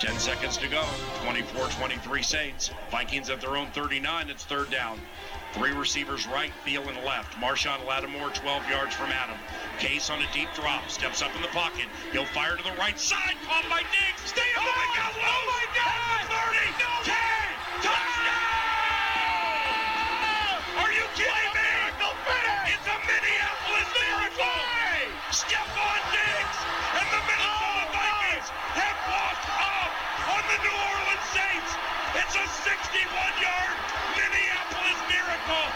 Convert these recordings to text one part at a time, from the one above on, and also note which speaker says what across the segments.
Speaker 1: 10 seconds to go. 24 23 Saints. Vikings at their own 39. It's third down. Three receivers right, Thielen left. Marshawn Lattimore 12 yards from Adam. Case on a deep drop. Steps up in the pocket. He'll fire to the right side. Caught by Diggs. Stay oh my God! Oh my God! 30. No. K. Touchdown! Are you kidding me? It's a Minneapolis miracle. Stephon Diggs and the Minnesota Vikings have lost up on the New Orleans Saints. It's a 61-yard Minneapolis miracle.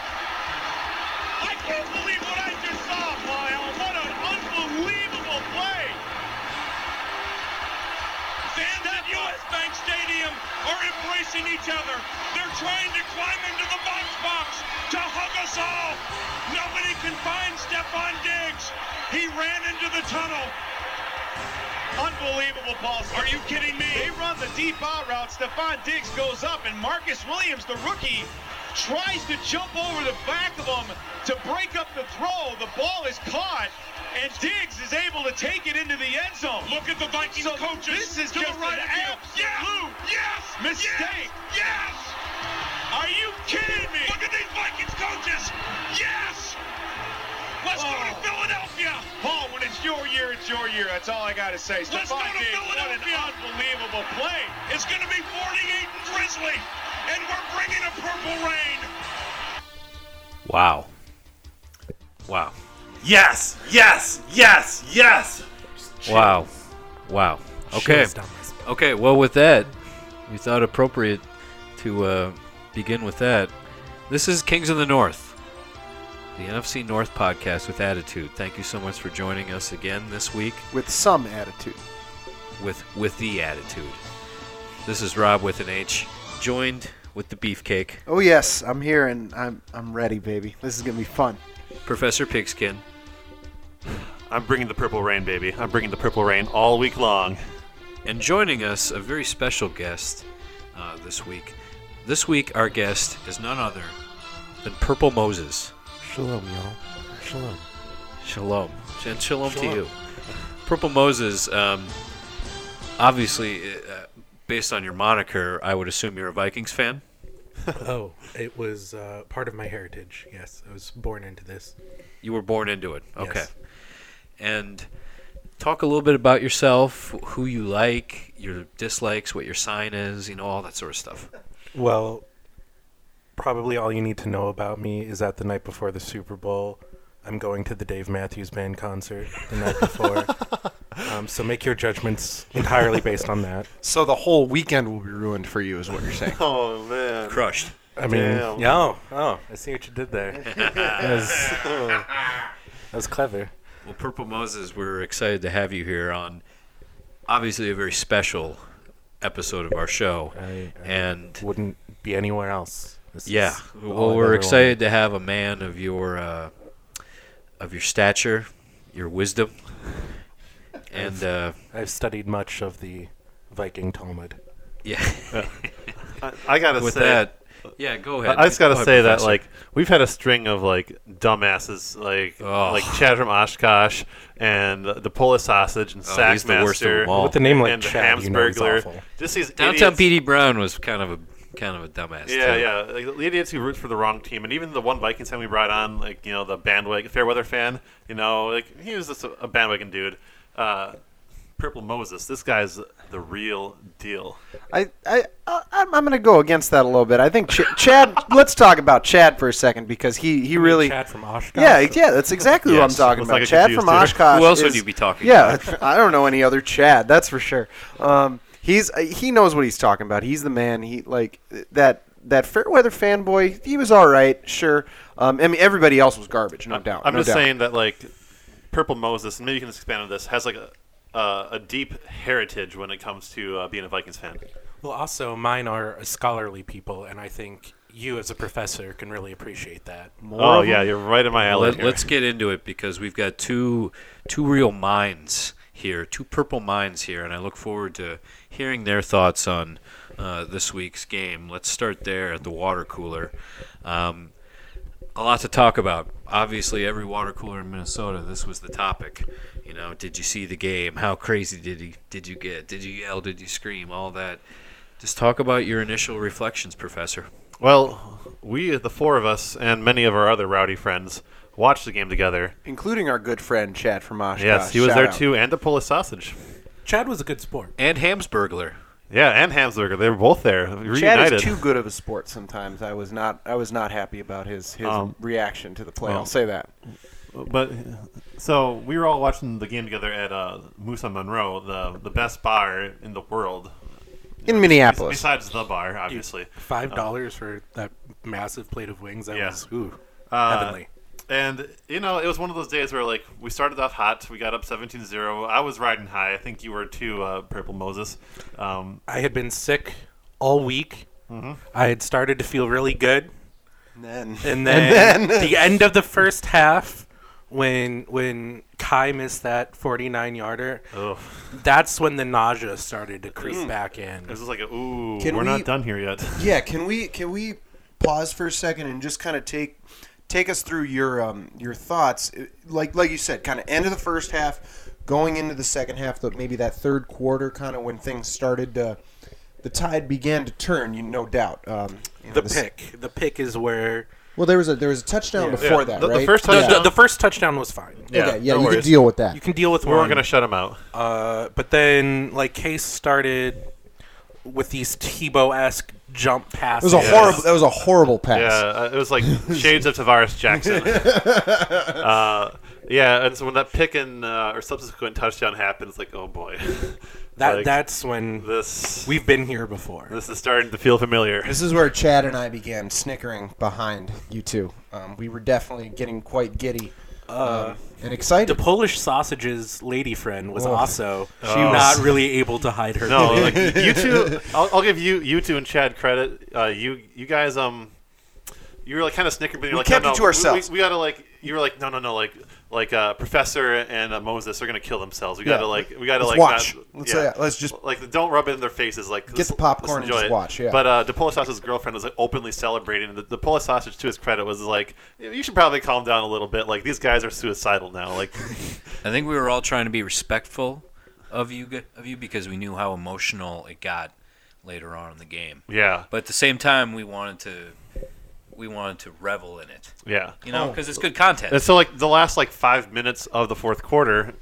Speaker 2: I can't believe what I just saw, Lyle. What an unbelievable play.
Speaker 1: Fans at US Bank Stadium are embracing each other. They're trying to climb into the box box to hug us all. Nobody can find Stephon Diggs. He ran into the tunnel.
Speaker 2: Unbelievable, Paul.
Speaker 1: Are you kidding me?
Speaker 2: They run the deep out route. Stephon Diggs goes up, and Marcus Williams, the rookie, tries to jump over the back of him to break up the throw. The ball is caught, and Diggs is able to take it into the end zone.
Speaker 1: Look at the Vikings
Speaker 2: So
Speaker 1: coaches.
Speaker 2: this is
Speaker 1: to
Speaker 2: just
Speaker 1: the right.
Speaker 2: an
Speaker 1: absolute yes,
Speaker 2: mistake.
Speaker 1: Yes, yes.
Speaker 2: Are you kidding me?
Speaker 1: Look at these Vikings coaches. Yes. Let's go to
Speaker 2: Oh.
Speaker 1: Philadelphia.
Speaker 2: Paul, when it's your year, it's your year. That's all I got to say.
Speaker 1: go
Speaker 2: Stephon
Speaker 1: to
Speaker 2: Diggs, what an
Speaker 1: Philadelphia.
Speaker 2: unbelievable play.
Speaker 1: It's going to be 48 and drizzly, and we're bringing a purple rain.
Speaker 3: Wow. Wow.
Speaker 4: Yes, yes, yes, yes.
Speaker 3: Wow. Wow. Okay.
Speaker 5: Should've done this.
Speaker 3: Okay, well, with that, we thought appropriate to uh, begin with that. This is Kings of the North, the NFC North podcast with attitude. Thank you so much for joining us again this week
Speaker 5: With some attitude.
Speaker 3: with with the attitude. This is Rob with an H, joined with the beefcake,
Speaker 5: Oh yes, I'm here and I'm I'm ready, baby. This is gonna be fun.
Speaker 3: Professor Pigskin,
Speaker 4: I'm bringing the purple rain, baby. I'm bringing the purple rain all week long.
Speaker 3: and joining us a very special guest uh, this week. This week, our guest is none other than Purple Moses.
Speaker 6: Shalom, y'all. Shalom.
Speaker 3: Shalom. And shalom, to
Speaker 6: Shalom.
Speaker 3: you. Purple Moses, um, obviously, uh, based on your moniker, I would assume you're a Vikings fan.
Speaker 6: Oh, it was uh, part of my heritage. Yes, I was born into this.
Speaker 3: You were born into it. Okay.
Speaker 6: Yes.
Speaker 3: And talk a little bit about yourself, who you like, your dislikes, what your sign is, you know, all that sort of stuff.
Speaker 6: Well, probably all you need to know about me is that the night before the Super Bowl, I'm going to the Dave Matthews Band concert the night before. um, so make your judgments entirely based on that.
Speaker 7: So the whole weekend will be ruined for you, is what you're saying.
Speaker 4: Oh man.
Speaker 3: Crushed.
Speaker 6: I mean,
Speaker 4: Damn.
Speaker 6: yeah, oh, oh, I see what you did there. that, was, that was clever.
Speaker 3: Well, Purple Moses, we're excited to have you here on obviously a very special episode of our show.
Speaker 6: I- I-
Speaker 3: and
Speaker 6: Wouldn't be anywhere else. This is
Speaker 3: Yeah.
Speaker 6: all
Speaker 3: Well,
Speaker 6: I've
Speaker 3: we're
Speaker 6: ever
Speaker 3: excited to have a man of your uh, of your stature, your wisdom, and uh,
Speaker 6: wanted. I've studied much of the Viking Talmud.
Speaker 3: yeah.
Speaker 4: I, I gotta
Speaker 3: With
Speaker 4: say
Speaker 3: that, yeah. Go ahead.
Speaker 4: I I just gotta
Speaker 3: Go ahead,
Speaker 4: say that
Speaker 3: Professor.
Speaker 4: like we've had a string of like dumbasses like
Speaker 3: Oh.
Speaker 4: like Chad from Oshkosh and the, the Polish sausage and
Speaker 3: Oh, he's the worst of
Speaker 4: Sackmaster
Speaker 3: them all.
Speaker 6: With a name like
Speaker 4: and the
Speaker 6: Chad, you know he's
Speaker 4: Hamsburglar.
Speaker 6: awful.
Speaker 4: Just these
Speaker 3: downtown
Speaker 4: idiots.
Speaker 3: PD Brown was kind of a kind of a dumbass.
Speaker 4: Yeah,
Speaker 3: too.
Speaker 4: yeah. Like, the idiots who root for the wrong team, and even the one Vikings fan we brought on, like you know, the bandwagon Fairweather fan. You know, like he was just a, a bandwagon dude. Uh, Purple Moses. This guy's the real deal.
Speaker 5: I I I- I'm, I'm gonna go against that a little bit. I think Ch- Chad. let's talk about Chad for a second because he he really.
Speaker 6: Chad from Oshkosh.
Speaker 5: Yeah, yeah, that's exactly what I'm
Speaker 4: Yes,
Speaker 5: talking
Speaker 4: looks
Speaker 5: about.
Speaker 4: like a
Speaker 5: Chad
Speaker 4: confused
Speaker 5: from
Speaker 4: dude.
Speaker 5: Oshkosh.
Speaker 3: Who else would
Speaker 5: is-
Speaker 3: you be talking?
Speaker 5: Yeah, I don't know any other Chad. That's for sure. Um, he's uh, he knows what he's talking about. He's the man. He like that that Fairweather fanboy. He was all right, sure. Um, I mean, everybody else was garbage, no doubt.
Speaker 4: I'm
Speaker 5: no
Speaker 4: just
Speaker 5: doubt.
Speaker 4: saying that like Purple Moses, and maybe you can expand on this, has like a uh, a deep heritage when it comes to uh, being a Vikings fan.
Speaker 6: Well, also mine are scholarly people, and I think you as a professor can really appreciate that.
Speaker 4: Oh yeah, you're right in my alley.
Speaker 3: Let, us get into it because we've got two two real minds here, two purple minds here, and I look forward to hearing their thoughts on uh, this week's game. Let's start there at the water cooler. Um, a lot to talk about. obviously every water cooler in Minnesota, this was the topic. You know, did you see the game? How crazy did he did you get? Did you yell? Did you scream? All that. Just talk about your initial reflections, Professor.
Speaker 4: Well, we, the four of us, and many of our other rowdy friends, watched the game together.
Speaker 8: including our good friend Chad from Oshkosh.
Speaker 4: Yes, he was
Speaker 8: Shout
Speaker 4: there
Speaker 8: out.
Speaker 4: too, and to pull a sausage.
Speaker 6: Chad was a good sport.
Speaker 3: And Hamsburglar.
Speaker 4: Yeah, and Hamsburger. They were both there. Reunited.
Speaker 8: Chad is too good of a sport. Sometimes I was not. I was not happy about his his
Speaker 4: Um,
Speaker 8: reaction to the play.
Speaker 4: well,
Speaker 8: I'll say that.
Speaker 4: But so we were all watching the game together at uh, Moose on Monroe, the the best bar in the world,
Speaker 8: In Minneapolis,
Speaker 4: besides the bar, obviously.
Speaker 6: Five dollars for that massive plate of wings. That
Speaker 4: Yeah.
Speaker 6: was ooh,
Speaker 4: Uh,
Speaker 6: heavenly.
Speaker 4: And you know, it was one of those days where like we started off hot, we got up 17-0. I was riding high. I think you were too, uh, Purple Moses. Um,
Speaker 6: I had been sick all week.
Speaker 4: Mm-hmm.
Speaker 6: I had started to feel really good,
Speaker 8: and then
Speaker 6: and then, the end of the first half, when when Kai missed that forty nine yarder,
Speaker 4: oh,
Speaker 6: that's when the nausea started to creep back in.
Speaker 4: Mm. it was just like, a, ooh,
Speaker 8: Can
Speaker 4: we're
Speaker 8: we-
Speaker 4: not done here yet.
Speaker 8: yeah, can we can we pause for a second and just kind of take take us through your um your thoughts? Uh, Like like you said, kind of end of the first half, going into the second half. That maybe that third quarter, kind of when things started to. The tide began to turn, you no doubt. Um, you know,
Speaker 6: The
Speaker 8: this-
Speaker 6: pick, the pick is where
Speaker 8: Well, there was a there was a touchdown before
Speaker 4: Yeah.
Speaker 8: that,
Speaker 4: The- the
Speaker 8: right?
Speaker 4: first
Speaker 6: the,
Speaker 4: touchdown-
Speaker 6: the, the first touchdown was fine.
Speaker 8: Yeah, okay, yeah,
Speaker 4: no
Speaker 8: you
Speaker 4: worries.
Speaker 8: can deal with that.
Speaker 6: You can deal with
Speaker 4: We
Speaker 6: one.
Speaker 4: weren't gonna shut him out.
Speaker 6: Uh, but then like Case started with these Tebow esque jump passes.
Speaker 8: It was a horrible. That was a horrible pass.
Speaker 4: Yeah, uh, it was like shades of Tavares Jackson. uh, yeah, and so when that pick and uh, or subsequent touchdown happened, it's like, oh boy,
Speaker 6: That
Speaker 4: Like,
Speaker 6: that's when
Speaker 4: this
Speaker 6: we've been here before.
Speaker 4: this is starting to feel familiar.
Speaker 8: This is where Chad and I began snickering behind you two. Um, we were definitely getting quite giddy
Speaker 4: Uh,
Speaker 8: um, and
Speaker 6: The
Speaker 8: excited.
Speaker 6: Polish sausage's lady friend was
Speaker 8: Oh.
Speaker 6: also
Speaker 4: Oh.
Speaker 6: not really able to hide her.
Speaker 4: No, like you two, I'll, I'll give you you two and Chad credit. Uh, you you guys um. You were like kind of snickering, but you're
Speaker 8: We
Speaker 4: like,
Speaker 8: kept
Speaker 4: no,
Speaker 8: it
Speaker 4: no,
Speaker 8: to
Speaker 4: we-
Speaker 8: ourselves.
Speaker 4: We, we gotta like, you were like, no, no, no, like, like uh, Professor and uh, Moses are gonna kill themselves. We gotta
Speaker 8: Yeah.
Speaker 4: like, we gotta
Speaker 8: Let's
Speaker 4: like,
Speaker 8: watch.
Speaker 4: not-
Speaker 8: Let's, uh, let's just-
Speaker 4: like, don't rub it in their faces. Like,
Speaker 8: the popcorn and
Speaker 4: enjoy
Speaker 8: just
Speaker 4: it.
Speaker 8: watch, yeah.
Speaker 4: But uh, DePola Sausage's girlfriend was like openly celebrating. And the, the Polish Sausage, to his credit, was like, you should probably calm down a little bit. Like, these guys are suicidal now. Like,
Speaker 3: I think we were all trying to be respectful of you g- of you because we knew how emotional it got later on in the game.
Speaker 4: yeah,
Speaker 3: But at the same time, we wanted to we wanted to revel in it,
Speaker 4: yeah.
Speaker 3: you know, because it's good content.
Speaker 4: And so, like the last like five minutes of the fourth quarter,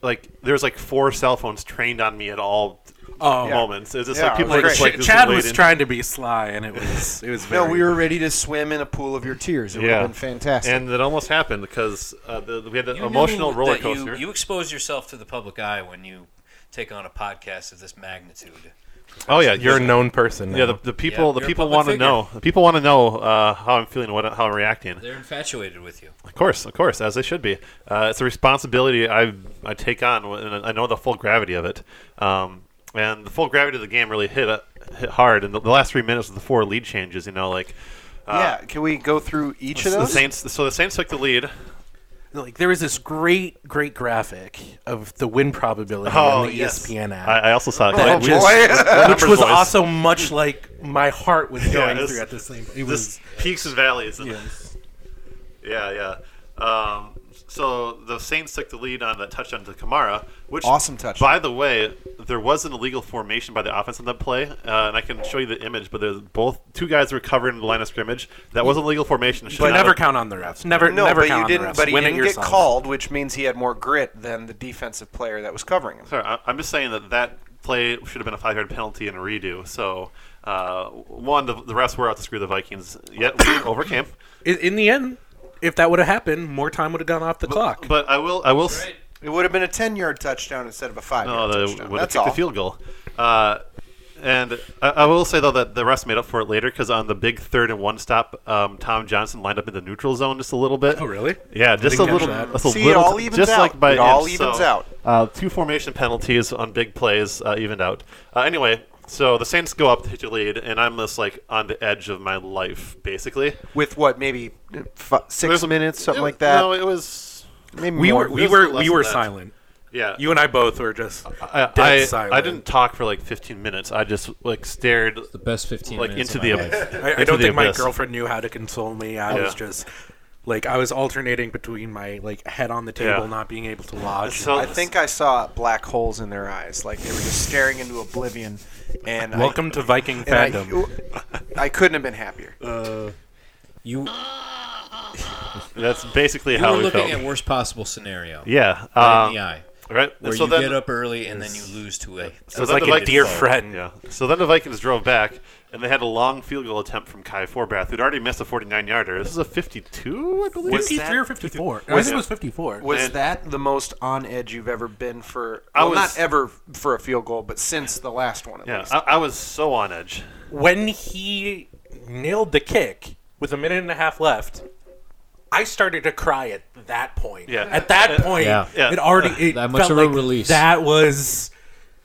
Speaker 4: like there was like four cell phones trained on me at all
Speaker 6: Oh.
Speaker 4: moments. It's just
Speaker 8: Yeah,
Speaker 4: like people
Speaker 8: it
Speaker 4: are
Speaker 8: was
Speaker 4: just like
Speaker 6: Ch-
Speaker 4: just
Speaker 6: Chad was
Speaker 4: waiting.
Speaker 6: trying to be sly, and it was it was very.
Speaker 8: No, we were ready to swim in a pool of your tears. It would
Speaker 4: Yeah.
Speaker 8: have been fantastic.
Speaker 4: and it almost happened because uh, the, the- we had the
Speaker 3: You
Speaker 4: emotional
Speaker 3: knew
Speaker 4: roller
Speaker 3: that you-
Speaker 4: coaster.
Speaker 3: You, expose yourself to the public eye when you take on a podcast of this magnitude.
Speaker 4: oh yeah,
Speaker 6: You're a
Speaker 4: you're
Speaker 6: known person. Now.
Speaker 4: yeah. The, the people,
Speaker 3: you're
Speaker 4: the
Speaker 3: a
Speaker 4: people
Speaker 3: public
Speaker 4: want to
Speaker 3: figure.
Speaker 4: know. The people want to know uh, how I'm feeling, what how I'm reacting.
Speaker 3: They're infatuated with you.
Speaker 4: Of course, of course, as they should be. Uh, it's a responsibility I I take on, and I know the full gravity of it. Um, and the full gravity of the game really hit uh, hit hard. And the, the last three minutes of the four lead changes, you know, like uh,
Speaker 8: yeah, can we go through each of
Speaker 4: the
Speaker 8: those?
Speaker 4: Saints. So the Saints took the lead.
Speaker 6: like there was this great great graphic of the win probability on the E ESPN app.
Speaker 4: Oh, Um, I, I also saw it.
Speaker 8: Oh,
Speaker 4: Like,
Speaker 8: boy.
Speaker 6: which
Speaker 4: numbers
Speaker 6: was
Speaker 4: voice.
Speaker 6: also much like my heart was going
Speaker 4: this-
Speaker 6: through at the same. It
Speaker 4: This
Speaker 6: was
Speaker 4: peaks and valleys.
Speaker 6: yes.
Speaker 4: yeah, yeah. Um, so the Saints took the lead on that touchdown to Kamara, which
Speaker 8: Awesome touchdown.
Speaker 4: By the way, there was an illegal formation by the offense on that play, uh, and I can show you the image. But there's both two guys were covering the line of scrimmage. That was an illegal formation. Should
Speaker 6: But
Speaker 4: not
Speaker 6: never
Speaker 4: have-
Speaker 6: count on the refs. Never,
Speaker 8: no,
Speaker 6: never
Speaker 8: but
Speaker 6: count
Speaker 8: you
Speaker 6: on the
Speaker 8: didn't.
Speaker 6: refs.
Speaker 8: But he
Speaker 6: Win it
Speaker 8: didn't get
Speaker 6: yourself.
Speaker 8: called, which means he had more grit than the defensive player that was covering him.
Speaker 4: Sorry, I, I'm just saying that that play should have been a five yard penalty and a redo. So. Uh, one, the, the refs were out to screw the Vikings, yet we overcame.
Speaker 6: In, in the end, if that would have happened, more time would have gone off the clock.
Speaker 4: But I will, I will, s-
Speaker 8: It would have been a ten-yard touchdown instead of a
Speaker 4: No,
Speaker 8: five-yard
Speaker 4: Oh, they
Speaker 8: touchdown.
Speaker 4: would have
Speaker 8: That's
Speaker 4: kicked
Speaker 8: all.
Speaker 4: the field goal. Uh, and I, I will say though that the rest made up for it later because on the big third and one stop, um, Tom Johnson lined up in the neutral zone just a little bit.
Speaker 6: oh, really?
Speaker 4: Yeah, just a
Speaker 6: catch
Speaker 4: little,
Speaker 6: that.
Speaker 4: just a
Speaker 8: See, it
Speaker 4: little,
Speaker 8: all evens
Speaker 4: just
Speaker 8: out.
Speaker 4: like by
Speaker 8: It all
Speaker 4: inch.
Speaker 8: evens
Speaker 4: So,
Speaker 8: out.
Speaker 4: Uh, two formation penalties on big plays uh, evened out. Uh, anyway, so the Saints go up to the lead, and I'm just like on the edge of my life, basically.
Speaker 8: With what, maybe f- six
Speaker 4: There's a-
Speaker 8: minutes, something
Speaker 4: it-
Speaker 8: like that.
Speaker 4: No, it was.
Speaker 8: maybe
Speaker 6: We
Speaker 8: more.
Speaker 6: were, we
Speaker 4: There's
Speaker 6: were,
Speaker 4: less
Speaker 6: we
Speaker 4: of
Speaker 6: were
Speaker 4: that.
Speaker 6: silent.
Speaker 4: Yeah,
Speaker 6: You and I both were just
Speaker 4: I,
Speaker 6: dead
Speaker 4: I,
Speaker 6: silent.
Speaker 4: I didn't talk for like 15 minutes. I just like stared
Speaker 3: The best 15
Speaker 4: like
Speaker 3: minutes
Speaker 4: into
Speaker 3: of my
Speaker 4: the
Speaker 3: life.
Speaker 6: I, I
Speaker 4: into
Speaker 6: don't
Speaker 4: the
Speaker 6: think my
Speaker 4: abyss.
Speaker 6: girlfriend knew how to console me. I
Speaker 4: Yeah.
Speaker 6: was just Like I was alternating between my like head on the table,
Speaker 4: Yeah.
Speaker 6: not being able to lodge.
Speaker 4: So
Speaker 7: I think I saw black holes in their eyes, like they were just staring into oblivion. And
Speaker 6: Welcome to Viking
Speaker 7: I, and
Speaker 6: fandom.
Speaker 7: I, I couldn't have been happier.
Speaker 3: You,
Speaker 4: that's basically
Speaker 3: you
Speaker 4: how
Speaker 3: were
Speaker 4: we
Speaker 3: looking
Speaker 4: felt.
Speaker 3: at worst possible scenario.
Speaker 4: yeah.
Speaker 3: Right in
Speaker 4: um,
Speaker 3: the eye.
Speaker 4: Right.
Speaker 3: Where
Speaker 4: so
Speaker 3: you
Speaker 4: then,
Speaker 3: get up early and then you lose to a.
Speaker 4: So
Speaker 6: It's like
Speaker 4: then the
Speaker 6: a
Speaker 4: Vikings-
Speaker 6: dear friend.
Speaker 4: Yeah. So then the Vikings drove back, and they had a long field goal attempt from Kai Forbath, who'd already missed a 49-yarder. This is a 52, I believe.
Speaker 7: Was
Speaker 6: Fifty three
Speaker 7: that-
Speaker 6: or fifty four? I
Speaker 7: was-
Speaker 6: think it was fifty four.
Speaker 7: Was
Speaker 4: And-
Speaker 7: that the most on edge you've ever been for?
Speaker 4: I
Speaker 7: Well,
Speaker 4: was-
Speaker 7: not ever for a field goal, but since the last one at
Speaker 4: Yeah,
Speaker 7: least.
Speaker 4: I, I was so on edge.
Speaker 6: when he nailed the kick with a minute and a half left, I started to cry at that point.
Speaker 4: Yeah.
Speaker 6: At that point,
Speaker 3: Yeah.
Speaker 4: Yeah.
Speaker 6: it already it
Speaker 3: That much
Speaker 6: felt
Speaker 3: of a
Speaker 6: like
Speaker 3: release.
Speaker 6: That was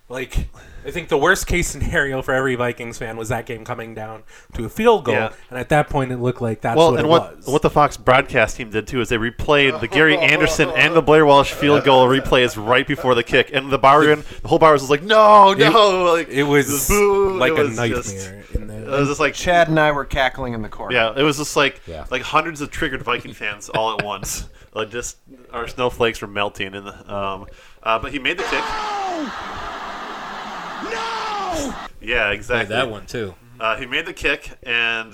Speaker 6: like I think the worst case scenario for every Vikings fan was that game coming down to a field goal,
Speaker 4: Yeah.
Speaker 6: and at that point, it looked like that's
Speaker 4: Well,
Speaker 6: what
Speaker 4: and
Speaker 6: it
Speaker 4: what
Speaker 6: was.
Speaker 4: what the Fox broadcast team did too is they replayed the Gary Anderson and the Blair Walsh field goal replays right before the kick, and the bar in the whole bar was just like, no, no, like
Speaker 6: it was
Speaker 4: boo,
Speaker 6: like
Speaker 4: it
Speaker 6: a
Speaker 4: was just-
Speaker 6: nightmare. in
Speaker 4: it
Speaker 6: the,
Speaker 4: was just like
Speaker 7: Chad and I were cackling in the corner.
Speaker 4: Yeah, it was just like
Speaker 3: Yeah.
Speaker 4: like hundreds of triggered Viking fans all at once. Like just our snowflakes were melting, and the, um, uh, but he made the kick. Yeah, exactly.
Speaker 3: that one too.
Speaker 4: Uh, he made the kick, and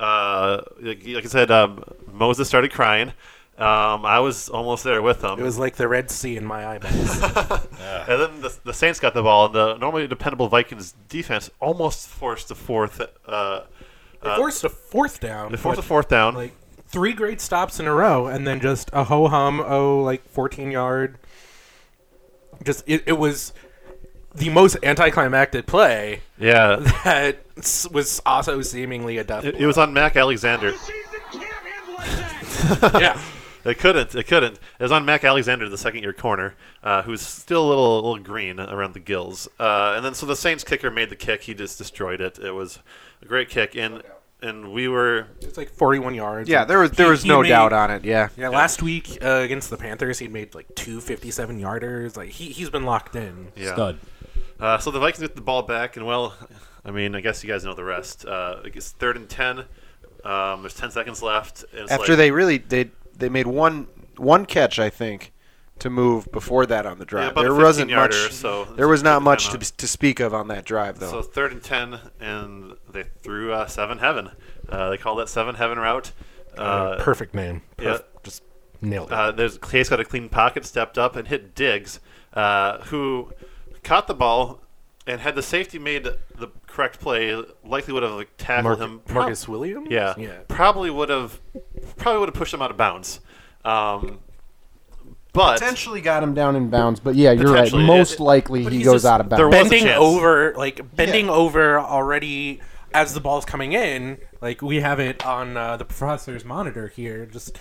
Speaker 4: uh, like, like I said, um, Moses started crying. Um, I was almost there with him.
Speaker 6: it was like the Red Sea in my
Speaker 4: Uh,
Speaker 6: eyeballs.
Speaker 4: and then the, the Saints got the ball, and the normally dependable Vikings defense almost forced a fourth. Uh,
Speaker 6: They forced a fourth down.
Speaker 4: they forced a
Speaker 6: but-
Speaker 4: fourth down.
Speaker 6: like three great stops in a row and then just a ho hum oh like 14 yard just it, it was the most anticlimactic play
Speaker 4: yeah,
Speaker 6: that s- was also seemingly a death
Speaker 4: it, it was on Mac Alexander.
Speaker 6: blow. yeah
Speaker 4: It couldn't. It couldn't. It was on Mac Alexander, the second-year corner, uh, who's still a little, a little green around the gills. Uh, and then, so the Saints kicker made the kick. He just destroyed it. It was a great kick, and and we were
Speaker 6: it's like 41 yards
Speaker 5: Yeah, there was there
Speaker 6: He-
Speaker 5: was
Speaker 6: he
Speaker 5: no
Speaker 6: made-
Speaker 5: doubt on it. Yeah.
Speaker 6: yeah, last week uh, against the Panthers, he made like two 57 yarders. Like he he's been locked in.
Speaker 4: yeah.
Speaker 3: Stud.
Speaker 4: Uh, so the Vikings get the ball back, and well, I mean, I guess you guys know the rest. Uh, it's third and ten. Um, there's ten seconds left. And it's
Speaker 5: After
Speaker 4: like-
Speaker 5: they really they they made one one catch I think to move before that on the
Speaker 4: Yeah,
Speaker 5: drive.
Speaker 4: about a
Speaker 5: there wasn't
Speaker 4: 15-yarder,
Speaker 5: much.
Speaker 4: so
Speaker 5: there was not much to,
Speaker 4: timeout.
Speaker 5: be- to speak of on that drive though.
Speaker 4: So third and ten, and they threw uh, seven heaven. Uh, they call that seven heaven route. Uh,
Speaker 6: Perfect name.
Speaker 4: yeah.
Speaker 6: Just nailed it.
Speaker 4: uh, there's Clay's got a clean pocket, stepped up and hit Diggs, uh, who caught the ball and had the safety made the correct play, likely would have like, tackled
Speaker 6: Marcus,
Speaker 4: him. um, Prob-
Speaker 6: Marcus Williams?
Speaker 4: yeah,
Speaker 6: Yeah.
Speaker 4: probably would have, probably would have pushed him out of bounds. Um, but
Speaker 7: Potentially got him down in bounds, but yeah, you're right.
Speaker 4: Potentially, it-
Speaker 7: Most
Speaker 4: it-
Speaker 7: likely
Speaker 6: but
Speaker 7: he
Speaker 6: he's
Speaker 7: goes
Speaker 6: just-
Speaker 7: out of
Speaker 4: there
Speaker 7: bounds.
Speaker 4: was- a
Speaker 6: bending
Speaker 4: chance.
Speaker 6: over, like bending over already as the ball's coming in. Like we have it on uh, the professor's monitor here. Just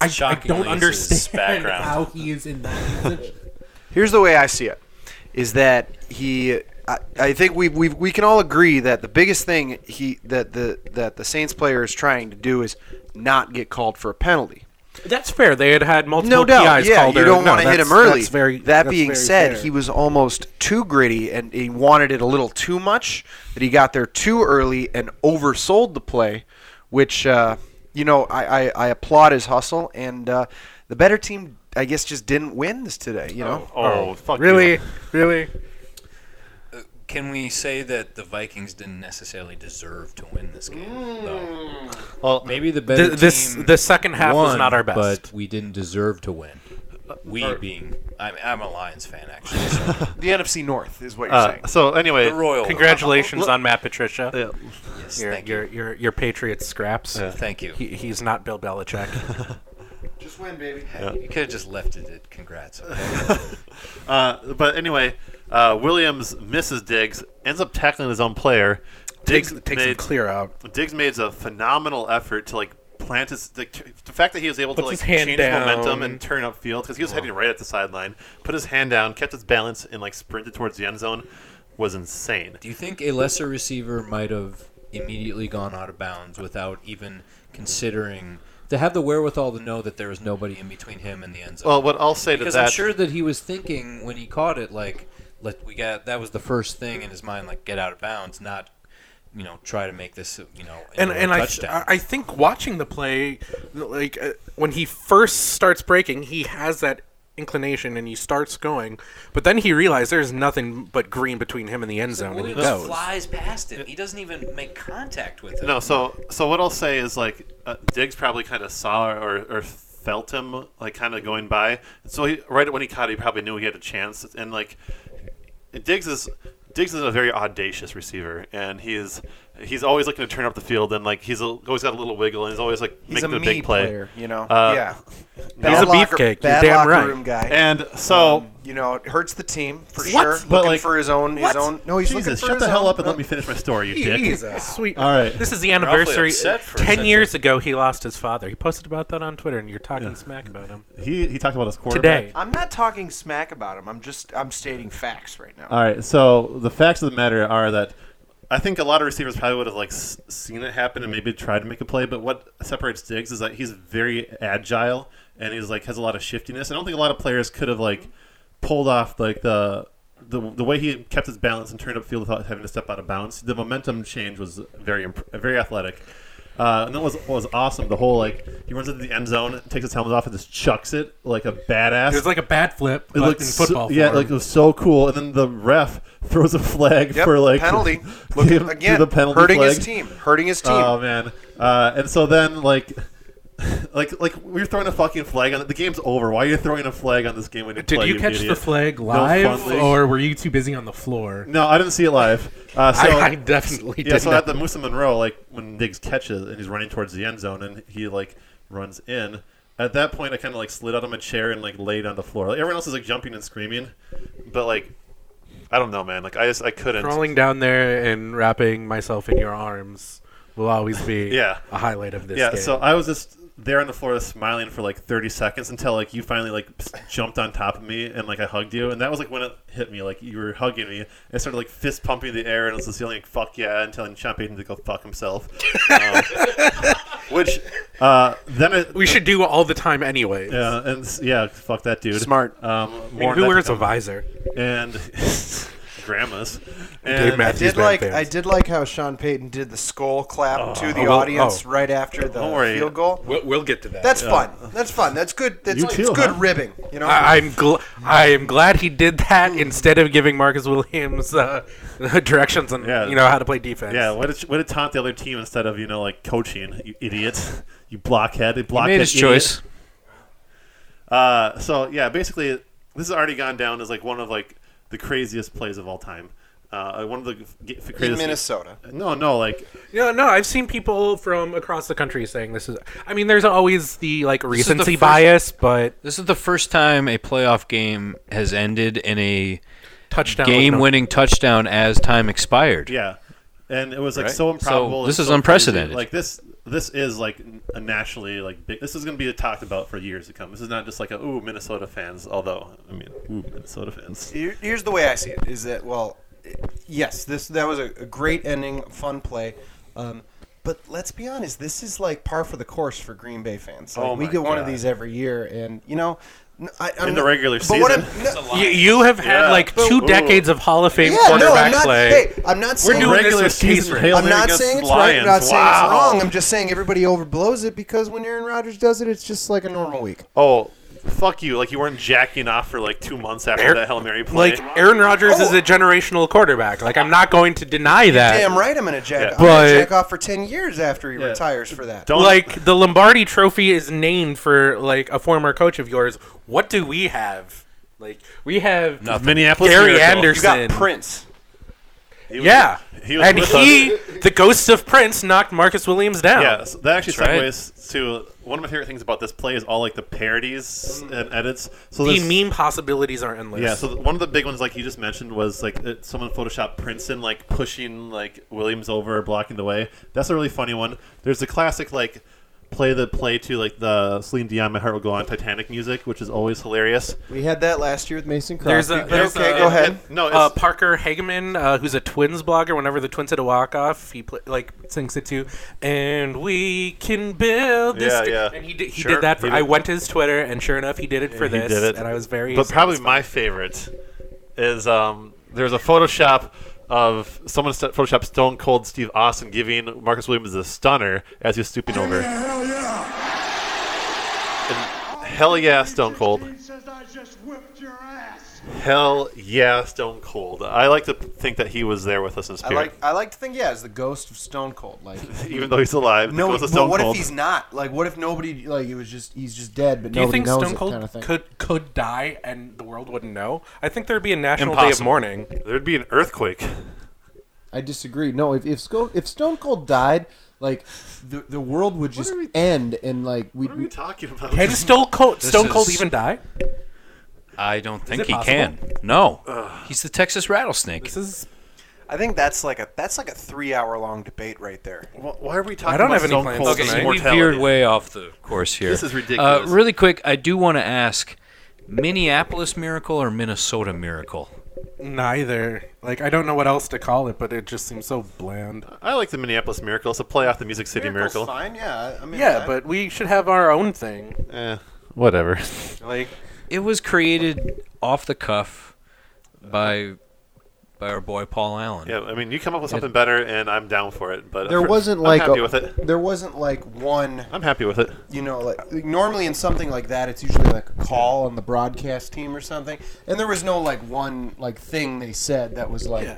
Speaker 6: I, I
Speaker 3: Shockingly,
Speaker 6: don't
Speaker 3: this is his
Speaker 6: understand
Speaker 3: background.
Speaker 6: how he is in that position.
Speaker 5: Here's the way I see it: is that he. I, I think we we we can all agree that the biggest thing he that the that the Saints player is trying to do is not get called for a penalty.
Speaker 6: That's fair. They had had multiple
Speaker 5: No doubt.
Speaker 6: PIs
Speaker 5: Yeah,
Speaker 6: called
Speaker 5: you
Speaker 6: early-
Speaker 5: don't
Speaker 6: no,
Speaker 5: want to hit
Speaker 6: that's-
Speaker 5: him early.
Speaker 6: that's very-
Speaker 5: that
Speaker 6: that's
Speaker 5: being
Speaker 6: very
Speaker 5: said,
Speaker 6: fair.
Speaker 5: he was almost too gritty and he wanted it a little too much. That he got there too early and oversold the play, which uh, you know I, I, I applaud his hustle and uh, the better team I guess just didn't win this today. You know.
Speaker 4: oh, fuck
Speaker 6: really,
Speaker 4: you.
Speaker 6: really.
Speaker 3: Can we say that the Vikings didn't necessarily deserve to win this game? Though?
Speaker 4: Well,
Speaker 3: Maybe the better
Speaker 6: Th- this
Speaker 3: team
Speaker 6: the second half was
Speaker 3: won,
Speaker 6: not our best.
Speaker 3: but we didn't deserve to win. We being, I'm, I'm a Lions fan actually. So
Speaker 5: The NFC North is what you're
Speaker 4: Uh, so anyway,
Speaker 3: the Royal.
Speaker 6: Congratulations on Matt Patricia.
Speaker 4: Yeah,
Speaker 3: Yes,
Speaker 6: your,
Speaker 3: thank you.
Speaker 6: your your your Patriots scraps.
Speaker 3: Thank you.
Speaker 6: He, he's not Bill Belichick.
Speaker 5: Just win, baby.
Speaker 3: You could have just left it at congrats.
Speaker 4: uh, but anyway, uh, Williams misses Diggs, ends up tackling his own player. Diggs made,
Speaker 6: out.
Speaker 4: Diggs made a phenomenal effort to like plant his the, the fact that he was able to
Speaker 6: Puts
Speaker 4: like
Speaker 6: his hand
Speaker 4: change
Speaker 6: down.
Speaker 4: momentum and turn up field because he was heading right at the sideline, put his hand down, kept his balance, and like sprinted towards the end zone was insane.
Speaker 3: Do you think a lesser receiver might have immediately gone out of bounds without even considering to have the wherewithal to know that there was nobody in between him and the end zone?
Speaker 4: Well, what I'll say to
Speaker 3: because
Speaker 4: that,
Speaker 3: I'm sure that he was thinking when he caught it, like, let we got that was the first thing in his mind, like get out of bounds, not
Speaker 9: you know, try to make this, you know,
Speaker 6: and
Speaker 9: into a
Speaker 6: and I,
Speaker 9: touchdown.
Speaker 6: I I think watching the play, like uh, when he first starts breaking, he has that inclination and he starts going, but then he realized there's nothing but green between him and the end zone, and he
Speaker 9: Williams
Speaker 6: goes.
Speaker 9: flies past it. He doesn't even make contact with it.
Speaker 4: No, so so what I'll say is like uh, Diggs probably kind of saw or, or felt him like kind of going by. So he, right when he caught, it, he probably knew he had a chance. And like Diggs is Diggs is a very audacious receiver, and he is he's always looking to turn up the field, and like he's al- always got a little wiggle, and he's always like
Speaker 7: He's a
Speaker 4: making the
Speaker 7: me
Speaker 4: big play.
Speaker 7: player, you know.
Speaker 4: Uh,
Speaker 7: yeah,
Speaker 6: He's a
Speaker 7: Bad locker-
Speaker 6: beefcake, you're
Speaker 7: Bad
Speaker 6: damn
Speaker 7: locker
Speaker 6: right.
Speaker 7: room guy.
Speaker 4: And so
Speaker 8: Um,
Speaker 7: you know, it hurts the team for
Speaker 4: What?
Speaker 7: sure.
Speaker 4: But,
Speaker 7: looking
Speaker 4: like-
Speaker 7: for his own, his own. No, he's looking
Speaker 4: Jesus,
Speaker 7: for
Speaker 4: shut
Speaker 7: his
Speaker 4: the hell
Speaker 7: own-
Speaker 4: up and let me finish my story, you dick.
Speaker 6: Jesus, sweet.
Speaker 4: All right.
Speaker 6: This is the
Speaker 9: awfully
Speaker 6: anniversary.
Speaker 9: upset for a
Speaker 6: Ten
Speaker 9: second.
Speaker 6: years ago, he lost his father. He posted about that on Twitter, and you're talking smack about him
Speaker 4: He he talked about his quarterback.
Speaker 6: today.
Speaker 7: I'm not talking smack about him. I'm just I'm stating facts right now.
Speaker 4: All right. So the facts of the matter are that I think a lot of receivers probably would have like s- seen it happen and maybe tried to make a play. But what separates Diggs is that he's very agile and he's like has a lot of shiftiness. I don't think a lot of players could have like pulled off like the. The, the way he kept his balance and turned up field without having to step out of bounds, the momentum change was very imp- very athletic, uh, and that was was awesome. The whole like he runs into the end zone, takes his helmet off, and just chucks it like a badass.
Speaker 6: It was like a bat flip.
Speaker 4: It
Speaker 6: but
Speaker 4: looked
Speaker 6: in
Speaker 4: so-
Speaker 6: football.
Speaker 4: yeah,
Speaker 6: form.
Speaker 4: like it was so cool. And then the ref throws a flag
Speaker 7: Yep,
Speaker 4: for like
Speaker 7: penalty.
Speaker 4: the-
Speaker 7: Look,
Speaker 4: the-
Speaker 7: again,
Speaker 4: the penalty
Speaker 7: hurting
Speaker 4: flag.
Speaker 7: his team. Hurting his team.
Speaker 4: Oh man! Uh, and so then like. Like, like we are throwing a fucking flag on the game's over. Why are you throwing a flag on this game when you
Speaker 6: Did
Speaker 4: play?
Speaker 6: you catch
Speaker 4: idiot?
Speaker 6: the flag
Speaker 4: No
Speaker 6: live,
Speaker 4: fun league.
Speaker 6: or were you too busy on the floor?
Speaker 4: No, I didn't see it live. Uh, so,
Speaker 6: I, I definitely
Speaker 4: yeah,
Speaker 6: did
Speaker 4: so
Speaker 6: not.
Speaker 4: at the Musa Monroe, like when Diggs catches and he's running towards the end zone and he like runs in. At that point, I kind of like slid out of my chair and like laid on the floor. Like everyone else is like jumping and screaming, but like I don't know, man. Like I just I couldn't.
Speaker 6: Crawling down there and wrapping myself in your arms will always be
Speaker 4: Yeah.
Speaker 6: a highlight of this
Speaker 4: yeah,
Speaker 6: game.
Speaker 4: so I was just there on the floor smiling for like 30 seconds until like you finally like s- jumped on top of me and like I hugged you and that was like when it hit me like you were hugging me and started like fist pumping in the air and I was just yelling like, fuck yeah and telling Sean Payton to go fuck himself um, which uh then it
Speaker 6: we should do all the time anyway.
Speaker 4: yeah and s- yeah fuck that dude
Speaker 5: Smart.
Speaker 4: um
Speaker 6: I mean,
Speaker 4: more
Speaker 6: who
Speaker 4: on that
Speaker 6: wears
Speaker 4: to
Speaker 6: a visor?
Speaker 4: come. and grandmas and
Speaker 7: I
Speaker 6: Matthews
Speaker 7: did
Speaker 6: Band
Speaker 7: like
Speaker 6: fans.
Speaker 7: I did like how Sean Payton did the skull clap to the
Speaker 6: Oh, well,
Speaker 7: audience
Speaker 6: oh.
Speaker 7: right after the
Speaker 4: Don't worry.
Speaker 7: field goal.
Speaker 6: We'll, we'll get to that.
Speaker 7: That's fun. That's fun. That's good. That's
Speaker 4: You
Speaker 7: like,
Speaker 4: too,
Speaker 7: it's good
Speaker 4: huh?
Speaker 7: ribbing. You know.
Speaker 6: I, I'm gl- I am glad he did that
Speaker 4: Mm.
Speaker 6: instead of giving Marcus Williams uh, directions on
Speaker 4: Yeah.
Speaker 6: you know how to play defense.
Speaker 4: yeah, what did, what did taunt the other team instead of you know like coaching you idiot, you blockhead, you blockhead
Speaker 3: Made his
Speaker 4: idiot.
Speaker 3: choice.
Speaker 4: Uh, so yeah, basically, this has already gone down as like one of like the craziest plays of all time. Uh, one of the g- f-
Speaker 7: in
Speaker 4: craziest.
Speaker 7: Minnesota.
Speaker 4: No, no, like
Speaker 6: You know, no, I've seen people from across the country saying this is. I mean, there's always the like
Speaker 3: is the
Speaker 6: recency
Speaker 3: first-
Speaker 6: bias, but
Speaker 3: This is the first time a playoff game has ended in a
Speaker 6: touchdown with no-
Speaker 3: game-winning touchdown as time expired.
Speaker 4: yeah, and it was like so
Speaker 3: So
Speaker 4: improbable. and
Speaker 3: this is
Speaker 4: so crazy.
Speaker 3: unprecedented.
Speaker 4: Like this, this is like n- a nationally like big. This is going to be talked about for years to come. This is not just like a ooh Minnesota fans. Although I mean ooh Minnesota fans.
Speaker 7: Here- Here's the way I see it: is that well, yes, this that was a, a great ending, fun play. Um, but let's be honest, this is like par for the course for Green Bay fans. Like,
Speaker 4: Oh
Speaker 7: we
Speaker 4: my
Speaker 7: get one of
Speaker 4: God.
Speaker 7: these every year, and you know, n- I, I'm
Speaker 4: In the
Speaker 7: not-
Speaker 4: regular
Speaker 7: but what I'm-
Speaker 4: season.
Speaker 7: no-
Speaker 6: Y- you have had
Speaker 4: Yeah.
Speaker 6: like
Speaker 4: But-
Speaker 6: two
Speaker 4: Ooh.
Speaker 6: decades of Hall of Fame
Speaker 7: yeah, no,
Speaker 6: quarterback
Speaker 7: I'm not.
Speaker 6: play.
Speaker 7: Hey, I'm not saying
Speaker 6: doing this
Speaker 4: Regular
Speaker 6: with Case
Speaker 4: season
Speaker 6: Ray.
Speaker 4: hailing
Speaker 7: I'm not
Speaker 4: against
Speaker 7: saying it's right.
Speaker 4: Lions.
Speaker 7: I'm not saying it's
Speaker 4: Wow.
Speaker 7: wrong. I'm just saying everybody overblows it because when Aaron Rodgers does it, it's just like a normal week.
Speaker 4: Oh, fuck you! Like you weren't jacking off for like two months after
Speaker 6: Air-
Speaker 4: that hail mary play.
Speaker 6: like Aaron Rodgers is a generational quarterback. Like I'm not going to deny that.
Speaker 7: Damn right, I'm gonna jack.
Speaker 4: Yeah.
Speaker 7: I'm gonna
Speaker 6: But-
Speaker 7: jack off for ten years after he retires for that.
Speaker 4: Don't
Speaker 6: Like the Lombardi Trophy is named for like a former coach of yours. What do we have? Like we have
Speaker 4: Minneapolis
Speaker 6: Gary
Speaker 4: Miracle.
Speaker 7: You
Speaker 6: Anderson.
Speaker 7: got Prince.
Speaker 4: He was-
Speaker 6: Yeah,
Speaker 4: he was
Speaker 6: and
Speaker 4: with
Speaker 6: he,
Speaker 4: us.
Speaker 6: the ghost of Prince, knocked Marcus Williams down.
Speaker 4: Yeah, so that actually
Speaker 3: That's right.
Speaker 4: segues to one of my favorite things about this play is all like the parodies and edits. So
Speaker 6: the
Speaker 4: there's-
Speaker 6: meme possibilities are endless.
Speaker 4: Yeah, so th- one of the big ones, like you just mentioned, was like it, someone photoshopped Princeton like pushing like Williams over, blocking the way. That's a really funny one. There's the classic like play the play to like the Celine Dion, "My Heart Will Go On" Titanic music, which is always hilarious.
Speaker 7: We had that last year with Mason Crosby.
Speaker 6: There's a-
Speaker 7: but
Speaker 6: there's
Speaker 7: okay,
Speaker 6: a-
Speaker 7: go ahead.
Speaker 4: And- no, it's,
Speaker 6: uh, Parker Hageman, uh, who's a Twins blogger, whenever the Twins hit a walk off, he pl- like sings it too, and we can build this.
Speaker 4: Yeah,
Speaker 6: t-"
Speaker 4: yeah.
Speaker 6: And he did, he
Speaker 4: Sure,
Speaker 6: did that. For,
Speaker 4: he
Speaker 6: I
Speaker 4: did.
Speaker 6: went to his Twitter, and sure enough, he did it for
Speaker 4: He
Speaker 6: this,
Speaker 4: did it.
Speaker 6: and I was very.
Speaker 4: But probably
Speaker 6: satisfied.
Speaker 4: my favorite is um, there's a Photoshop of someone st- photoshopped Stone Cold Steve Austin giving Marcus Williams the stunner as he was stooping over.
Speaker 10: Hell yeah!
Speaker 4: And hell yeah, Stone Cold.
Speaker 10: says I just whipped your ass.
Speaker 4: Hell yeah, Stone Cold. I like to think that he was there with us in
Speaker 7: I
Speaker 4: spirit,
Speaker 7: like I like to think yeah, as the ghost of Stone Cold. Like
Speaker 4: even though he's alive.
Speaker 7: no,
Speaker 4: because of
Speaker 7: but
Speaker 4: Stone
Speaker 7: what
Speaker 4: Cold.
Speaker 7: if he's not? Like what if nobody like it was just he's just dead, but
Speaker 6: Do you
Speaker 7: nobody
Speaker 6: think
Speaker 7: knows
Speaker 6: Stone
Speaker 7: it
Speaker 6: Cold
Speaker 7: kind of thing.
Speaker 6: could could die and the world wouldn't know? I think there'd be a national day
Speaker 4: Impossible.
Speaker 6: of mourning.
Speaker 4: There'd be an earthquake.
Speaker 7: I disagree. No, if if, Sco- if Stone Cold died, like the the world would just end and like we. would
Speaker 4: talking about?
Speaker 6: Can Stone Cold
Speaker 3: This
Speaker 6: Stone Cold
Speaker 3: is-
Speaker 6: even die?
Speaker 3: I don't think
Speaker 6: it
Speaker 3: he
Speaker 6: possible?
Speaker 3: can. No, he's the Texas rattlesnake.
Speaker 6: This is
Speaker 8: I think that's like a that's like a three hour long debate right there.
Speaker 4: Why are we talking
Speaker 6: I don't have
Speaker 4: about
Speaker 6: any
Speaker 4: Stone
Speaker 6: plans
Speaker 4: Cold's
Speaker 6: tonight.
Speaker 3: Okay, we
Speaker 4: immortality?
Speaker 3: veered way off the course here.
Speaker 4: This is ridiculous.
Speaker 3: Uh, really quick, I do want to ask: Minneapolis Miracle or Minnesota Miracle?
Speaker 6: neither. Like I don't know what else to call it, but it just seems so bland.
Speaker 4: I like the Minneapolis Miracle. It's a play off the Music City Miracle.
Speaker 7: Fine, yeah. I mean,
Speaker 6: Yeah, but we should have our own thing.
Speaker 4: Eh, whatever.
Speaker 6: Like
Speaker 3: It was created off the cuff by by our boy Paul Allen.
Speaker 4: Yeah, I mean, you come up with something better, and I'm down for it. But uh,
Speaker 7: there
Speaker 4: for-
Speaker 7: wasn't
Speaker 4: I'm
Speaker 7: like
Speaker 4: happy
Speaker 7: a-
Speaker 4: with it.
Speaker 7: there wasn't like one.
Speaker 4: I'm happy with it.
Speaker 7: You know, like like, normally in something like that, it's usually like a call on the broadcast team or something, and there was no like one like thing they said that was like.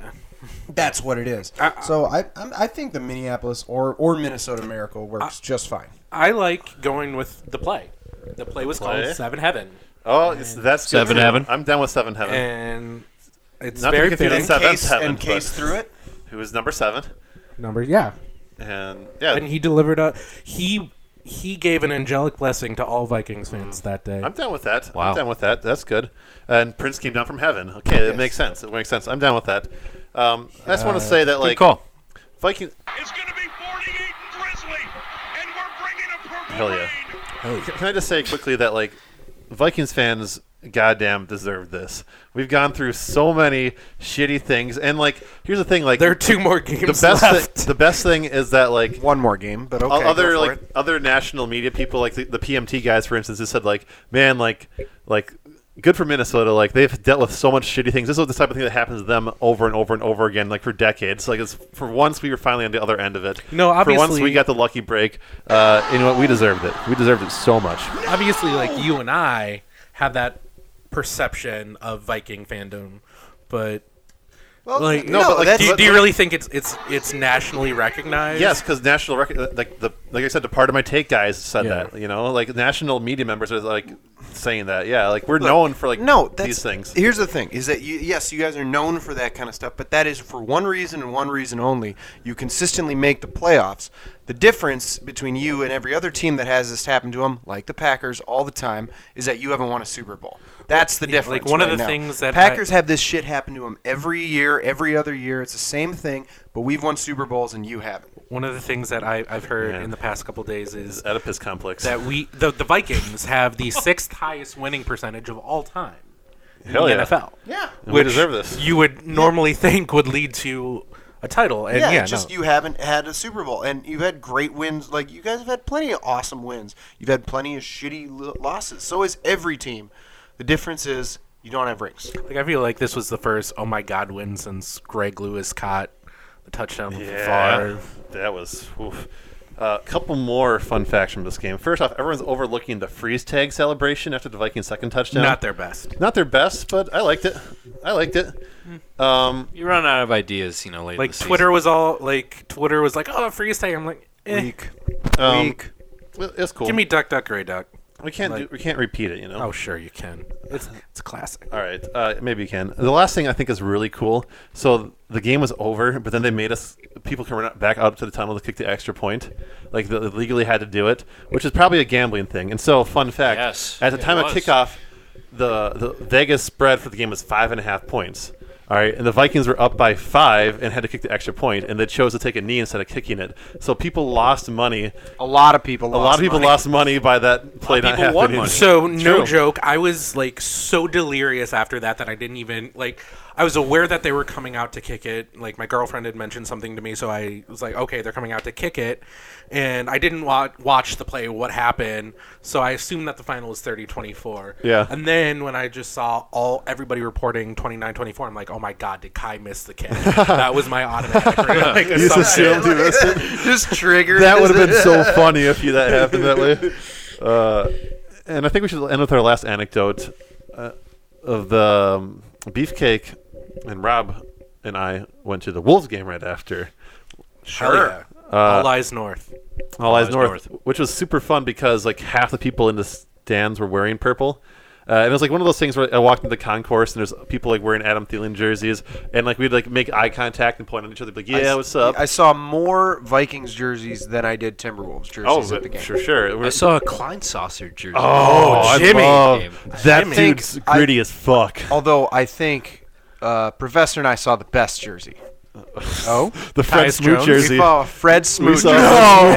Speaker 7: That's what it is.
Speaker 4: Uh,
Speaker 7: so I, I'm, I think the Minneapolis or, or Minnesota Miracle works
Speaker 4: Uh,
Speaker 7: just fine.
Speaker 6: I like going with the play. The play was
Speaker 4: play?
Speaker 6: called Seven Heaven,
Speaker 4: Oh, it's, that's good
Speaker 3: Seven
Speaker 4: too. Eh.
Speaker 3: Heaven.
Speaker 4: I'm down with Seven Heaven.
Speaker 6: and it's
Speaker 4: Not to
Speaker 6: very
Speaker 4: be confused
Speaker 6: fitting.
Speaker 4: with Seventh
Speaker 7: Case
Speaker 4: Heaven,
Speaker 7: and
Speaker 4: but-
Speaker 7: case through it.
Speaker 4: who was number seven?
Speaker 6: Number, yeah,
Speaker 4: And yeah,
Speaker 6: and he delivered a he he gave an angelic blessing to all Vikings fans that day.
Speaker 4: I'm down with that.
Speaker 3: Wow.
Speaker 4: I'm down with that. That's good. And Prince came down from heaven. Okay, it makes sense. It makes sense. I'm down with that. Um, I just want to say that like
Speaker 3: Uh, Good call.
Speaker 4: Viking.
Speaker 1: It's going to be 48 and Grizzly, and we're bringing a purple
Speaker 4: Hell yeah.
Speaker 1: rain.
Speaker 3: Oh.
Speaker 4: Can I just say quickly that like Vikings fans goddamn deserve this. We've gone through so many shitty things and like here's the thing like
Speaker 6: there are two more
Speaker 4: the
Speaker 6: games
Speaker 4: best
Speaker 6: left.
Speaker 4: thi- the best thing is that like
Speaker 7: One more game, but okay.
Speaker 4: other
Speaker 7: go for
Speaker 4: like
Speaker 7: it.
Speaker 4: other national media people like the, the PMT guys for instance who said like man like like good for Minnesota like they've dealt with so much shitty things this is the type of thing that happens to them over and over and over again like for decades like it's for once we were finally on the other end of it
Speaker 6: No,
Speaker 4: for once
Speaker 6: obviously-
Speaker 4: we got the lucky break uh you know what we deserved it we deserved it so much
Speaker 6: obviously like you and I have that perception of Viking fandom, but like
Speaker 4: no, but, like,
Speaker 6: do, you-
Speaker 4: that's-
Speaker 6: do you really think it's it's it's nationally recognized?
Speaker 4: Yes, because national record, like the like I said, the part of my take guys said
Speaker 6: Yeah.
Speaker 4: that. You know, like national media members are like saying that. Yeah, like we're known for like
Speaker 8: No, that's,
Speaker 4: these things.
Speaker 8: Here's the thing: is that you, yes, you guys are known for that kind of stuff, but that is for one reason and one reason only. You consistently make the playoffs. The difference between you and every other team that has this happen to them, like the Packers all the time, is that you haven't won a Super Bowl. That's the difference.
Speaker 6: like, one of
Speaker 8: right
Speaker 6: the
Speaker 8: now.
Speaker 6: things that
Speaker 8: Packers have this shit happen to them every year, every other year. It's the same thing, but we've won Super Bowls and you haven't.
Speaker 6: One of the things that I, I've heard in the past couple days is
Speaker 4: Oedipus complex.
Speaker 6: that we the, the Vikings have the sixth highest winning percentage of all time in
Speaker 4: Hell
Speaker 6: the
Speaker 4: yeah.
Speaker 6: NFL.
Speaker 7: yeah.
Speaker 4: And we deserve this.
Speaker 6: You would normally think would lead to a title, and
Speaker 8: Yeah,
Speaker 6: yeah,
Speaker 8: it's
Speaker 6: no.
Speaker 8: just you haven't had a Super Bowl, and you've had great wins. Like you guys have had plenty of awesome wins. You've had plenty of shitty l- losses. So is every team. The difference is you don't have rings.
Speaker 6: Like I feel like this was the first oh my god win since Greg Lewis caught the touchdown from
Speaker 4: Yeah,
Speaker 6: Favre.
Speaker 4: that was. Oof. A couple more fun facts from this game. First off, everyone's overlooking the freeze tag celebration after the Vikings' second touchdown.
Speaker 6: Not their best.
Speaker 4: not their best, but I liked it. I liked it. Um,
Speaker 3: You run out of ideas, you know, late. in
Speaker 6: Like
Speaker 3: the season.
Speaker 6: Twitter was all like Twitter was like oh freeze tag. I'm like eh,
Speaker 4: um, well, It's cool.
Speaker 6: give me duck duck gray duck.
Speaker 4: we can't do, we can't repeat it. You know.
Speaker 6: Oh sure you can. It's it's a classic.
Speaker 4: All right, uh, maybe you can. The last thing I think is really cool. So the game was over, but then they made us people can run out- back out to the tunnel to kick the extra point. Like they legally had to do it, which is probably a gambling thing. And so, fun fact:
Speaker 3: Yes,
Speaker 4: at the
Speaker 3: it
Speaker 4: time of
Speaker 3: was.
Speaker 4: kickoff, the the Vegas spread for the game was five and a half points. All right, and the Vikings were up by five and had to kick the extra point, and they chose to take a knee instead of kicking it. So people lost money.
Speaker 7: A lot of people.
Speaker 4: A lot of people lost money by that play not
Speaker 3: people
Speaker 4: happening.
Speaker 3: won money.
Speaker 6: So no
Speaker 4: True.
Speaker 6: joke, I was like so delirious after that that I didn't even like. I was aware that they were coming out to kick it. Like my girlfriend had mentioned something to me, so I was like, okay, they're coming out to kick it, and I didn't wa- watch the play what happened, so I assumed that the final was 30-24.
Speaker 4: Yeah.
Speaker 6: And then when I just saw all everybody reporting 29-24, I'm like, oh my god, did Kai miss the kick? that was my automatic like,
Speaker 4: He's
Speaker 6: assumption.
Speaker 4: assumed he missed it.
Speaker 5: Just triggered.
Speaker 4: that would have been so funny if you that happened that way. Uh, and I think we should end with our last anecdote uh, of the um, beefcake and Rob and I went to the Wolves game right after.
Speaker 6: Hell "Oh, yeah.
Speaker 4: Uh,
Speaker 6: all eyes north.
Speaker 4: All Eyes North, which was super fun because like half the people in the stands were wearing purple. Uh, and it was like one of those things where I walked into the concourse and there's people like wearing Adam Thielen jerseys, and like we'd like make eye contact and point at each other, be like, "Yeah, what's up?"
Speaker 8: I saw more Vikings jerseys than I did Timberwolves
Speaker 4: oh,
Speaker 8: jerseys at the game.
Speaker 4: sure, sure. We're-
Speaker 3: I saw a Klein saucer jersey.
Speaker 4: Oh, I
Speaker 3: Jimmy.
Speaker 4: love that
Speaker 8: Jimmy.
Speaker 4: dude's
Speaker 8: I-
Speaker 4: gritty as fuck.
Speaker 8: Although I think uh, Professor and I saw the best jersey. Oh,
Speaker 4: The Fred
Speaker 6: Tyus
Speaker 4: Smoot
Speaker 6: Jones?
Speaker 4: jersey.
Speaker 8: we saw a Fred Smoot.
Speaker 4: saw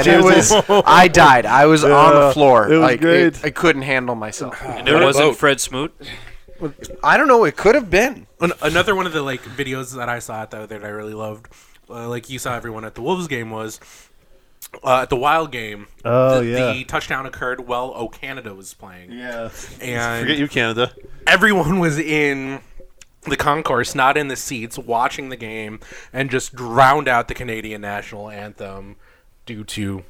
Speaker 8: jersey,
Speaker 4: a
Speaker 8: and
Speaker 4: Fred
Speaker 8: it
Speaker 4: Smoot
Speaker 8: was. I died. I was on
Speaker 4: Yeah,
Speaker 8: the floor.
Speaker 4: it was
Speaker 8: like,
Speaker 4: great.
Speaker 8: I couldn't handle myself.
Speaker 3: And it
Speaker 4: oh.
Speaker 3: wasn't Fred Smoot.
Speaker 8: I don't know. It could have been.
Speaker 6: An- another one of the like videos that I saw though that I really loved, uh, like you saw everyone at the Wolves game was uh, at the Wild game.
Speaker 4: Oh,
Speaker 6: the,
Speaker 4: yeah.
Speaker 6: the touchdown occurred while O Canada was playing.
Speaker 4: Yeah.
Speaker 6: and
Speaker 4: Forget you, Canada.
Speaker 6: everyone was in the concourse, not in the seats, watching the game, and just drowned out the Canadian national anthem due to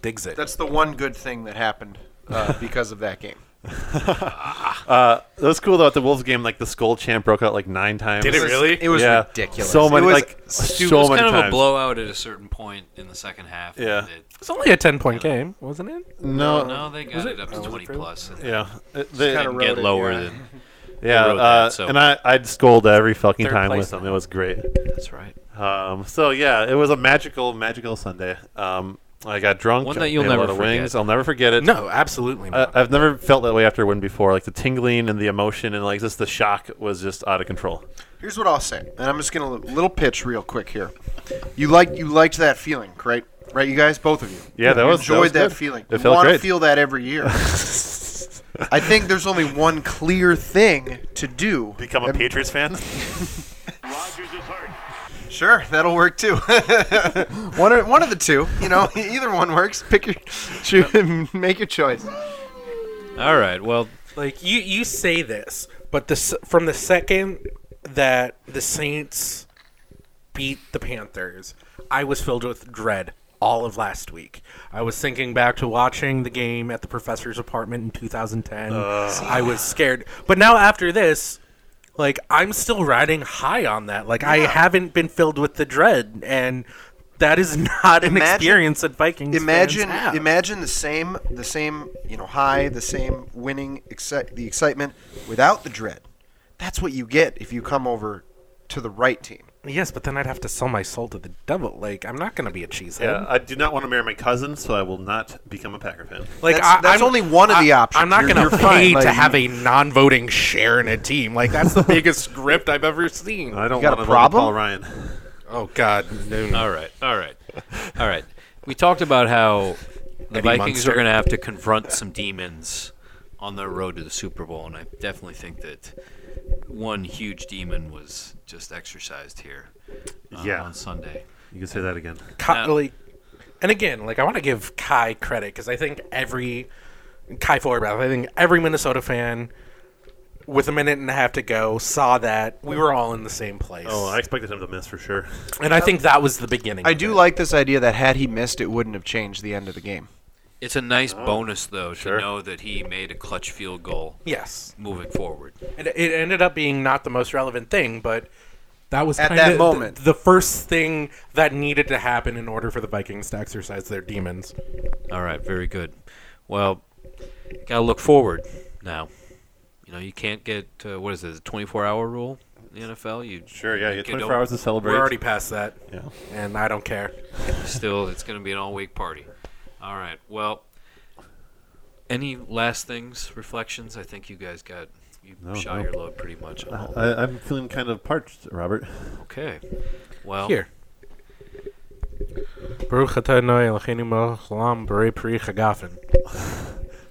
Speaker 6: Dixit.
Speaker 8: That's the one good thing that happened uh, because of that game.
Speaker 4: That was cool though. At the Wolves game, like the skull chant broke out like nine times.
Speaker 6: Did it really?
Speaker 8: It was
Speaker 4: yeah.
Speaker 8: ridiculous.
Speaker 4: So many,
Speaker 8: It was
Speaker 4: like
Speaker 8: stupid.
Speaker 4: so
Speaker 3: It was
Speaker 4: many
Speaker 3: kind of
Speaker 4: times.
Speaker 3: a blowout at a certain point in the second half. and
Speaker 4: Yeah.
Speaker 3: it-
Speaker 6: It's only a ten-point game, wasn't it?
Speaker 4: No,
Speaker 3: no, they got it up to 20 plus. And
Speaker 4: yeah, It- they,
Speaker 3: didn't get lower than.
Speaker 4: yeah.
Speaker 3: rode
Speaker 4: uh,
Speaker 3: that, so-
Speaker 4: And I, I'd scold every fucking
Speaker 6: Third
Speaker 4: time
Speaker 6: place
Speaker 4: with them. It was great.
Speaker 3: That's right.
Speaker 4: Um, so yeah, it was a magical, magical Sunday. Um, I got drunk.
Speaker 3: One that you'll
Speaker 4: ate a lot
Speaker 3: never
Speaker 4: of
Speaker 3: forget.
Speaker 4: Wings. I'll never forget it.
Speaker 6: No, absolutely
Speaker 4: I,
Speaker 6: not.
Speaker 4: I've never felt that way after a win before. Like the tingling and the emotion and like just the shock was just out of control.
Speaker 8: Here's what I'll say, and I'm just gonna little pitch real quick here. You like you liked that feeling, right? Right, you guys, both of you.
Speaker 4: Yeah, that
Speaker 8: You
Speaker 4: was- that
Speaker 8: enjoyed
Speaker 4: was good.
Speaker 8: feeling.
Speaker 4: It
Speaker 8: you
Speaker 4: felt
Speaker 8: want to
Speaker 4: great.
Speaker 8: feel that every year. I think there's only one clear thing to do.
Speaker 4: Become a Patriots fan.
Speaker 8: Sure, that'll work too. one or, one of the two, you know, either one works. Pick your, choo- make your choice.
Speaker 3: All right. Well,
Speaker 6: like you, you say this, but this from the second that the Saints beat the Panthers, I was filled with dread all of last week. I was thinking back to watching the game at the professor's apartment in 2010. I was scared. But now after this, like I'm still riding high on that. Like I haven't been filled with the dread and that is not an
Speaker 8: Imagine-
Speaker 6: experience that Vikings fans
Speaker 8: imagine
Speaker 6: have.
Speaker 8: imagine the same the same you know high the same winning exci- the excitement without the dread that's what you get if you come over to the right team
Speaker 6: Yes, but then I'd have to sell my soul to the devil. Like I'm not gonna be a cheesehead.
Speaker 4: yeah, I do not want to marry my cousin, so I will not become a Packer fan.
Speaker 6: Like
Speaker 8: That's-
Speaker 6: I,
Speaker 8: that's
Speaker 6: I'm,
Speaker 8: only one of the
Speaker 6: I-
Speaker 8: options.
Speaker 6: I'm not
Speaker 8: You're-
Speaker 6: going
Speaker 8: you're
Speaker 6: to
Speaker 8: fine.
Speaker 6: pay
Speaker 8: Like,
Speaker 6: to have a non-voting share in a team. Like that's the biggest script I've ever seen.
Speaker 4: I don't
Speaker 8: got a
Speaker 4: want to
Speaker 8: problem?
Speaker 4: Paul Ryan.
Speaker 6: Oh God, no, no.
Speaker 3: all right. All right. All right. We talked about how the Vikings
Speaker 6: Munster.
Speaker 3: are going to have to confront some demons on their road to the Super Bowl, and I definitely think that one huge demon was just exercised here uh,
Speaker 4: Yeah.
Speaker 3: on Sunday.
Speaker 4: You can say that again.
Speaker 6: Ka-
Speaker 3: No.
Speaker 6: like, and again, like I want to give Kai credit because I think every Kai Forbath, I think every Minnesota fan with a minute and a half to go saw that we were all in the same place.
Speaker 4: Oh, I expected him to miss for sure.
Speaker 6: and I think that was the beginning.
Speaker 8: i
Speaker 6: of
Speaker 8: do
Speaker 6: it.
Speaker 8: like this idea that had he missed it wouldn't have changed the end of the game
Speaker 3: It's a nice bonus, though,
Speaker 4: Oh, Sure.
Speaker 3: to know that he made a clutch field goal
Speaker 6: Yes,
Speaker 3: moving forward.
Speaker 6: And it ended up being not the most relevant thing, but that was
Speaker 8: At
Speaker 6: kinda
Speaker 8: that
Speaker 6: the-
Speaker 8: moment.
Speaker 6: the, first thing that needed to happen in order for the Vikings to exercise their demons.
Speaker 3: All right, very good. Well, gotta look forward now. You know, you can't get uh, what is it, the 24-hour rule in the NFL? You
Speaker 4: Sure, yeah. You get
Speaker 3: Get
Speaker 4: 24
Speaker 3: over-
Speaker 4: hours to celebrate.
Speaker 6: We're already past that,
Speaker 4: Yeah.
Speaker 6: and I don't care.
Speaker 3: still it's going to be an all-week party. All right. Well, any last things, reflections? I think you guys got you shot
Speaker 4: no.
Speaker 3: your load pretty much. on all.
Speaker 4: I, I'm feeling kind of parched, Robert.
Speaker 3: Okay. Well,
Speaker 6: Here. Baruch atah Adonai Eloheinu melech haolam b'rei peri hagafen.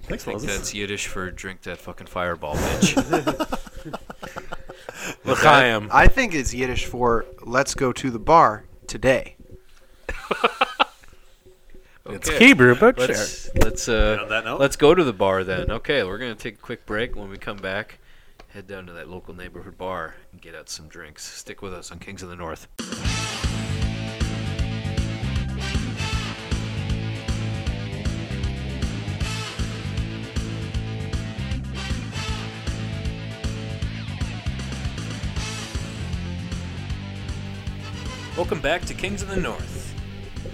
Speaker 4: Thanks,
Speaker 3: I think
Speaker 4: Moses.
Speaker 3: that's Yiddish for drink that fucking fireball, bitch. L'chaim.
Speaker 8: I think it's Yiddish for "Let's go to the bar today."
Speaker 6: It's Hebrew, but sure.
Speaker 3: Let's let's uh,
Speaker 4: On that note?
Speaker 3: let's go to the bar then. Okay, we're gonna take a quick break. When we come back, head down to that local neighborhood bar and get out some drinks. Stick with us on Kings of the North. Welcome back to Kings of the North.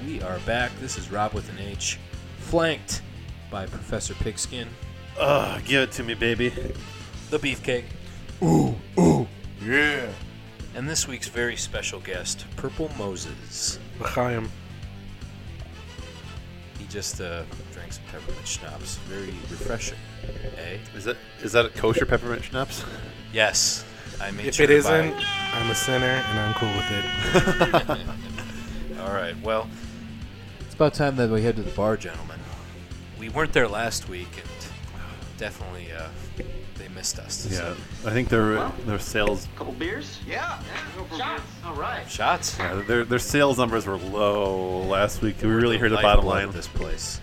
Speaker 3: We are back. This is Rob with an H, flanked by Professor Pigskin,
Speaker 4: Ugh, give it to me, baby.
Speaker 3: the Beefcake. Ooh, ooh, yeah. And this week's very special guest, Purple Moses.
Speaker 6: L'chaim.
Speaker 3: He just uh, drinks peppermint schnapps. Very refreshing, eh?
Speaker 4: Is that is that a kosher peppermint schnapps?
Speaker 3: Yes, I made
Speaker 6: If
Speaker 3: sure
Speaker 6: it
Speaker 3: to
Speaker 6: isn't,
Speaker 3: buy
Speaker 6: I'm a sinner and I'm cool with it.
Speaker 3: it. All right, well,
Speaker 9: It's about time that we head to the bar, gentlemen.
Speaker 3: we weren't there last week, and definitely uh, they missed us.
Speaker 4: Yeah, I think their their sales
Speaker 3: Shots.
Speaker 4: yeah, their their sales numbers were low last week. We really heard the
Speaker 3: lifeblood
Speaker 4: bottom line.
Speaker 3: of this place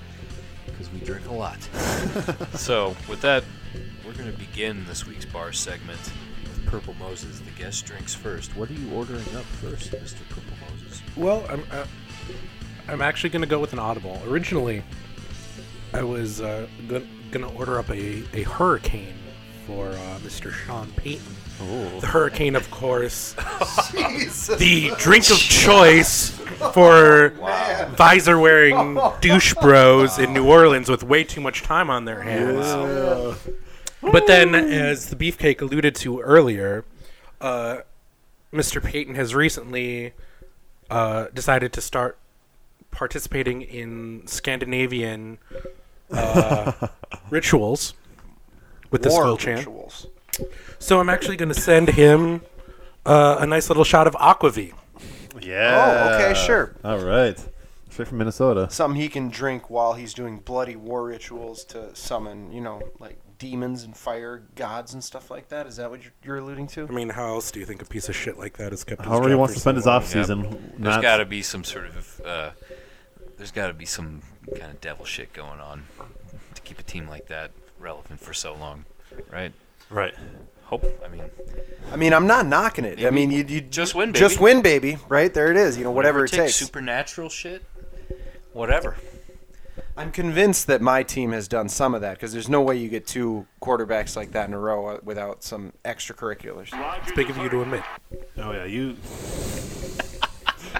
Speaker 3: because we drink a lot. so, with that, we're going to begin this week's bar segment with Purple Moses. The guest drinks first. What are you ordering up first, Mr. Purple Moses?
Speaker 6: Well, I'm uh, I'm actually gonna go with an audible. Originally, I was uh, go- gonna order up a, a hurricane for uh, Mr. Sean Payton. The hurricane, of course, the drink of choice for visor wearing douche bros in New Orleans with way too much time on their hands. But then, as the beefcake alluded to earlier, uh, Mr. Payton has recently uh, decided to start participating in Scandinavian uh, rituals with this
Speaker 8: War
Speaker 6: little chant.
Speaker 8: rituals.
Speaker 6: So I'm actually going to send him uh, a nice little shot of Aquavit.
Speaker 4: Yeah.
Speaker 8: Oh, okay, sure.
Speaker 4: All right. Straight from Minnesota.
Speaker 8: Something he can drink while he's doing bloody war rituals to summon, you know, like demons and fire gods and stuff like that. Is that what you're, you're alluding to?
Speaker 6: I mean, how else do you think a piece of shit like that is kept? in
Speaker 4: However, he
Speaker 6: strap
Speaker 4: wants
Speaker 6: for
Speaker 4: to spend
Speaker 6: so
Speaker 4: his
Speaker 6: long?
Speaker 4: off season.
Speaker 3: There's
Speaker 4: Not
Speaker 3: got to be some sort of. Uh, there's got to be some kind of devil shit going on to keep a team like that relevant for so long, right?
Speaker 4: right.
Speaker 3: Hope. I mean,
Speaker 8: I mean, I'm not knocking it. I mean, you, you
Speaker 3: just win, baby.
Speaker 8: just win, baby. Right there, it is. You know, whatever,
Speaker 3: Whatever
Speaker 8: it takes.
Speaker 3: Supernatural shit. Whatever.
Speaker 8: I'm convinced that my team has done some of that because there's no way you get two quarterbacks like that in a row uh, without some extracurriculars.
Speaker 6: It's big of you to admit.
Speaker 4: Oh yeah, you.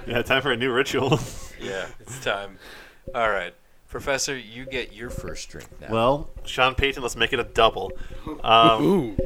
Speaker 4: yeah, time for a new ritual.
Speaker 3: Yeah, it's time. All right, Professor, you get your first drink now.
Speaker 4: well, Sean Payton, let's make it a double. Um,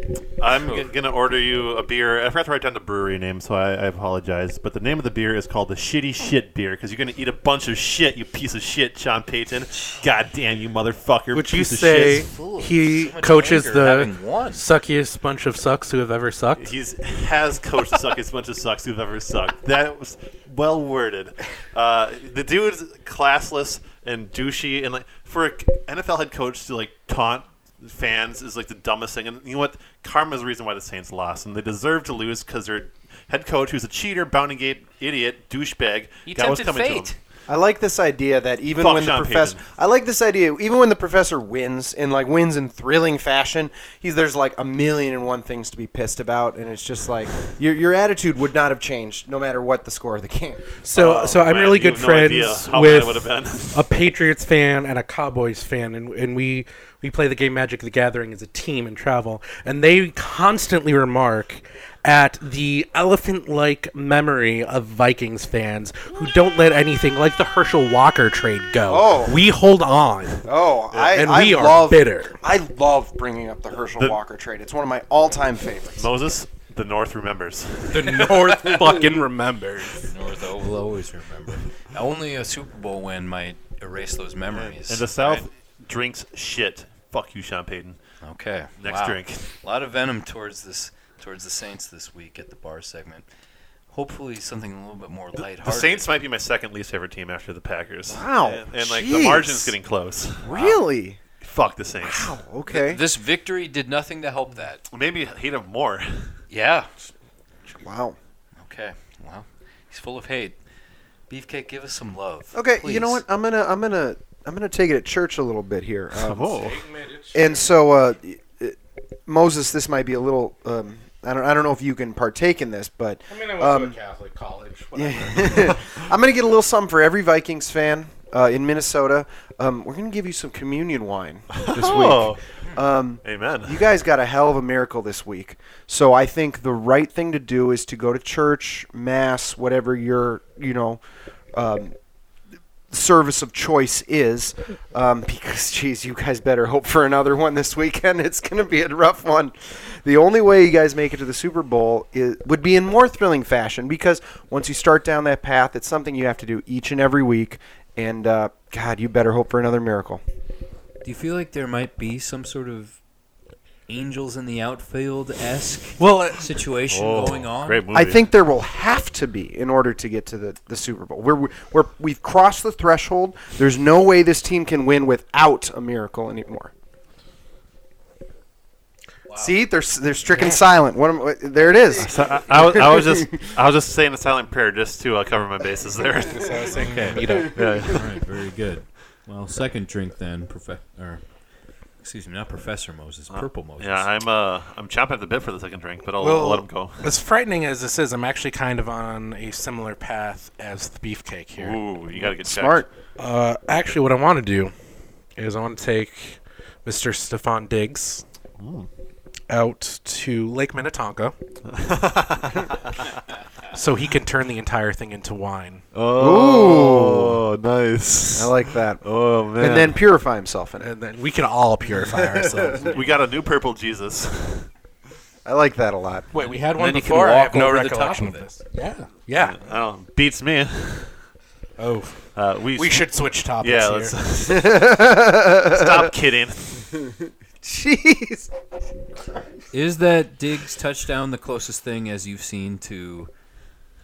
Speaker 4: I'm g- gonna order you a beer. I forgot to write down the brewery name, so I, I apologize. But the name of the beer is called the Shitty Shit Beer because you're gonna eat a bunch of shit, you piece of shit, Sean Payton. God damn you, motherfucker!
Speaker 6: Would you
Speaker 4: piece of
Speaker 6: say
Speaker 4: shit.
Speaker 3: Fool,
Speaker 6: he
Speaker 3: so much
Speaker 6: coaches
Speaker 3: anger
Speaker 6: the
Speaker 3: having won.
Speaker 6: suckiest bunch of sucks who have ever sucked?
Speaker 4: He's has coached suck as much as sucks who've ever sucked. That was well worded. Uh, the dude's classless and douchey, and like for an NFL head coach to like taunt fans is like the dumbest thing. And you know what? Karma's the reason why the Saints lost, and they deserve to lose because their head coach, who's a cheater, bounty gate idiot, douchebag,
Speaker 3: He
Speaker 4: got what's
Speaker 3: tempted
Speaker 4: coming to
Speaker 3: fate.
Speaker 4: him.
Speaker 8: I like this idea that even
Speaker 4: Fuck
Speaker 8: when the
Speaker 4: Sean
Speaker 8: professor,
Speaker 4: Payton.
Speaker 8: I like this idea even when the professor wins and like wins in thrilling fashion, he's there's like a million and one things to be pissed about, and it's just like your your attitude would not have changed no matter what the score of the game.
Speaker 6: So, so I'm
Speaker 4: uh, Man,
Speaker 6: really
Speaker 4: you
Speaker 6: good
Speaker 4: have no idea
Speaker 6: friends
Speaker 4: how bad it would have
Speaker 6: with
Speaker 4: been.
Speaker 6: a Patriots fan and a Cowboys fan, and, and we we play the game Magic: The Gathering as a team and travel, and they constantly remark at the elephant-like memory of Vikings fans who don't let anything like the Herschel Walker trade go.
Speaker 8: Oh.
Speaker 6: we hold on.
Speaker 8: Oh, I
Speaker 6: And
Speaker 8: I
Speaker 6: we are
Speaker 8: love,
Speaker 6: bitter.
Speaker 8: I love bringing up the Herschel Walker trade. It's one of my all time favorites.
Speaker 4: Moses, the North remembers.
Speaker 6: The North fucking remembers.
Speaker 3: North Oval always remember. Only a Super Bowl win might erase those memories.
Speaker 4: And the South drinks shit. Fuck you, Sean Payton.
Speaker 3: right? Okay.
Speaker 4: Next
Speaker 3: wow.
Speaker 4: drink.
Speaker 3: A lot of venom towards this towards the Saints this week at the bar segment. Hopefully something a little bit more lighthearted.
Speaker 4: The Saints might be my second least favorite team after the Packers.
Speaker 8: Wow,
Speaker 4: And, and, like the
Speaker 8: jeez.
Speaker 4: margin's getting close.
Speaker 8: Really?
Speaker 4: Fuck the Saints.
Speaker 8: Okay.
Speaker 3: This victory did nothing to help that.
Speaker 4: Maybe hate him more.
Speaker 3: Yeah.
Speaker 5: Wow.
Speaker 3: Okay. Well, he's full of hate. Beefcake, give us some love.
Speaker 5: Okay, you know
Speaker 3: please.
Speaker 5: what? I'm gonna I'm gonna I'm gonna take it at church a little bit here. Um,
Speaker 4: Oh,
Speaker 5: And so, uh, it- Moses, this might be a little. Um, I don't I don't know if you can partake in this, but
Speaker 11: I mean, I went
Speaker 5: um,
Speaker 11: to a Catholic college. Whatever.
Speaker 5: I'm gonna get a little something for every Vikings fan uh, in Minnesota. Um, we're gonna give you some communion wine this
Speaker 4: Oh.
Speaker 5: week. Um,
Speaker 4: amen.
Speaker 5: you guys got a hell of a miracle this week. So I think the right thing to do is to go to church, mass, whatever your you know um, service of choice is, um, because geez, you guys better hope for another one this weekend. It's going to be a rough one. The only way you guys make it to the Super Bowl is, would be in more thrilling fashion because once you start down that path, it's something you have to do each and every week. And uh, God, you better hope for another miracle.
Speaker 3: Do you feel like there might be some sort of angels in the outfield esque
Speaker 6: Well, uh,
Speaker 3: situation
Speaker 4: Oh,
Speaker 3: going on?
Speaker 4: Great movie.
Speaker 5: I think there will have to be in order to get to the, the Super Bowl. We're, we're, we've crossed the threshold. There's no way this team can win without a miracle anymore. See, they're, s- they're stricken silent. What am, what- there it is.
Speaker 4: So I, I, was, I was just I was just saying a silent prayer just to uh, cover my bases there.
Speaker 9: All right, very good. Well, second drink then, prof- or excuse me, not Professor Moses, Purple Moses.
Speaker 4: yeah, I'm uh I'm chomping at the bit for the second drink, but I'll, I'll let him go.
Speaker 6: As frightening as this is, I'm actually kind of on a similar path as the beefcake here.
Speaker 4: Ooh, you gotta get
Speaker 5: Smart.
Speaker 6: Uh, actually, what I want to do is I want to take Mr. Stefan Diggs out to Lake Minnetonka so he can turn the entire thing into wine.
Speaker 4: Oh, nice.
Speaker 5: I like that.
Speaker 4: Oh man.
Speaker 5: And then purify himself in it.
Speaker 6: And then we can all purify ourselves.
Speaker 4: we got a new purple Jesus.
Speaker 5: I like that a lot.
Speaker 6: Wait, we had
Speaker 9: And
Speaker 6: one
Speaker 9: then you can
Speaker 6: before. I
Speaker 9: walk
Speaker 6: have no
Speaker 9: over the top
Speaker 6: recollection
Speaker 9: of
Speaker 6: of
Speaker 9: it.
Speaker 6: this. Yeah. Yeah.
Speaker 4: oh, beats me.
Speaker 6: Oh,
Speaker 4: Uh, we
Speaker 6: we should switch topics
Speaker 4: Yeah,
Speaker 6: here.
Speaker 4: let's stop kidding.
Speaker 5: Jeez.
Speaker 3: Is that Diggs touchdown the closest thing as you've seen to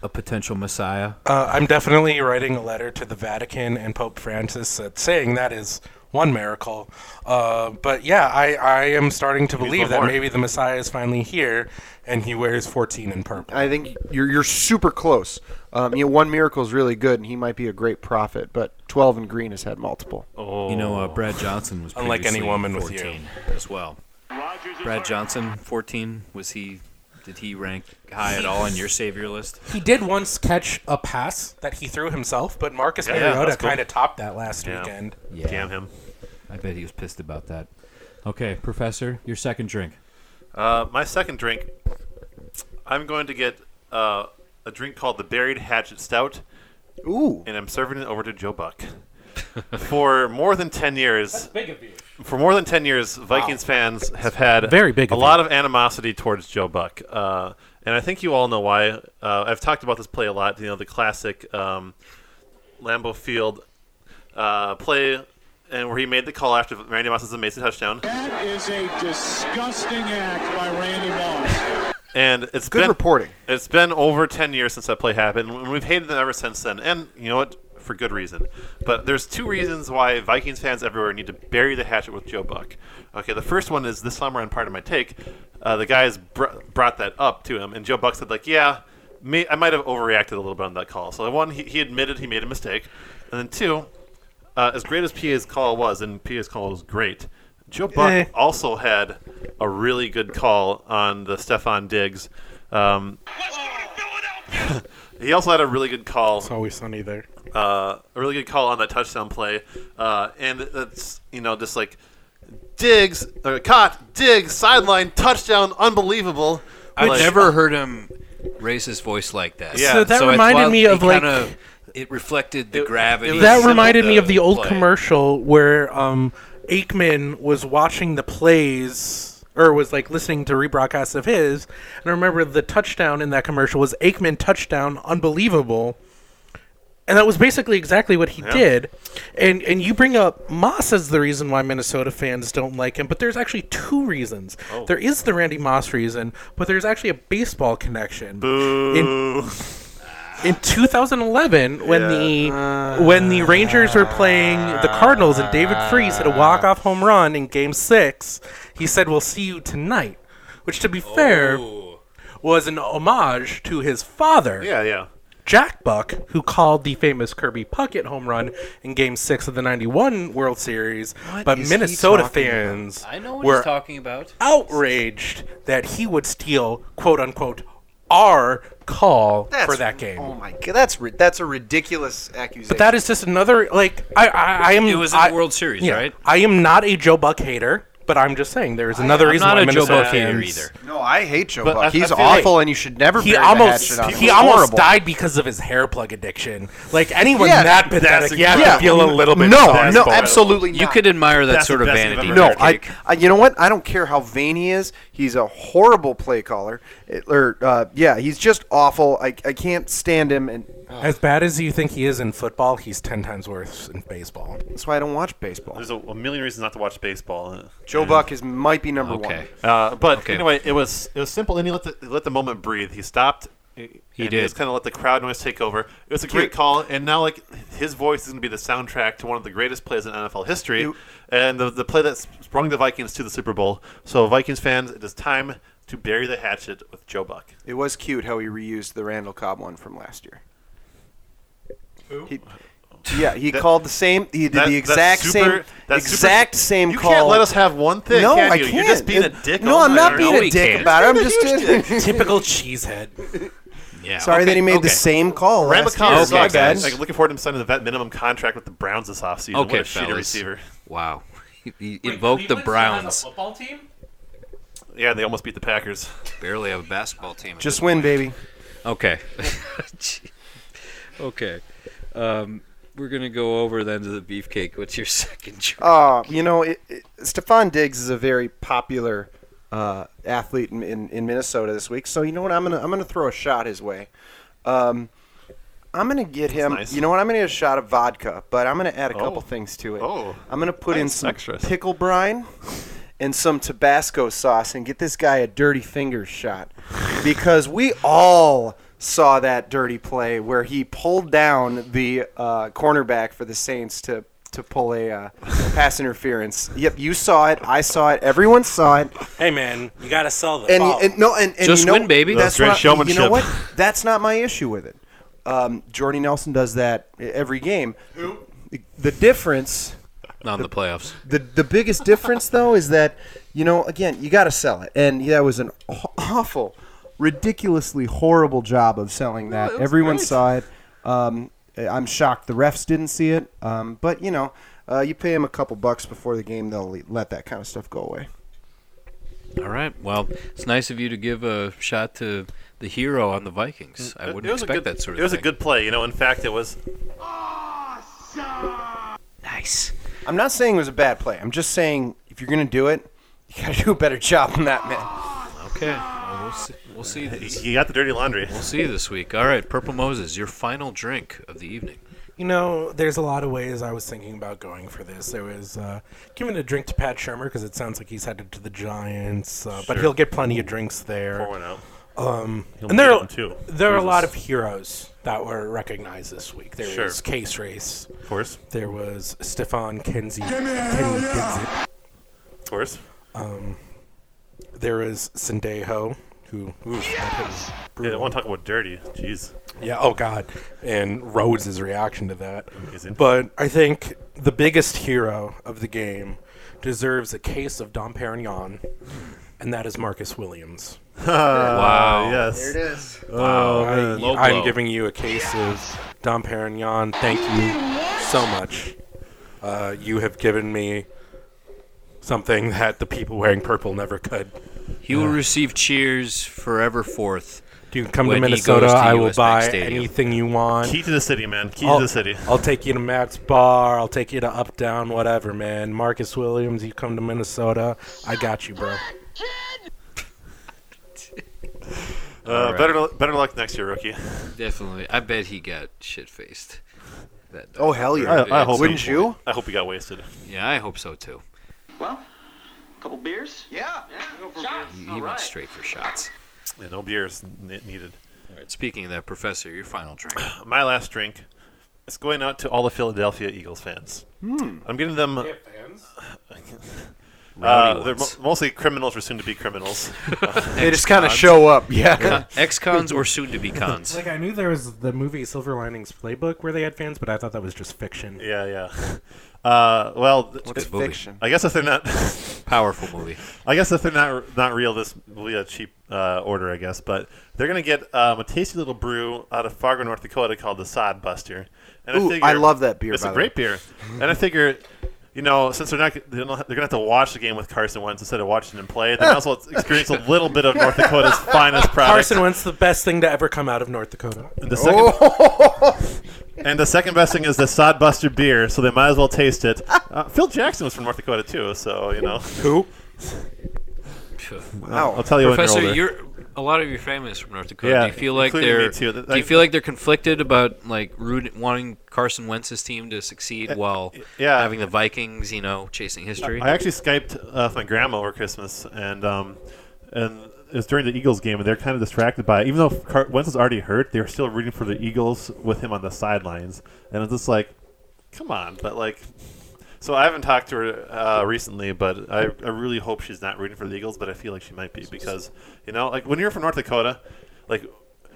Speaker 3: a potential messiah?
Speaker 6: Uh, I'm definitely writing a letter to the Vatican and Pope Francis that saying that is one miracle. Uh, but yeah, I, I am starting to believe
Speaker 4: one
Speaker 6: that
Speaker 4: more.
Speaker 6: maybe the Messiah is finally here and he wears 14 in purple.
Speaker 5: I think you're, you're super close. Um, you know, one miracle is really good, and he might be a great prophet, but 12 and green has had multiple.
Speaker 4: Oh,
Speaker 3: You know, uh, Brad Johnson was
Speaker 6: Unlike
Speaker 3: previously
Speaker 6: any woman with
Speaker 3: 14 as well. Brad Johnson, 14, was he? Did he rank high at all on your savior list?
Speaker 6: He did once catch a pass that he threw himself, but Marcus
Speaker 4: yeah,
Speaker 6: Mariota
Speaker 4: that's cool.
Speaker 6: kind of topped that last
Speaker 4: Yeah.
Speaker 6: weekend.
Speaker 3: Yeah,
Speaker 4: damn him.
Speaker 3: I bet he was pissed about that. Okay, Professor, your second drink.
Speaker 4: Uh, my second drink, I'm going to get uh, a drink called the Buried Hatchet Stout,
Speaker 5: Ooh.
Speaker 4: and I'm serving it over to Joe Buck. for more than ten years,
Speaker 6: Big of you.
Speaker 4: for more than ten years, Vikings fans have had
Speaker 6: Very big
Speaker 4: a
Speaker 6: of
Speaker 4: lot of animosity towards Joe Buck, uh, and I think you all know why. Uh, I've talked about this play a lot. You know, the classic um, Lambeau Field uh, play, and where he made the call after Randy Moss's amazing touchdown.
Speaker 10: That is a disgusting act by Randy Moss.
Speaker 4: And it's
Speaker 5: Good
Speaker 4: been,
Speaker 5: reporting.
Speaker 4: It's been over ten years since that play happened, and we've hated them ever since then. And you know what? For good reason. But there's two reasons why Vikings fans everywhere need to bury the hatchet with Joe Buck. Okay, the first one is this summer on part of my take. Uh, the guys br- brought that up to him, and Joe Buck said like, "Yeah, me, I might have overreacted a little bit on that call." So one, he, he admitted he made a mistake, and then two, uh, as great as PA's call was, and PA's call was great, Joe Buck also had a really good call on the Stefan Diggs. Um,
Speaker 1: Let's go to Philadelphia.
Speaker 4: he also had a really good call,
Speaker 6: It's always sunny there.
Speaker 4: uh, a really good call on that touchdown play, uh, and that's you know just like Diggs or caught Diggs sideline touchdown, unbelievable.
Speaker 3: I've
Speaker 4: Like-
Speaker 3: never heard him raise his voice like that.
Speaker 4: Yeah. So
Speaker 6: that reminded me of, like-
Speaker 3: of it reflected the gravity.
Speaker 6: That reminded me of the old
Speaker 3: play.
Speaker 6: commercial where um, Aikman was watching the plays or was like listening to rebroadcasts of his. And I remember the touchdown in that commercial was Aikman touchdown, unbelievable. And that was basically exactly what he did. And and you bring up Moss as the reason why Minnesota fans don't like him, but there's actually two reasons. There is the Randy Moss reason, but there's actually a baseball connection. In- in 2011 when the when the Rangers were playing the Cardinals and David Freese hit a walk-off home run in game 6, he said, "We'll see you tonight." Which to be fair was an homage to his father,
Speaker 4: Yeah, yeah.
Speaker 6: Jack Buck, who called the famous Kirby Puckett home run in Game Six of the '91 World Series. but
Speaker 5: is he
Speaker 6: Minnesota
Speaker 5: talking about?
Speaker 6: fans
Speaker 3: I know what
Speaker 6: were
Speaker 3: he's talking about.
Speaker 6: outraged that he would steal "quote unquote" our call for that game.
Speaker 5: Oh my god, that's ri- that's a ridiculous accusation.
Speaker 6: But that is just another like I I, I am.
Speaker 3: It was in
Speaker 6: I-
Speaker 3: the World Series,
Speaker 6: yeah,
Speaker 3: right?
Speaker 6: I am not a Joe Buck hater, but I'm just saying there is another
Speaker 3: I'm
Speaker 6: reason
Speaker 3: not
Speaker 6: why
Speaker 3: a Joe
Speaker 6: Minnesota
Speaker 3: Buck hater
Speaker 6: fans-
Speaker 3: either.
Speaker 5: no, I hate Joe
Speaker 4: But I- I
Speaker 5: Buck. He's
Speaker 4: feel
Speaker 5: awful,
Speaker 4: like
Speaker 5: and you should never.
Speaker 6: He
Speaker 5: bury the
Speaker 6: almost
Speaker 5: hatchet on him.
Speaker 6: he
Speaker 5: It's
Speaker 6: almost
Speaker 5: horrible.
Speaker 6: died because of his hair plug addiction. Like anyone
Speaker 5: Yeah,
Speaker 6: that pathetic,
Speaker 4: that's-
Speaker 6: you have
Speaker 4: yeah.
Speaker 6: to feel a little bit.
Speaker 4: No,
Speaker 6: sorry
Speaker 4: no,
Speaker 6: for him.
Speaker 5: Absolutely,
Speaker 3: You
Speaker 5: not.
Speaker 3: could admire that
Speaker 4: That's
Speaker 3: sort
Speaker 4: the
Speaker 3: of
Speaker 4: best I've
Speaker 3: vanity.
Speaker 4: ever
Speaker 3: No,
Speaker 4: heard.
Speaker 5: No, I, I. You know what? I don't care how vain he is. He's a horrible play caller. It- or uh, yeah, he's just awful. I, I can't stand him, and
Speaker 6: As bad as you think he is in football, he's ten times worse in baseball.
Speaker 5: that's why I don't watch baseball.
Speaker 4: There's a, a million reasons not to watch baseball.
Speaker 5: Joe Buck is might be number
Speaker 3: okay.
Speaker 4: Uh, but
Speaker 3: Okay.
Speaker 4: anyway, it was it was simple, and he let the let the moment breathe. He stopped. He
Speaker 3: did.
Speaker 4: Just kind of let the crowd noise take over. It was a great call, and now like his voice is going to be the soundtrack to one of the greatest plays in NFL history, and the, the play that sprung the Vikings to the Super Bowl. So Vikings fans, it is time to bury the hatchet with Joe Buck.
Speaker 5: one. It was cute how he reused the Randall Cobb one from last year. He, yeah, he
Speaker 4: That-
Speaker 5: called the same. He did
Speaker 4: That-
Speaker 5: the
Speaker 4: that
Speaker 5: exact
Speaker 4: super-
Speaker 5: same
Speaker 4: that super-
Speaker 5: exact same
Speaker 4: You
Speaker 5: call.
Speaker 4: can't let us have one thing.
Speaker 5: no,
Speaker 4: can
Speaker 5: I
Speaker 4: you?
Speaker 5: can't.
Speaker 4: You're just being a
Speaker 5: It-
Speaker 4: dick.
Speaker 5: No,
Speaker 4: all
Speaker 5: I'm not
Speaker 4: night.
Speaker 5: being
Speaker 3: No,
Speaker 5: a
Speaker 3: he
Speaker 5: dick
Speaker 3: can't.
Speaker 5: about it. I'm just
Speaker 6: Typical cheesehead.
Speaker 3: Yeah.
Speaker 5: sorry that he made the same call.
Speaker 4: Randall
Speaker 5: Last year.
Speaker 4: Cobb
Speaker 3: year
Speaker 4: is
Speaker 3: sucked,
Speaker 4: like,
Speaker 3: guys.
Speaker 4: like looking forward to him signing the vet minimum contract with the Browns this offseason.
Speaker 3: Okay,
Speaker 4: what a shitty
Speaker 3: fellas.
Speaker 4: receiver.
Speaker 3: Wow. He, he invoked the Browns.
Speaker 6: football team.
Speaker 4: Yeah, they almost beat the Packers.
Speaker 3: Barely have a basketball team.
Speaker 5: Just win, baby.
Speaker 3: Okay. Gee. okay. Um, we're gonna go over then to the beefcake. What's your second choice?
Speaker 5: Uh, you know, it, it, Stefan Diggs is a very popular uh, athlete in, in, in Minnesota this week. So you know what? I'm gonna I'm gonna throw a shot his way. Um, I'm gonna get him.
Speaker 4: nice.
Speaker 5: You know what? I'm gonna get a shot of vodka, but I'm gonna add a couple things to it.
Speaker 4: Oh.
Speaker 5: I'm gonna put in
Speaker 4: That's
Speaker 5: some
Speaker 4: extras.
Speaker 5: pickle brine and some Tabasco sauce and get this guy a dirty fingers shot because we all saw that dirty play where he pulled down the uh, cornerback for the Saints to to pull a uh, pass interference. Yep, you saw it. I saw it. Everyone saw it.
Speaker 6: Hey man, you gotta sell this.
Speaker 5: And, and no, and, and
Speaker 3: Just
Speaker 5: you know,
Speaker 3: win, baby.
Speaker 5: That's
Speaker 4: That was
Speaker 5: not,
Speaker 4: great
Speaker 5: You know
Speaker 4: showmanship.
Speaker 5: what? That's not my issue with it. Um, Jordy Nelson does that e-, every game. The difference
Speaker 3: Not in the playoffs.
Speaker 5: the the biggest difference though is that you know again you got to sell it, and that was an aw- awful, ridiculously horrible job of selling that. Everyone saw it. Um, I'm shocked the refs didn't see it. Um, but you know, uh, you pay them a couple bucks before the game, they'll le- let that kind of stuff go away.
Speaker 3: All right. Well, it's nice of you to give a shot to the hero on the Vikings. I wouldn't
Speaker 4: It was Mm, a
Speaker 3: expect
Speaker 4: good-
Speaker 3: that sort of
Speaker 4: It was
Speaker 3: thing.
Speaker 4: a good play. You know, in fact, it was
Speaker 3: nice.
Speaker 5: I'm not saying it was a bad play. I'm just saying if you're gonna do it, you got to do a better job than that, man.
Speaker 3: Okay. Well, we'll see. We'll see this.
Speaker 4: You got the dirty laundry.
Speaker 3: We'll see this week. All right, Purple Moses, your final drink of the evening.
Speaker 6: You know, there's a lot of ways I was thinking about going for this. There was uh, giving a drink to Pat Shermer because it sounds like he's headed to the Giants, uh, but he'll get plenty of drinks there.
Speaker 4: Pouring out. Um,
Speaker 6: And there, are-
Speaker 4: too.
Speaker 6: there are a
Speaker 4: Jesus.
Speaker 6: lot of heroes that were recognized this week. There
Speaker 4: Sure.
Speaker 6: was Case Race.
Speaker 4: Of course,
Speaker 6: There was Stefan Kenzie. Ken- Kinsey.
Speaker 4: of course.
Speaker 6: There was Sendejo, who. oof, that was
Speaker 4: Yeah, I
Speaker 6: brutal.
Speaker 4: want to talk about dirty. Jeez.
Speaker 6: Yeah. Oh God. And Rhodes' reaction to that.
Speaker 4: Is it-
Speaker 6: But I think the biggest hero of the game deserves a case of Dom Perignon, and that is Marcus Williams.
Speaker 4: Uh,
Speaker 3: wow.
Speaker 4: Yes.
Speaker 5: is.
Speaker 3: Wow.
Speaker 6: I,
Speaker 3: Oh, Low
Speaker 6: I'm
Speaker 3: blow.
Speaker 6: giving you a case of Dom Perignon. Thank you so much. Uh, you have given me something that the people wearing purple never could.
Speaker 3: He will receive cheers forever forth.
Speaker 6: Do you come
Speaker 3: When he
Speaker 6: to Minnesota?
Speaker 3: goes to
Speaker 6: I will
Speaker 3: US Bank
Speaker 6: buy
Speaker 3: Stadium.
Speaker 6: anything you want.
Speaker 4: Key to the city, man. Key
Speaker 6: I'll,
Speaker 4: to the city.
Speaker 6: I'll take you to Matt's bar. I'll take you to Up Down, whatever, man. Marcus Williams, you come to Minnesota. I got you, bro.
Speaker 4: Uh, better, better luck next year, rookie.
Speaker 3: Definitely. I bet he got shit faced.
Speaker 5: Oh hell yeah!
Speaker 4: I- I hope
Speaker 5: Wouldn't
Speaker 4: he-
Speaker 5: you?
Speaker 4: I hope he got wasted.
Speaker 3: Yeah, I hope so too.
Speaker 12: Couple beers? Yeah.
Speaker 3: He went straight for shots.
Speaker 4: Yeah, no beers n- needed.
Speaker 3: All right. Speaking of that, Professor, your final drink.
Speaker 4: My last drink is going
Speaker 3: Hmm.
Speaker 4: out to all the Philadelphia Eagles fans. I'm getting them. Uh,
Speaker 3: Rowdy
Speaker 4: they're mo-
Speaker 3: ones.
Speaker 4: mostly criminals or soon-to-be criminals.
Speaker 5: They just kind of show up. Yeah.
Speaker 3: Ex-cons or soon-to-be cons.
Speaker 6: Like I knew there was the movie Silver Linings Playbook where they had fans, but I thought that was just fiction.
Speaker 4: yeah, yeah. Uh, well, th-
Speaker 3: What's
Speaker 4: it-
Speaker 3: movie?
Speaker 5: Fiction.
Speaker 4: I guess if they're not,
Speaker 3: Powerful movie.
Speaker 4: I guess if they're not not real, this will be a cheap uh, order, I guess. But they're gonna get um, a tasty little brew out of Fargo, North Dakota, called the Sod Buster. And
Speaker 5: Ooh, I love that beer,
Speaker 4: It's
Speaker 5: by
Speaker 4: a
Speaker 5: the
Speaker 4: great beer. And I figure, you know, since they're not, they don't, they're gonna have to watch the game with Carson Wentz instead of watching him play. They might as well experience a little bit of North Dakota's finest product.
Speaker 6: Carson Wentz, the best thing to ever come out of North Dakota.
Speaker 4: The second, and the second best thing is the Sod Buster beer, so they might as well taste it. Uh, Phil Jackson was from North Dakota too, so you know.
Speaker 6: Who?
Speaker 4: I'll tell you
Speaker 3: Professor,
Speaker 4: when you're older.
Speaker 3: you're a lot of your family is from North Dakota.
Speaker 4: Yeah,
Speaker 3: do you feel like
Speaker 4: including me
Speaker 3: they're
Speaker 4: too. Th-
Speaker 3: do you feel like they're conflicted about like root, wanting Carson Wentz's team to succeed while
Speaker 4: Uh, yeah.
Speaker 3: having the Vikings, you know, chasing history?
Speaker 4: I actually skyped uh, with my grandma over Christmas, and um, and it was during the Eagles game, and they're kind of distracted by it. even though Car- Wentz was already hurt, they were still rooting for the Eagles with him on the sidelines, and it's just like, come on, but like. So I haven't talked to her uh, recently, but I, I really hope she's not rooting for the Eagles. But I feel like she might be because you know, like when you're from North Dakota, like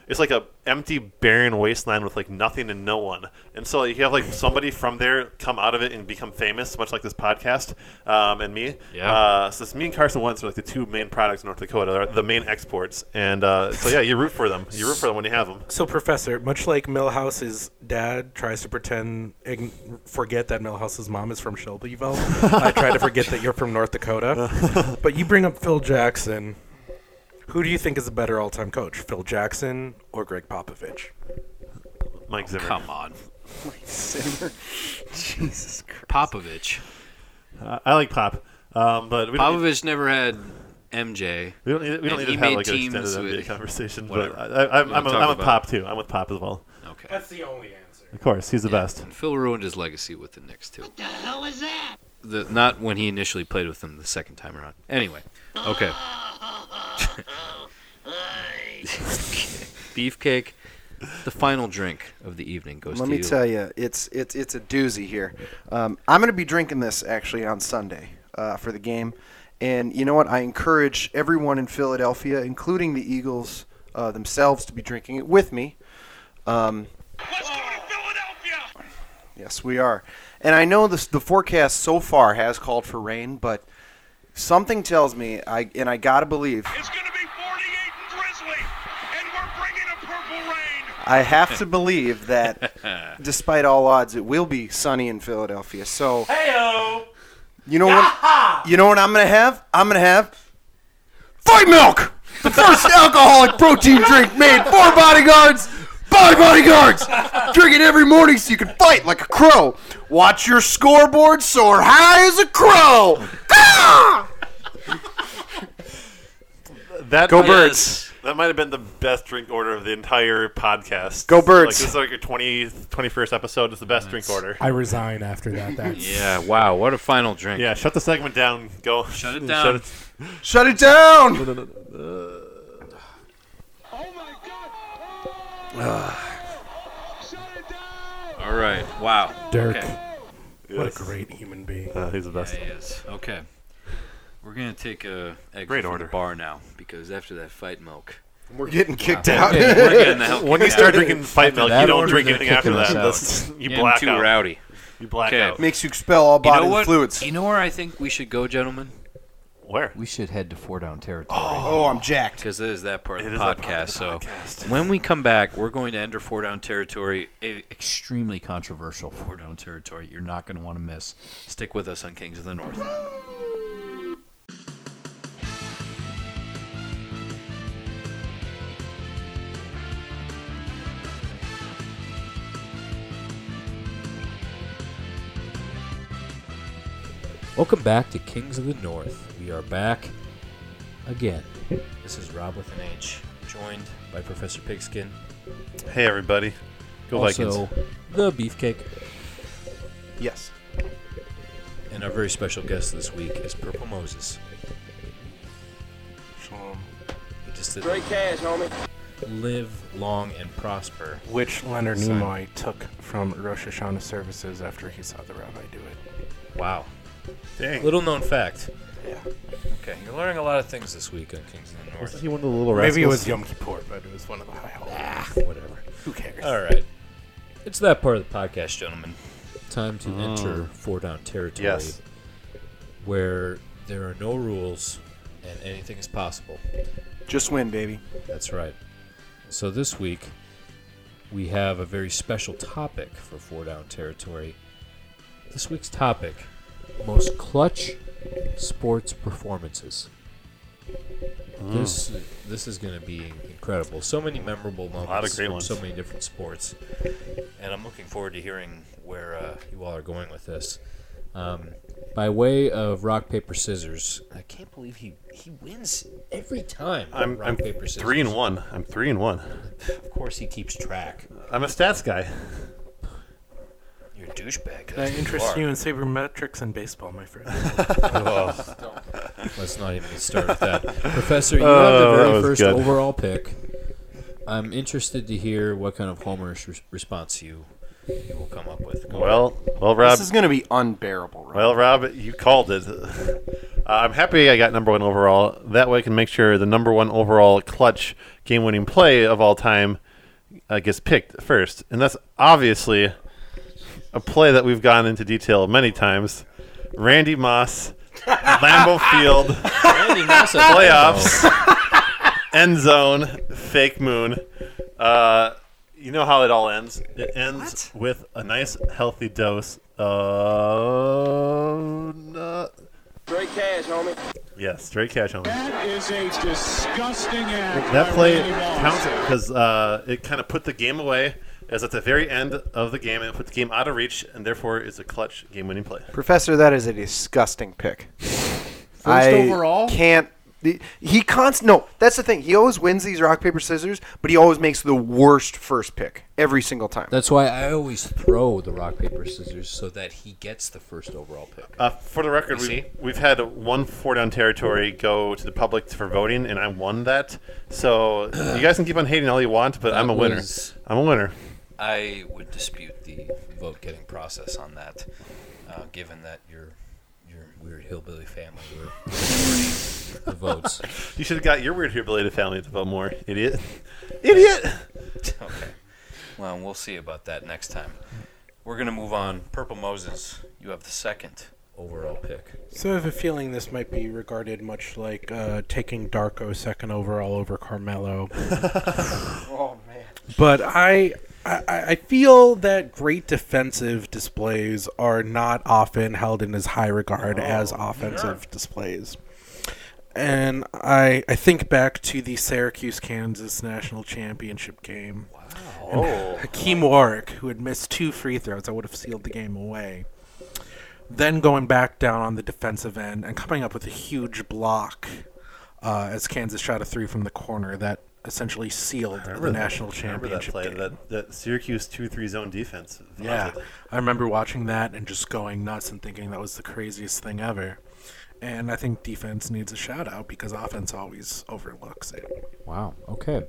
Speaker 4: it's like a empty, barren wasteland with like nothing and no one. And so you have like somebody from there come out of it and become famous, much like this podcast um, and me.
Speaker 3: Yeah.
Speaker 4: Uh, so it's me and Carson Wentz are like the two main products in North Dakota, They're the main exports. And uh, so yeah, you root for them. You root for them when you have them.
Speaker 6: So, Professor, much like Millhouse's dad tries to pretend, ign- forget that Millhouse's mom is from Shelbyville, I try to forget that you're from North Dakota. but you bring up Phil Jackson. Who do you think is a better all-time coach, Phil Jackson or Greg Popovich?
Speaker 4: Mike Zimmer.
Speaker 3: Come on. Popovich.
Speaker 4: Uh, I like Pop, um, but we don't, need,
Speaker 3: Popovich never had MJ.
Speaker 4: we don't need, we
Speaker 3: and
Speaker 4: don't need
Speaker 3: he
Speaker 4: to have
Speaker 3: made
Speaker 4: like an extended
Speaker 3: teams
Speaker 4: NBA
Speaker 3: with-
Speaker 4: conversation.
Speaker 3: whatever.
Speaker 4: But I, I, I'm,
Speaker 3: We
Speaker 4: I'm,
Speaker 3: don't
Speaker 4: a,
Speaker 3: talk
Speaker 4: I'm a
Speaker 3: about
Speaker 4: Pop too. I'm with Pop as well.
Speaker 3: Okay.
Speaker 6: the only answer.
Speaker 4: Of course, he's the best.
Speaker 3: Phil ruined his legacy with the Knicks too. What the hell is that? The, not when he initially played with them the second time around. Anyway, okay. Beefcake, the final drink of the evening goes
Speaker 5: Let
Speaker 3: to
Speaker 5: me
Speaker 3: you.
Speaker 5: tell you, it's it's it's a doozy here. Um, I'm going to be drinking this actually on Sunday uh, for the game, and you know what? I encourage everyone in Philadelphia, including the Eagles uh, themselves, to be drinking it with me. Um,
Speaker 1: Let's go to Philadelphia.
Speaker 5: yes, we are. And I know this, the forecast so far has called for rain, but something tells me I and I gotta believe
Speaker 1: It's going to be 48 and drizzly, and we're bringing a purple rain.
Speaker 5: I have to believe that, despite all odds, it will be sunny in Philadelphia. So, you know what? You know what I'm gonna have? I'm gonna have Fight Milk, the first alcoholic protein drink made for bodyguards by bodyguards. Drink it every morning so you can fight like a crow. Watch your scoreboard soar high as a crow. Ah!
Speaker 4: That
Speaker 5: Go
Speaker 4: might-
Speaker 5: Birds.
Speaker 4: That might have been the best drink order of the entire podcast.
Speaker 5: Go
Speaker 4: Like,
Speaker 5: Birds.
Speaker 4: this is like your 20, 21st episode. It's the best drink order.
Speaker 11: I resign after that. That's
Speaker 3: Yeah, wow, what a final drink.
Speaker 4: Yeah, shut the segment down. Go.
Speaker 3: Shut it down.
Speaker 5: Shut it down.
Speaker 1: Oh, my God. Shut it down.
Speaker 3: All right, wow.
Speaker 11: Dirk.
Speaker 3: Okay.
Speaker 6: What a great human being.
Speaker 4: Uh, he's the best.
Speaker 3: Yes. Okay. We're gonna take a exit
Speaker 4: Great
Speaker 3: from
Speaker 4: order.
Speaker 3: the bar now because after that fight milk,
Speaker 5: We're getting kicked out.
Speaker 3: we're getting the hell
Speaker 4: When you
Speaker 3: kicked
Speaker 4: start
Speaker 3: out.
Speaker 4: drinking fight milk,
Speaker 11: that
Speaker 4: you don't
Speaker 11: order,
Speaker 4: drink
Speaker 11: they're
Speaker 4: anything after
Speaker 11: kicking
Speaker 4: that.
Speaker 11: us out.
Speaker 4: That's, you
Speaker 3: Getting
Speaker 4: black
Speaker 3: too
Speaker 4: out.
Speaker 3: rowdy.
Speaker 4: You black
Speaker 3: Okay.
Speaker 4: out.
Speaker 5: Makes you expel all
Speaker 3: You know
Speaker 5: bodily
Speaker 3: what?
Speaker 5: fluids.
Speaker 3: You know where I think we should go, gentlemen?
Speaker 4: Where?
Speaker 11: we should head to Four Down territory.
Speaker 5: Oh, I'm jacked.
Speaker 3: Because it is that part of
Speaker 4: It
Speaker 3: the
Speaker 4: is that part
Speaker 3: podcast.
Speaker 4: of the
Speaker 3: So
Speaker 4: podcast.
Speaker 3: when we come back, we're going to enter four down territory. E-
Speaker 11: Extremely controversial.
Speaker 3: Four down territory. You're not going to want to miss. Stick with us on Kings of the North.
Speaker 9: Welcome back to Kings of the North. We are back again. This is Rob with an H, joined by Professor Pigskin.
Speaker 4: Hey, everybody. Go Vikings.
Speaker 9: also, the Beefcake.
Speaker 5: Yes.
Speaker 9: And our very special guest this week is Purple Moses.
Speaker 6: Um,
Speaker 9: He just did Great cash, homie. Live long and prosper.
Speaker 6: Which Leonard
Speaker 9: Sign.
Speaker 6: Nimoy took from Rosh Hashanah services after he saw the rabbi do it.
Speaker 9: Wow.
Speaker 4: Dang.
Speaker 9: Little known fact.
Speaker 6: Yeah.
Speaker 13: Okay, you're learning a lot of things this week on Kings of the North.
Speaker 14: He won the little
Speaker 6: Maybe it
Speaker 14: rascals?
Speaker 6: was Yom Kippur, but it was one of the high holidays.
Speaker 14: Ah, whatever.
Speaker 6: Who cares?
Speaker 13: All right, it's that part of the podcast, gentlemen.
Speaker 3: Time to
Speaker 4: Mm.
Speaker 3: enter four down territory
Speaker 4: Yes.
Speaker 3: where there are no rules and anything is possible.
Speaker 5: Just win, baby.
Speaker 3: That's right. So this week, we have a very special topic for Four Down Territory. This week's topic most clutch sports performances.
Speaker 4: Mm.
Speaker 3: This this is going to be incredible. So many memorable moments
Speaker 4: great
Speaker 3: from
Speaker 4: ones.
Speaker 3: so many different sports, and I'm looking forward to hearing where uh, you all are going with this. Um, by way of rock paper scissors, I can't believe he, he wins every time.
Speaker 4: I'm,
Speaker 3: rock
Speaker 4: I'm
Speaker 3: paper scissors.
Speaker 4: three and one. I'm three and one.
Speaker 3: Of course, he keeps track.
Speaker 4: I'm a stats guy.
Speaker 3: You're a douchebag.
Speaker 6: That
Speaker 3: That's what
Speaker 6: interests
Speaker 3: are.
Speaker 6: you in sabermetrics and baseball, my friend.
Speaker 3: Let's not even get started with that. Professor, you
Speaker 4: Oh,
Speaker 3: have the
Speaker 4: that
Speaker 3: very
Speaker 4: was
Speaker 3: first
Speaker 4: good.
Speaker 3: overall pick. I'm interested to hear what kind of homerish res- response you, you will come up with. Go
Speaker 4: Well, well, Rob.
Speaker 5: This is going to be unbearable, right?
Speaker 4: Well, Rob, you called it. Uh, I'm happy I got number one overall. That way I can make sure the number one overall clutch game winning play of all time uh, gets picked first. And that's obviously a play that we've gone into detail many times. Randy Moss, Lambeau Field,
Speaker 3: Randy Moss at
Speaker 4: playoffs, end zone, fake moon. Uh, you know how it all ends. It ends with a nice, healthy dose of. Not... Straight cash, homie. Yes, straight cash, homie.
Speaker 10: That is a disgusting act.
Speaker 4: That
Speaker 10: by
Speaker 4: play
Speaker 10: Randy Moss.
Speaker 4: counts because uh, it kind of put the game away. As at the very end of the game, and it put the game out of reach, and therefore is a clutch game-winning play.
Speaker 5: Professor, that is a disgusting pick. First I
Speaker 14: overall?
Speaker 5: can't. the- He const no. That's the thing. He always wins these rock paper scissors, but he always makes the worst first pick every single time.
Speaker 3: That's why I always throw the rock, paper, scissors so that he gets the first overall pick.
Speaker 4: Uh, for the record,
Speaker 3: see?
Speaker 4: we've, we've had one four down territory go to the public for voting, and I won that. So you guys can keep on hating all you want, but I'm a winner.
Speaker 3: was-
Speaker 4: I'm a winner.
Speaker 3: I would dispute the vote getting process on that, uh, given that your your weird hillbilly family were minority the votes.
Speaker 4: You should have got your weird here related family to vote more, idiot. idiot!
Speaker 3: Okay. Well, we'll see about that next time. We're gonna move on. Purple Moses, you have the second overall pick.
Speaker 6: So I have a feeling this might be regarded much like uh, taking Darko second overall over Carmelo. oh man! But I, I, I feel that great defensive displays are not often held in as high regard as offensive displays. And I, I think back to the Syracuse Kansas national championship game. Wow!
Speaker 4: Oh,
Speaker 6: Hakeem Warwick, who had missed two free throws, I would have sealed the game away then going back down on the defensive end and coming up with a huge block uh, as Kansas shot a three from the corner that essentially sealed the national
Speaker 4: Remember that
Speaker 6: championship.
Speaker 4: play,
Speaker 6: game.
Speaker 4: that, that Syracuse 2 3 zone defense.
Speaker 6: yeah, I remember watching that and just going nuts and thinking that was the craziest thing ever. And I think defense needs a shout out because offense always overlooks it.
Speaker 3: Wow. Okay.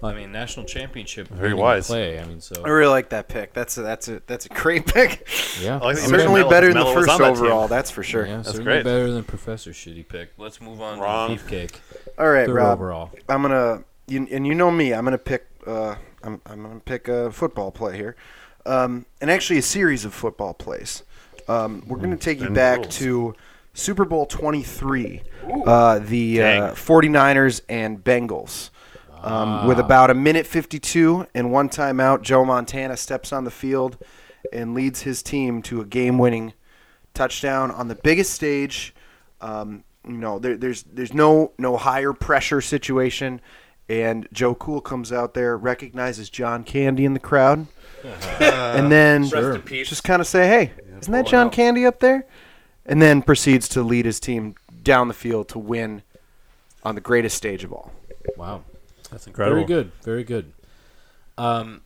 Speaker 3: Well, I mean, national championship.
Speaker 4: Very
Speaker 3: winning
Speaker 4: wise.
Speaker 3: play. I mean,
Speaker 5: I
Speaker 3: so
Speaker 5: really like that pick. That's a, that's a that's a great pick.
Speaker 3: yeah,
Speaker 4: I like that you
Speaker 5: Certainly
Speaker 4: mentioned
Speaker 5: better than
Speaker 4: Melo
Speaker 5: the
Speaker 4: was
Speaker 5: first
Speaker 4: on that team.
Speaker 5: overall. That's for sure.
Speaker 3: yeah, certainly
Speaker 4: great.
Speaker 3: better than Professor Shitty pick. Let's move on
Speaker 4: Wrong.
Speaker 3: to Beefcake.
Speaker 5: All right,
Speaker 3: Third
Speaker 5: Rob.
Speaker 3: overall.
Speaker 5: I'm gonna you, and you know me. I'm gonna pick. Uh, I'm I'm gonna pick a football play here, um, and actually a series of football plays. Um, we're gonna take you
Speaker 4: Bend the
Speaker 5: back
Speaker 4: rules.
Speaker 5: to Super Bowl 23, uh, the uh,
Speaker 4: Dang.
Speaker 5: 49ers and Bengals. Um, with about a minute 52 and one timeout, Joe Montana steps on the field and leads his team to a game-winning touchdown on the biggest stage. Um, you know, there, there's there's no no higher pressure situation, and Joe Cool comes out there, recognizes John Candy in the crowd, and then just kind of say, "Hey, isn't that John Candy up there?" And then proceeds to lead his team down the field to win on the greatest stage of all.
Speaker 3: Wow, that's
Speaker 4: incredible.
Speaker 3: Very good. Very good. Um,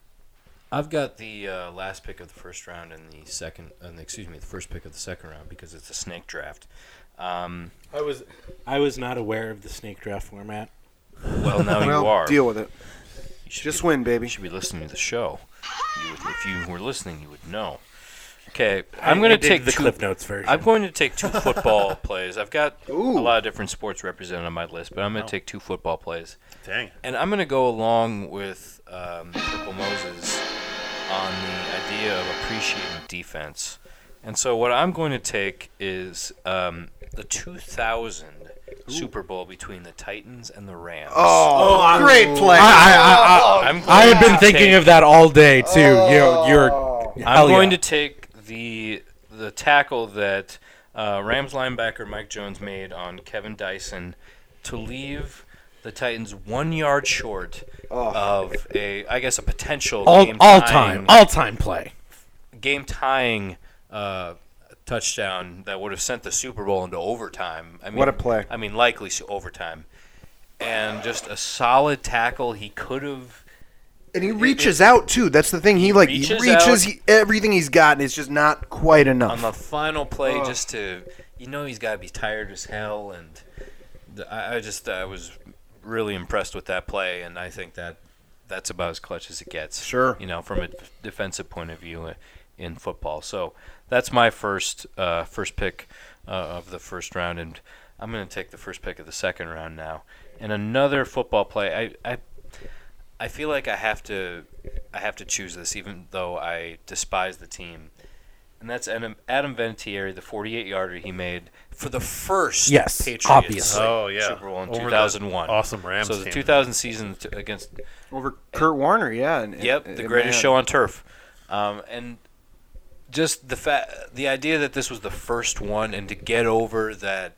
Speaker 3: I've got the uh, last pick of the first round and the second, and excuse me, the first pick of the second round because it's a snake draft. Um,
Speaker 6: I was I was not aware of the snake draft format.
Speaker 3: well, now you
Speaker 5: Well,
Speaker 3: are.
Speaker 5: deal with it.
Speaker 3: You should
Speaker 5: Just
Speaker 3: be-
Speaker 5: win,
Speaker 3: You
Speaker 5: baby.
Speaker 3: should be listening to the show. You would, if you were listening, you would know. Okay, I'm going
Speaker 6: I
Speaker 3: to
Speaker 6: did
Speaker 3: take
Speaker 6: the
Speaker 3: two,
Speaker 6: Cliff Notes version.
Speaker 3: I'm going to take two football plays. I've got a lot of different sports represented on my list, but I'm going to take two football plays,
Speaker 4: Dang.
Speaker 3: and I'm going to go along with um, Purple Moses on the idea of appreciating defense. And so, what I'm going to take is um, the 2000 Super Bowl between the Titans and the Rams.
Speaker 5: Oh, great play.
Speaker 9: I,
Speaker 3: I'm
Speaker 9: I, I, I have
Speaker 3: going
Speaker 9: been
Speaker 3: to
Speaker 9: thinking
Speaker 3: take-
Speaker 9: of that all day too. You're, you're.
Speaker 3: I'm going to take the the tackle that uh, Rams linebacker Mike Jones made on Kevin Dyson to leave the Titans one yard short of a, I guess, a potential
Speaker 9: all,
Speaker 3: game
Speaker 9: all time,
Speaker 3: tying-
Speaker 9: all time play.
Speaker 3: game tying uh, touchdown that would have sent the Super Bowl into overtime. I mean,
Speaker 5: What a play.
Speaker 3: I mean, likely s- overtime, and just a solid tackle. He could have.
Speaker 5: And he reaches out too. That's the thing. He like he
Speaker 3: reaches
Speaker 5: reaches
Speaker 3: out.
Speaker 5: he, everything he's got, and it's just not quite
Speaker 3: on the
Speaker 5: enough.
Speaker 3: final play just to you know he's got to be tired as hell and the, I, I just I was really impressed with that play and I think that that's about as clutch as it gets
Speaker 5: Sure.
Speaker 3: you know from a defensive point of view i- in football so that's my first uh, first pick uh, of the first round and I'm going to take the first pick of the second round now and another football play I, I I feel like I have to I have to choose this even though I despise the team and that's Adam, Adam Vinatieri, the 48 yarder he made for the first
Speaker 9: Yes,
Speaker 3: Patriots
Speaker 9: obviously.
Speaker 4: Oh, yeah.
Speaker 3: Super Bowl in
Speaker 4: Over that
Speaker 3: 2001.
Speaker 4: awesome Rams
Speaker 3: So the
Speaker 4: team.
Speaker 3: 2000 season t- against
Speaker 5: Over Kurt Warner, yeah. and-
Speaker 3: yep
Speaker 5: and-
Speaker 3: the
Speaker 5: and
Speaker 3: greatest
Speaker 5: man.
Speaker 3: show on turf, um, and just the fa- the idea that this was the first one and to get over that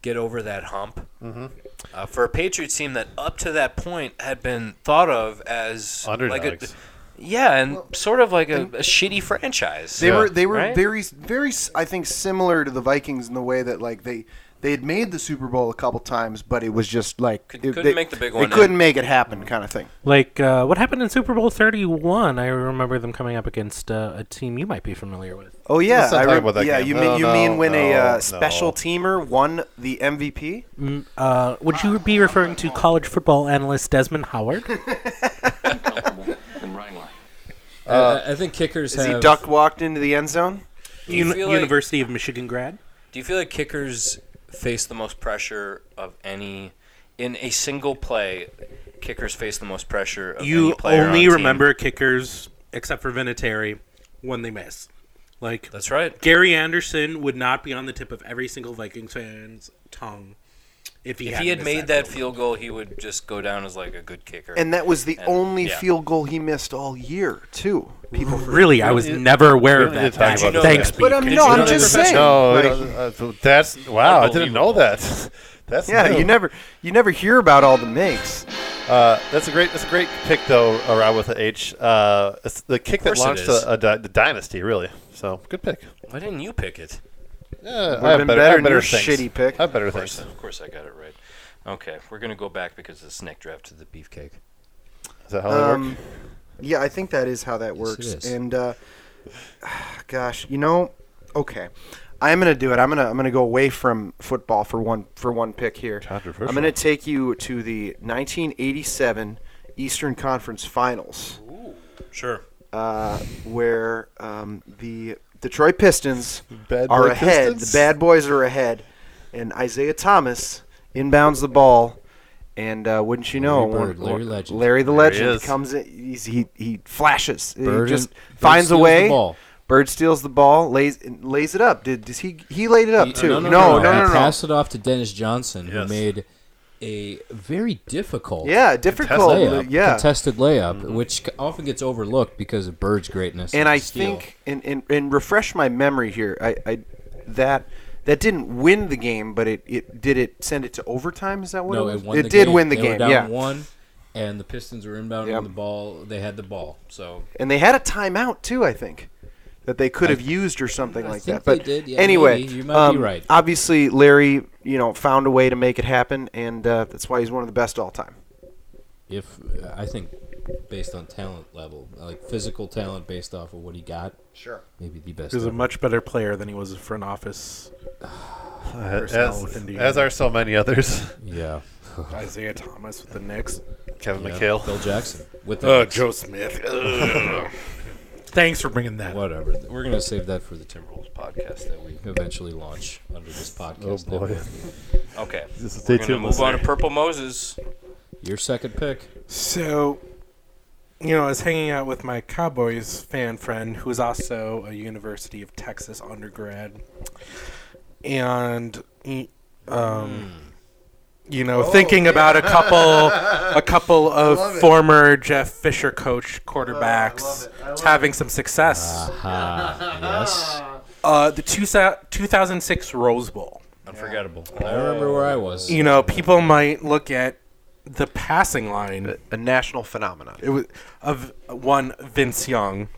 Speaker 3: get over that hump uh, for a Patriots team that up to that point had been thought of as like a
Speaker 4: Underdogs.
Speaker 3: yeah and sort of like a, a shitty franchise.
Speaker 5: They were they were
Speaker 3: Right?
Speaker 5: very very I think similar to the Vikings in the way that like they they had made the Super Bowl a couple times, but it was just like
Speaker 3: Could-
Speaker 5: it-
Speaker 3: couldn't
Speaker 5: they,
Speaker 3: make the big
Speaker 5: They
Speaker 3: one,
Speaker 5: couldn't
Speaker 3: and-
Speaker 5: make it happen, kind of thing.
Speaker 6: Like uh, what happened in Super Bowl Thirty One? I remember them coming up against uh, a team you might be familiar with.
Speaker 5: Oh yeah,
Speaker 15: Let's not
Speaker 5: I
Speaker 15: talk
Speaker 5: rem-
Speaker 15: about that
Speaker 5: yeah.
Speaker 15: game.
Speaker 5: You
Speaker 15: No,
Speaker 5: mean you
Speaker 15: no,
Speaker 5: mean when a uh,
Speaker 15: no,
Speaker 5: special
Speaker 15: no.
Speaker 5: teamer won the MVP?
Speaker 6: Mm, uh, would you be referring to college football analyst Desmond Howard?
Speaker 9: I, I think kickers
Speaker 5: Is
Speaker 9: have.
Speaker 5: he duck walked into the end zone?
Speaker 3: Do you
Speaker 6: Uni-
Speaker 3: feel like-
Speaker 6: University of Michigan grad.
Speaker 3: Do you feel like kickers face the most pressure of any in a single play? Kickers face the most pressure. Of any
Speaker 6: You
Speaker 3: player on
Speaker 6: only
Speaker 3: a team?
Speaker 6: remember kickers, except for Vinatieri, when they miss. Like
Speaker 3: That's right.
Speaker 6: Gary Anderson would not be on the tip of every single Vikings fan's tongue if he
Speaker 3: If
Speaker 6: had,
Speaker 3: he had
Speaker 6: missed
Speaker 3: made
Speaker 6: that
Speaker 3: that field goal, he would just go down as like a good kicker.
Speaker 5: And that was the
Speaker 3: And-
Speaker 5: only
Speaker 3: yeah.
Speaker 5: field goal he missed all year, too. People.
Speaker 6: goal. Really, I was never aware of
Speaker 15: we
Speaker 6: that.
Speaker 15: did talk
Speaker 6: fact.
Speaker 15: about
Speaker 6: Thanks,
Speaker 15: that.
Speaker 6: Pete.
Speaker 5: But I'm,
Speaker 3: Did
Speaker 5: no,
Speaker 3: you
Speaker 5: Oh, I'm
Speaker 3: know
Speaker 5: just
Speaker 3: that-
Speaker 5: saying.
Speaker 15: No,
Speaker 5: like,
Speaker 15: uh, uh, that's wow. I didn't know that. That's
Speaker 5: yeah,
Speaker 15: new.
Speaker 5: you never you never hear about all the makes.
Speaker 15: Uh, that's a great. That's a great pick though. Around with the H. Uh, it's the kick that
Speaker 3: course it
Speaker 15: launched
Speaker 3: is.
Speaker 15: a, a di- the dynasty. Really. So good pick.
Speaker 3: Why didn't you pick it?
Speaker 15: Yeah,
Speaker 5: Would've been better than your shitty pick.
Speaker 15: I have better
Speaker 3: Of course,
Speaker 15: things.
Speaker 3: of course, I got it right. Okay, we're gonna go back because the snake drafted the beefcake.
Speaker 15: Is that how they work?
Speaker 5: Um, yeah, I think that is how that works.
Speaker 9: it is.
Speaker 5: And uh, gosh, you know, okay, I'm gonna do it. I'm gonna I'm gonna go away from football for one for one pick here.
Speaker 15: Controversial.
Speaker 5: I'm gonna take you to the 1987 Eastern Conference Finals,
Speaker 3: Sure.
Speaker 5: uh, where um, the Detroit Pistons
Speaker 15: Bad
Speaker 5: are
Speaker 15: boy
Speaker 5: ahead.
Speaker 15: Pistons?
Speaker 5: The bad boys are ahead, and Isaiah Thomas inbounds the ball, and uh, wouldn't you know,
Speaker 9: Larry Bird,
Speaker 5: one-
Speaker 9: Larry Legend.
Speaker 5: Larry the
Speaker 4: There he
Speaker 5: Legend
Speaker 4: is.
Speaker 5: comes in. He's, he he flashes.
Speaker 9: Bird
Speaker 5: he just
Speaker 9: and- Bird
Speaker 5: finds a
Speaker 9: steals
Speaker 5: way.
Speaker 9: the ball.
Speaker 5: Bird steals the ball, lays and lays it up. Did does he he laid it up too?
Speaker 9: No, no,
Speaker 5: Uh, no, no.
Speaker 9: He
Speaker 5: no,
Speaker 9: passed it off to Dennis Johnson, who
Speaker 4: Yes.
Speaker 9: made a very difficult
Speaker 5: Yeah, difficult.
Speaker 9: layup,
Speaker 5: Yeah,
Speaker 9: contested layup, which c- often gets overlooked because of Bird's greatness.
Speaker 5: and
Speaker 9: as a
Speaker 5: I
Speaker 9: steal.
Speaker 5: think and, and and refresh my memory here. I, I that that didn't win the game, but it, it did it send it to overtime. Is that what
Speaker 9: no,
Speaker 5: it was?
Speaker 9: it won. the
Speaker 5: did
Speaker 9: game.
Speaker 5: win the
Speaker 9: They
Speaker 5: game.
Speaker 9: Were down
Speaker 5: yeah,
Speaker 9: one, and the Pistons were inbounding
Speaker 5: Yep.
Speaker 9: the ball. They had the ball, so
Speaker 5: and they had a timeout too. I think that they could
Speaker 9: I-
Speaker 5: have used or something
Speaker 9: I
Speaker 5: like
Speaker 9: think
Speaker 5: that. But
Speaker 9: they did, yeah,
Speaker 5: anyway,
Speaker 9: maybe. You might be
Speaker 5: um,
Speaker 9: right.
Speaker 5: Obviously, Larry, you know, found a way to make it happen, and uh, that's why he's one of the best all time.
Speaker 9: if I think based on talent level, like physical talent based off of what he got,
Speaker 5: Sure.
Speaker 9: maybe the best.
Speaker 6: He was a
Speaker 9: ever.
Speaker 6: much better player than he was a front office. personnel
Speaker 15: Uh, As,
Speaker 6: within the
Speaker 15: as are so many others.
Speaker 9: yeah,
Speaker 6: Isaiah Thomas with the Knicks.
Speaker 15: Kevin
Speaker 9: Yeah,
Speaker 15: McHale.
Speaker 4: Oh,
Speaker 9: Phil Jackson with the
Speaker 6: Uh,
Speaker 9: Knicks.
Speaker 6: Joe Smith. Thanks for bringing that.
Speaker 16: Whatever. We're going to save that for the Timberwolves podcast that we eventually launch under this podcast.
Speaker 4: Oh, boy.
Speaker 16: network.
Speaker 3: Okay.
Speaker 4: Just
Speaker 16: stay
Speaker 3: We're gonna
Speaker 16: tuned,
Speaker 3: Move on to
Speaker 16: listener.
Speaker 3: Purple Moses.
Speaker 16: Your second pick.
Speaker 6: So, you know, I was hanging out with my Cowboys fan friend, who is also a University of Texas undergrad, and he, um, you know,
Speaker 17: Oh,
Speaker 6: thinking
Speaker 17: yeah.
Speaker 6: about a couple, a couple
Speaker 17: I love
Speaker 6: of
Speaker 17: it. Oh,
Speaker 6: former Jeff Fisher coach quarterbacks having some success.
Speaker 16: yes.
Speaker 6: Uh, the two, sa- 2006 Rose Bowl.
Speaker 16: Unforgettable. I remember where I was.
Speaker 6: You know, people might look at the passing line, a,
Speaker 5: national phenomenon.
Speaker 6: It was of one Vince Young,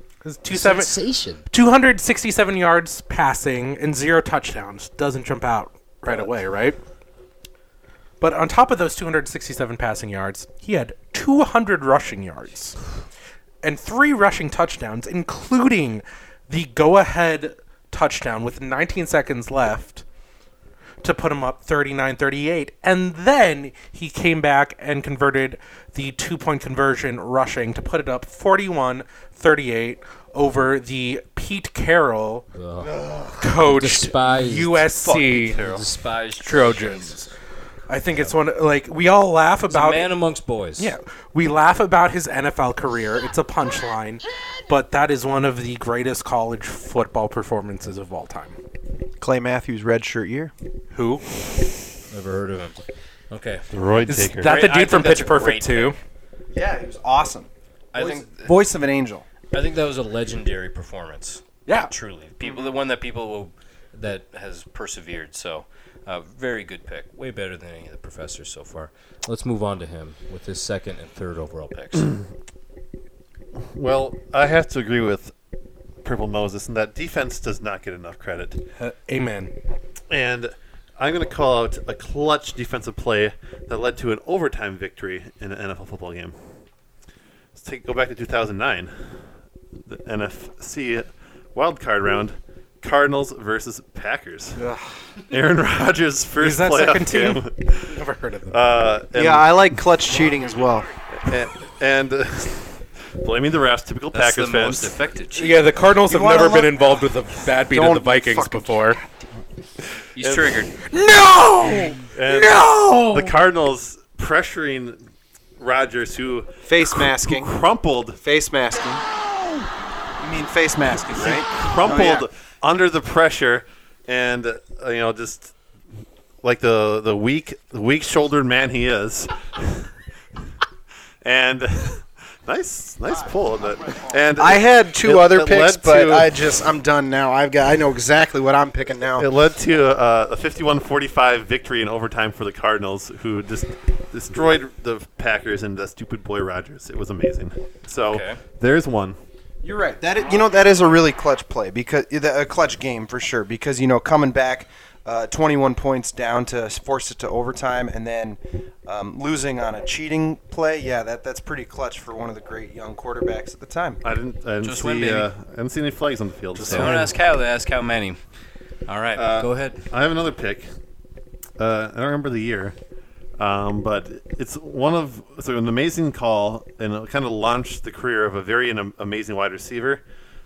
Speaker 6: two
Speaker 16: Sensation.
Speaker 6: two hundred sixty-seven yards passing and zero touchdowns. Doesn't jump out right away, right? But on top of those 267 passing yards, he had 200 rushing yards and three rushing touchdowns, including the go ahead touchdown with 19 seconds left to put him up 39 38. And then he came back and converted the two point conversion rushing to put it up 41 38 over the Pete Carroll coached
Speaker 16: Despised.
Speaker 6: USC
Speaker 16: Fucking Carroll. Despised
Speaker 6: Trojans. I think it's one like we all laugh
Speaker 16: a
Speaker 6: about
Speaker 16: man amongst boys.
Speaker 6: Yeah, we laugh about his NFL career. It's a punchline, but that is one of the greatest college football performances of all time.
Speaker 5: Clay Matthews redshirt year.
Speaker 6: Who?
Speaker 16: Never heard of him. Okay.
Speaker 6: Is that the
Speaker 3: Great- I
Speaker 6: dude from
Speaker 3: think that's
Speaker 6: Pitch
Speaker 3: a
Speaker 6: Perfect
Speaker 3: great
Speaker 6: too?
Speaker 5: Yeah, he was awesome.
Speaker 3: I
Speaker 5: voice,
Speaker 3: think-
Speaker 5: voice of an angel.
Speaker 3: I think that was a legendary performance.
Speaker 6: Yeah.
Speaker 3: Truly. People, the one that people will, that has persevered. So, uh, very good pick. Way better than any of the professors so far.
Speaker 16: Let's move on to him with his second and third overall picks.
Speaker 4: Well, I have to agree with Purple Moses in that defense does not get enough credit.
Speaker 6: Uh, amen.
Speaker 4: And I'm going to call out a clutch defensive play that led to an overtime victory in an NFL football game. Let's take, go back to 2009, the NFC wild card round, Cardinals versus Packers. Aaron Rodgers' first
Speaker 6: Is that
Speaker 4: playoff
Speaker 6: second team?
Speaker 4: game.
Speaker 6: Never heard of them.
Speaker 4: Uh, and-
Speaker 5: yeah, I like clutch cheating as well.
Speaker 4: and, and uh, blaming the refs, typical
Speaker 3: That's
Speaker 4: Packers
Speaker 3: the
Speaker 4: fans.
Speaker 3: most effective cheat.
Speaker 6: Yeah, the Cardinals
Speaker 5: You
Speaker 6: have
Speaker 5: wanna
Speaker 6: never been
Speaker 5: look-
Speaker 6: involved with a bad beat of the
Speaker 5: Don't
Speaker 6: Vikings
Speaker 5: fucking-
Speaker 6: before.
Speaker 3: He's triggered.
Speaker 6: No!
Speaker 4: And
Speaker 6: No!
Speaker 4: The Cardinals pressuring Rodgers, who
Speaker 5: Face
Speaker 4: who
Speaker 5: masking.
Speaker 4: crumpled,
Speaker 5: Face masking. You mean face masking, right?
Speaker 4: crumpled
Speaker 5: Oh,
Speaker 4: under the pressure, and uh, you know just like the the weak the weak shouldered man he is. and nice nice pull of it. And
Speaker 5: I had two
Speaker 4: it-
Speaker 5: other
Speaker 4: it led
Speaker 5: picks, but
Speaker 4: to-
Speaker 5: I just I'm done now. I've got I know exactly what I'm picking now.
Speaker 4: It led to uh, a 51-45 victory in overtime for the Cardinals, who just destroyed the Packers and the stupid boy Rogers. It was amazing. So
Speaker 3: Okay.
Speaker 4: there's one.
Speaker 5: You're right. That i- you know that is a really clutch play because a clutch game for sure because you know coming back uh, 21 points down to force it to overtime and then um, losing on a cheating play. Yeah, that that's pretty clutch for one of the great young quarterbacks at the time.
Speaker 4: I didn't, I didn't
Speaker 3: Just
Speaker 4: see
Speaker 3: win, baby.
Speaker 4: uh, I didn't see any flags on the field.
Speaker 3: Just
Speaker 4: so-
Speaker 3: don't ask how. They ask how many. All right.
Speaker 4: Uh,
Speaker 3: go ahead.
Speaker 4: I have another pick. Uh, I don't remember the year, um, but it's one of it's an amazing call and it kind of launched the career of a very an, amazing wide receiver.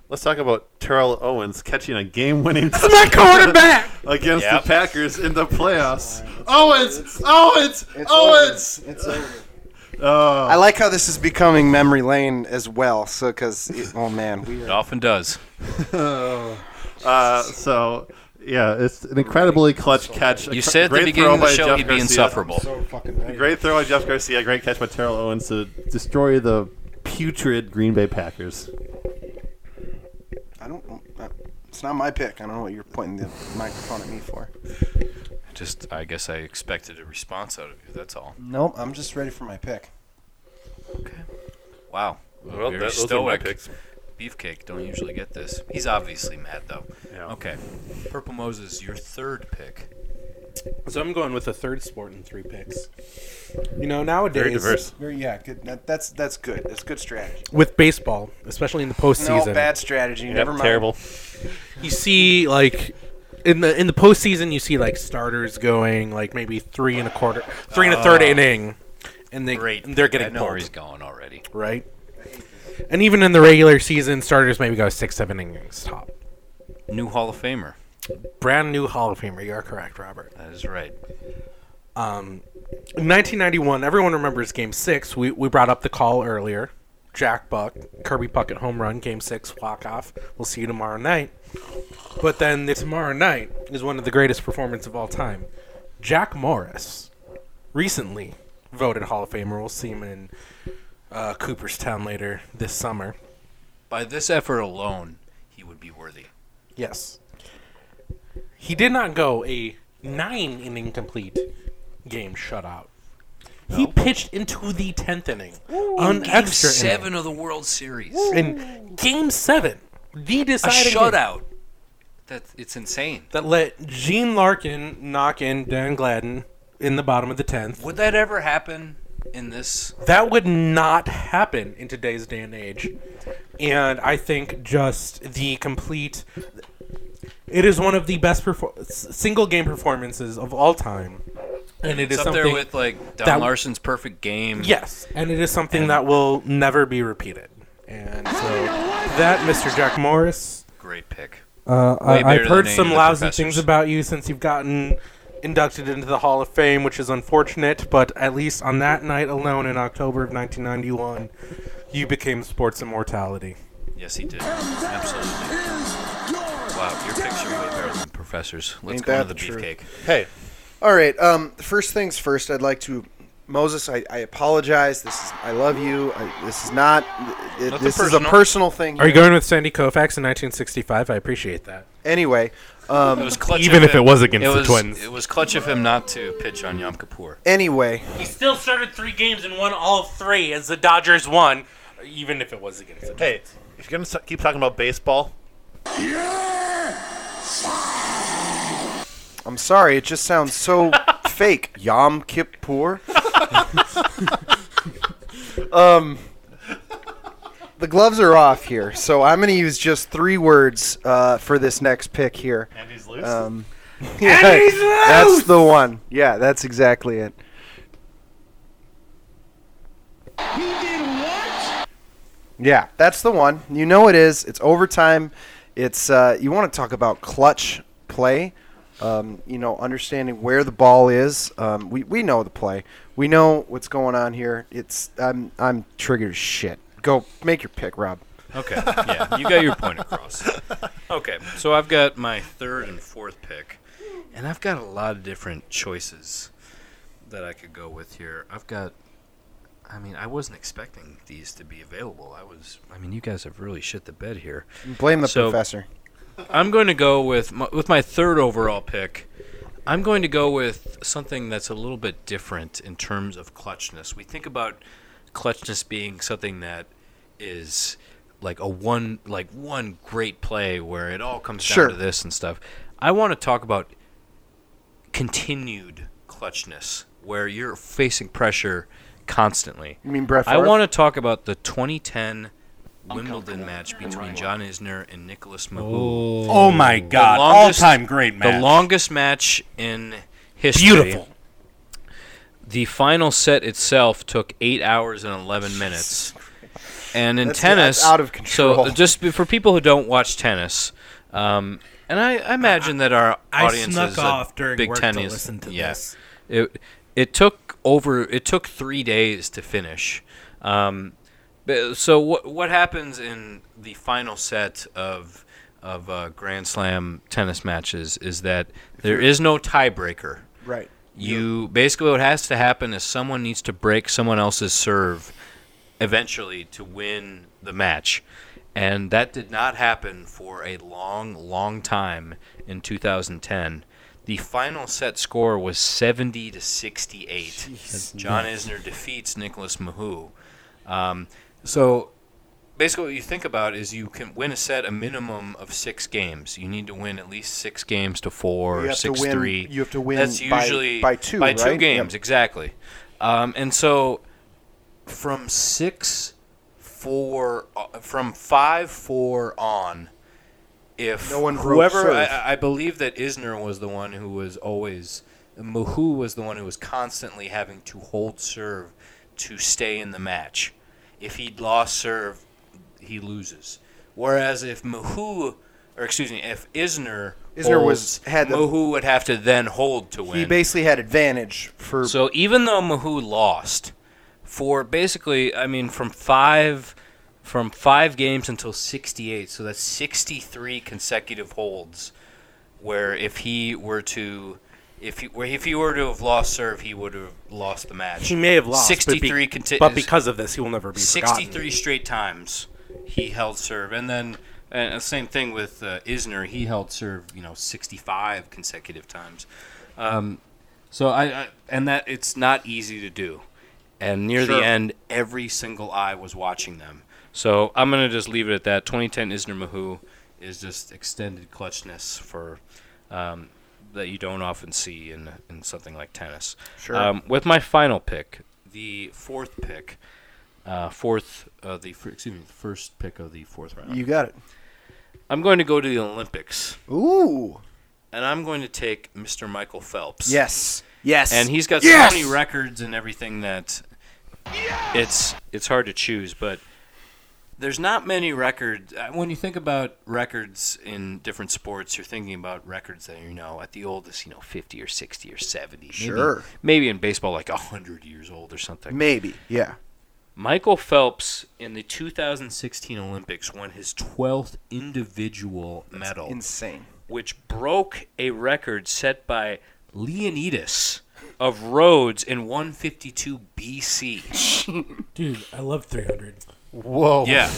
Speaker 4: Let's talk about Terrell Owens catching a game-winning. That's my quarterback against
Speaker 3: Yep.
Speaker 4: the Packers in the playoffs. Owens, Owens, Owens.
Speaker 5: It's over.
Speaker 4: Oh,
Speaker 5: I like how this is becoming memory lane as well. So because oh man, we
Speaker 3: It
Speaker 5: are,
Speaker 3: often does.
Speaker 4: Uh, so yeah, it's an incredibly clutch catch. A
Speaker 3: You
Speaker 4: cr-
Speaker 3: said at the
Speaker 4: great
Speaker 3: beginning
Speaker 4: throw
Speaker 3: of the
Speaker 4: by
Speaker 3: show
Speaker 4: Jeff
Speaker 3: he'd be
Speaker 4: Garcia.
Speaker 3: insufferable.
Speaker 17: So fucking right.
Speaker 4: Great throw by Jeff Garcia. Great catch by Terrell Owens to destroy the putrid Green Bay Packers.
Speaker 5: I don't. Uh, it's not my pick. I don't know what you're pointing the microphone at me for.
Speaker 3: Just, I guess I expected a response out of you. That's all.
Speaker 5: Nope. I'm just ready for my pick.
Speaker 3: Wow.
Speaker 4: Well,
Speaker 3: Very
Speaker 4: that, those are my
Speaker 3: stoic.
Speaker 4: picks.
Speaker 3: Beefcake, don't usually get this. He's obviously mad, though.
Speaker 4: Yeah.
Speaker 3: Okay. Purple Moses, your third pick.
Speaker 6: So I'm going with a third sport and three picks. You know, nowadays
Speaker 4: Very diverse.
Speaker 5: Very- Yeah, good. That, that's that's good. That's good strategy.
Speaker 6: with baseball, especially in the postseason,
Speaker 5: No bad strategy. Never mind.
Speaker 4: terrible.
Speaker 6: you see like in the in the postseason, you see like starters going like maybe three and a quarter, three and a third inning, and they
Speaker 3: Ah. Great.
Speaker 6: and they're getting
Speaker 3: I know where he's
Speaker 6: pulled,
Speaker 3: going already.
Speaker 6: right? And even in the regular season, starters maybe go six, seven innings top.
Speaker 3: New Hall of Famer.
Speaker 6: Brand new Hall of Famer. You are correct, Robert.
Speaker 3: That is right.
Speaker 6: Um, in 1991, everyone remembers Game Six. We we brought up the call earlier. Jack Buck, Kirby Puckett home run, Game Six walk off. We'll see you tomorrow night. But then the tomorrow night is one of the greatest performances of all time. Jack Morris, recently voted Hall of Famer. We'll see him in uh, Cooperstown later this summer.
Speaker 3: By this effort alone, he would be worthy.
Speaker 6: Yes. He did not go a nine inning complete game shutout. He pitched into the tenth inning,
Speaker 3: In
Speaker 6: an
Speaker 3: game
Speaker 6: extra
Speaker 3: seven
Speaker 6: inning.
Speaker 3: of the World Series.
Speaker 6: In game seven, the deciding game
Speaker 3: shutout. That it's insane.
Speaker 6: that let Gene Larkin knock in Dan Gladden in the bottom of the tenth.
Speaker 3: Would that ever happen in this?
Speaker 6: That would not happen in today's day and age. And I think just the complete. It is one of the best perfor- single game performances of all time. And
Speaker 3: it's
Speaker 6: it is
Speaker 3: up
Speaker 6: something.
Speaker 3: there with like Don
Speaker 6: that-
Speaker 3: Larson's perfect game.
Speaker 6: Yes. And it is something that will never be repeated. And so that, Mr. Jack Morris.
Speaker 3: Great pick.
Speaker 6: Uh,
Speaker 3: Way
Speaker 6: I,
Speaker 3: better
Speaker 6: I've
Speaker 3: than
Speaker 6: heard
Speaker 3: any
Speaker 6: some
Speaker 3: of the
Speaker 6: lousy
Speaker 3: professors.
Speaker 6: things about you since you've gotten inducted into the Hall of Fame, which is unfortunate, but at least on that night alone in October of 1991, you became sports immortality.
Speaker 3: Yes, he did. Absolutely. Wow, your picks are way better than professors. Let's
Speaker 5: Ain't
Speaker 3: go
Speaker 5: that
Speaker 3: into the
Speaker 5: the truth.
Speaker 3: beefcake.
Speaker 5: Hey. All right. Um, first things first, I'd like to. Moses, I, I apologize. This is I love you. I, this is not. It,
Speaker 6: Nothing
Speaker 5: this is a
Speaker 6: personal.
Speaker 5: personal thing.
Speaker 6: Are you
Speaker 5: here.
Speaker 6: going with Sandy Koufax in 1965? I appreciate that.
Speaker 5: Anyway, um,
Speaker 3: It was clutch
Speaker 6: Even
Speaker 3: of
Speaker 6: if it
Speaker 3: him-
Speaker 6: was against
Speaker 3: it
Speaker 6: the
Speaker 3: was-
Speaker 6: Twins.
Speaker 3: It was clutch of him not to pitch on Yom Kippur.
Speaker 5: Anyway,
Speaker 6: He still started three games and won all three as the Dodgers won, even if it was against the
Speaker 4: Hey, if you're gonna s- keep talking about baseball,
Speaker 5: I'm sorry. It just sounds so fake. Yom Kippur. um, the gloves are off here, so I'm going to use just three words uh, for this next pick here.
Speaker 4: Andy's loose.
Speaker 5: Um, yeah, That's the one. Yeah, that's exactly it. Yeah, that's the one. You know it is. It's overtime. It's uh, you want to talk about clutch play. Um, you know, understanding where the ball is. Um, we we know the play. We know what's going on here. It's I'm I'm triggered as shit. Go make your pick, Rob.
Speaker 3: Okay, yeah, you got your point across. Okay, so I've got my third and fourth pick, and I've got a lot of different choices that I could go with here. I've got, I mean, I wasn't expecting these to be available. I was, I mean, you guys have really shit the bed here.
Speaker 5: Blame the
Speaker 3: So-
Speaker 5: professor.
Speaker 3: I'm going to go with my, with my third overall pick. I'm going to go with something that's a little bit different in terms of clutchness. We think about clutchness being something that is like a one like one great play where it all comes
Speaker 5: Sure.
Speaker 3: down to this and stuff. I want to talk about continued clutchness where you're facing pressure constantly.
Speaker 5: You mean Brett
Speaker 3: I
Speaker 5: Favre?
Speaker 3: want to talk about the 2010 Wimbledon match between John Isner and Nicholas Mahut.
Speaker 18: Oh my
Speaker 3: The
Speaker 18: God,
Speaker 3: longest-
Speaker 18: all-time great match.
Speaker 3: The longest match in history.
Speaker 18: Beautiful.
Speaker 3: The final set itself took eight hours and 11 minutes. And in
Speaker 5: That's-
Speaker 3: tennis,
Speaker 5: that's out of
Speaker 3: so
Speaker 5: control.
Speaker 3: uh, just be- for people who don't watch tennis, um, and I, I imagine that our
Speaker 18: I
Speaker 3: audience
Speaker 18: snuck
Speaker 3: is a
Speaker 18: off during
Speaker 3: big
Speaker 18: work to
Speaker 3: tennis.
Speaker 18: listen to
Speaker 3: yeah.
Speaker 18: this.
Speaker 3: It it took over. It took three days to finish. Um, but- so what what happens in the final set of of uh, Grand Slam tennis matches is that there is no tiebreaker.
Speaker 5: Right.
Speaker 3: You basically what has to happen is someone needs to break someone else's serve eventually to win the match. And that did not happen for a long, long time in 2010. The final set score was 70 to 68. John Isner defeats Nicholas Mahou. Um, so basically, what you think about is you can win a set a minimum of six games. You need to win at least six games to four,
Speaker 5: You
Speaker 3: or
Speaker 5: have to
Speaker 3: six
Speaker 5: win-
Speaker 3: three.
Speaker 5: you have to win
Speaker 3: That's
Speaker 5: by-
Speaker 3: usually
Speaker 5: by two,
Speaker 3: by two
Speaker 5: right?
Speaker 3: games exactly. Um, and so from six four uh, from five four on if
Speaker 5: No one broke
Speaker 3: whoever
Speaker 5: serve.
Speaker 3: I, I believe that Isner was the one who was always Mahu was the one who was constantly having to hold serve to stay in the match. If he'd lost serve, he loses. Whereas if Mahu, or excuse me, if Isner
Speaker 5: Isner was-
Speaker 3: holds,
Speaker 5: had the-
Speaker 3: Mahu would have to then hold to win.
Speaker 5: He basically had advantage for
Speaker 3: So even though Mahu lost for basically, I mean, from five from five games until sixty eight, so that's sixty three consecutive holds. Where if he were to, if he where if he were to have lost serve, he would have lost the match.
Speaker 19: He may have lost, but be-
Speaker 3: sixty three conti-
Speaker 19: but because of this, he will never be forgotten.
Speaker 3: sixty three straight times. He held serve, and then and the same thing with uh, Isner. He held serve, you know, sixty five consecutive times. Um, so I, I and that it's not easy to do. And near the
Speaker 19: Sure.
Speaker 3: end, every single eye was watching them. So I'm gonna just leave it at that. 2010 Isner Mahu is just extended clutchness for um, that you don't often see in in something like tennis.
Speaker 19: Sure.
Speaker 3: Um, with my final pick, the fourth pick, uh, fourth uh, the fir- excuse me, the first pick of the fourth round.
Speaker 5: You got it.
Speaker 3: I'm going to go to the Olympics,
Speaker 5: Ooh.
Speaker 3: and I'm going to take Mr. Michael Phelps.
Speaker 5: Yes. Yes.
Speaker 3: And he's got
Speaker 5: Yes!
Speaker 3: so many records and everything that it's it's hard to choose, but there's not many records. uh, When you think about records in different sports, you're thinking about records that you know at the oldest, you know, 50 or 60 or 70. maybe-
Speaker 5: Sure.
Speaker 3: Maybe in baseball, like 100 years old or something.
Speaker 5: Maybe. Yeah.
Speaker 3: Michael Phelps in the 2016 Olympics won his 12th individual medal.
Speaker 5: insane.
Speaker 3: Which broke a record set by Leonidas of Rhodes in 152 BC.
Speaker 20: Dude, I love 300.
Speaker 3: Whoa. Yeah,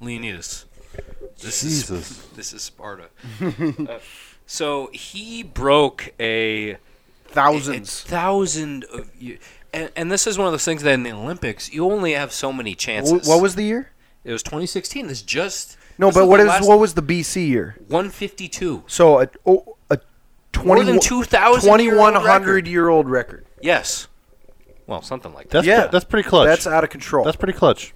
Speaker 3: Leonidas. This
Speaker 20: Jesus.
Speaker 3: Is, this is Sparta. Uh, so he broke a thousands, a, thousand of, y- and, and this is one of those things that in the Olympics you only have so many chances.
Speaker 5: Wh- what was the year?
Speaker 3: It was 2016. This just
Speaker 5: No,
Speaker 3: this
Speaker 5: but
Speaker 3: was
Speaker 5: what
Speaker 3: the
Speaker 5: is
Speaker 3: last-
Speaker 5: what was the BC year?
Speaker 3: 152?
Speaker 5: So a oh, a
Speaker 3: More
Speaker 5: 20,
Speaker 3: than 2,000 year old
Speaker 5: 2100 year old record.
Speaker 3: Yes. Well, something like that.
Speaker 5: That's Yeah. pre- that's pretty clutch. That's out of control. That's
Speaker 4: pretty clutch.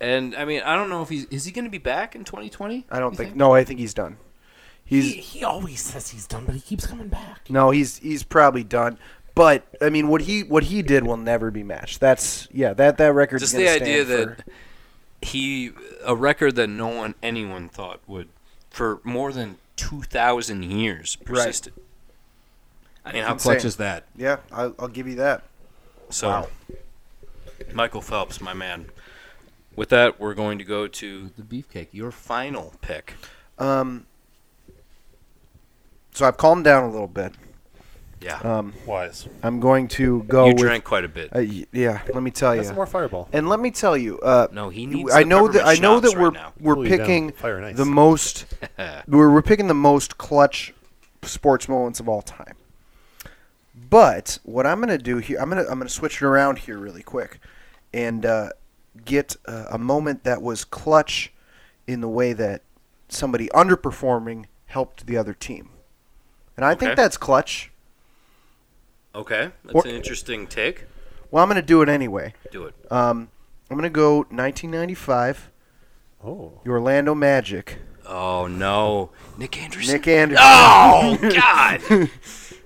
Speaker 3: And I mean, I don't know if he's is he going to be back in 2020?
Speaker 5: I don't think, No, I think he's done. He's
Speaker 20: He always says he's done, but he keeps coming back.
Speaker 5: No, he's he's probably done. But I mean, what he what he did will never be matched. That's yeah. That that record.
Speaker 3: Just the idea that he a record that no one anyone thought would for more than 2,000 years persisted. I mean, how clutch is that?
Speaker 5: Yeah, I'll, I'll give you that.
Speaker 3: So, Michael Phelps, my man. With that, we're going to go to the beefcake. Your final pick.
Speaker 5: Um. So I've calmed down a little bit.
Speaker 3: Yeah.
Speaker 5: Um,
Speaker 4: Wise.
Speaker 5: I'm going to go.
Speaker 3: You
Speaker 5: with-
Speaker 3: drank quite a bit.
Speaker 5: Uh, y- yeah, let me tell
Speaker 4: That's
Speaker 5: you.
Speaker 4: more Fireball.
Speaker 5: And let me tell you. Uh,
Speaker 3: no, he needs
Speaker 5: I
Speaker 3: the
Speaker 5: know that. I
Speaker 3: peppermint
Speaker 5: know that
Speaker 3: schnapps
Speaker 5: we're
Speaker 3: right now.
Speaker 5: we're
Speaker 3: Cool you down.
Speaker 5: picking
Speaker 3: Fire and ice.
Speaker 5: the most. we're we're picking the most clutch sports moments of all time. But what I'm gonna do here, I'm gonna I'm gonna switch it around here really quick, and uh, get uh, a moment that was clutch, in the way that somebody underperforming helped the other team, and I think
Speaker 3: Okay.
Speaker 5: that's clutch.
Speaker 3: Okay, that's
Speaker 5: Or-
Speaker 3: an interesting take.
Speaker 5: Well, I'm going to do it anyway.
Speaker 3: Do it.
Speaker 5: Um, I'm going to go 1995.
Speaker 4: Oh.
Speaker 5: The Orlando Magic.
Speaker 3: Oh no, Nick Anderson.
Speaker 5: Nick Anderson.
Speaker 3: Oh God.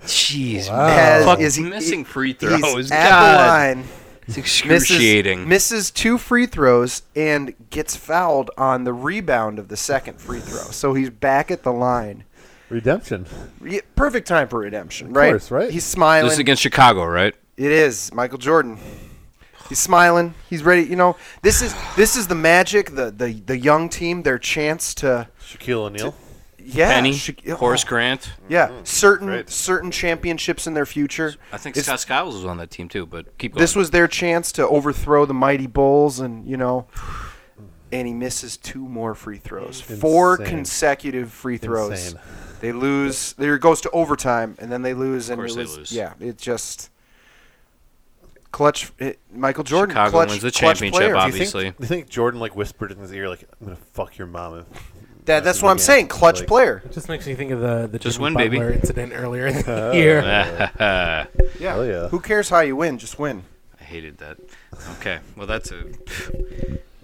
Speaker 3: Jeez,
Speaker 5: Wow.
Speaker 3: man.
Speaker 5: Has-
Speaker 3: Oh. Fuck,
Speaker 5: is he-
Speaker 3: missing free
Speaker 5: He's
Speaker 3: throws.
Speaker 5: at
Speaker 3: God.
Speaker 5: the line.
Speaker 3: It's
Speaker 5: misses-
Speaker 3: excruciating.
Speaker 5: Misses, two free throws and gets fouled on the rebound of the second free throw. So he's back at the line.
Speaker 4: Redemption.
Speaker 5: Ye- Perfect time for redemption,
Speaker 4: Of
Speaker 5: right?
Speaker 4: course, right?
Speaker 5: He's smiling.
Speaker 3: This is against Chicago, right?
Speaker 5: It is Michael Jordan. He's smiling. He's ready. You know, this is this is the magic. The the, the young team, their chance to
Speaker 4: Shaquille O'Neal.
Speaker 5: yeah,
Speaker 3: Penny,
Speaker 5: Shaq- oh,
Speaker 3: Horace Grant.
Speaker 5: Yeah, certain
Speaker 3: Mm, Great.
Speaker 5: certain championships in their future.
Speaker 3: I think
Speaker 5: It's-
Speaker 3: Scott Skiles was on that team too, but keep going.
Speaker 5: This was their chance to overthrow the mighty Bulls, and you know,
Speaker 3: Mm.
Speaker 5: and he misses two more free throws, four
Speaker 4: Insane.
Speaker 5: consecutive free throws.
Speaker 4: Insane.
Speaker 5: They lose. There goes to overtime, and then they lose. and
Speaker 3: course
Speaker 5: it
Speaker 3: they
Speaker 5: was-
Speaker 3: lose.
Speaker 5: Yeah, it just clutch. It, Michael Jordan
Speaker 3: Chicago
Speaker 5: clutch,
Speaker 3: wins the
Speaker 5: clutch
Speaker 3: championship,
Speaker 5: player.
Speaker 3: obviously.
Speaker 4: Do you think, do you think Jordan like whispered in his ear like, "I'm gonna fuck your mom"? if-
Speaker 5: That, that's what I'm saying. Clutch
Speaker 4: Like-
Speaker 5: player.
Speaker 6: It just makes me think of the the
Speaker 3: Just
Speaker 6: Jimmy
Speaker 3: win, baby.
Speaker 6: Butler incident earlier in
Speaker 19: Oh,
Speaker 6: the year.
Speaker 3: yeah.
Speaker 5: Yeah.
Speaker 4: Hell oh, yeah.
Speaker 5: Who cares how you win? Just win.
Speaker 3: I hated that. Okay, well that's a.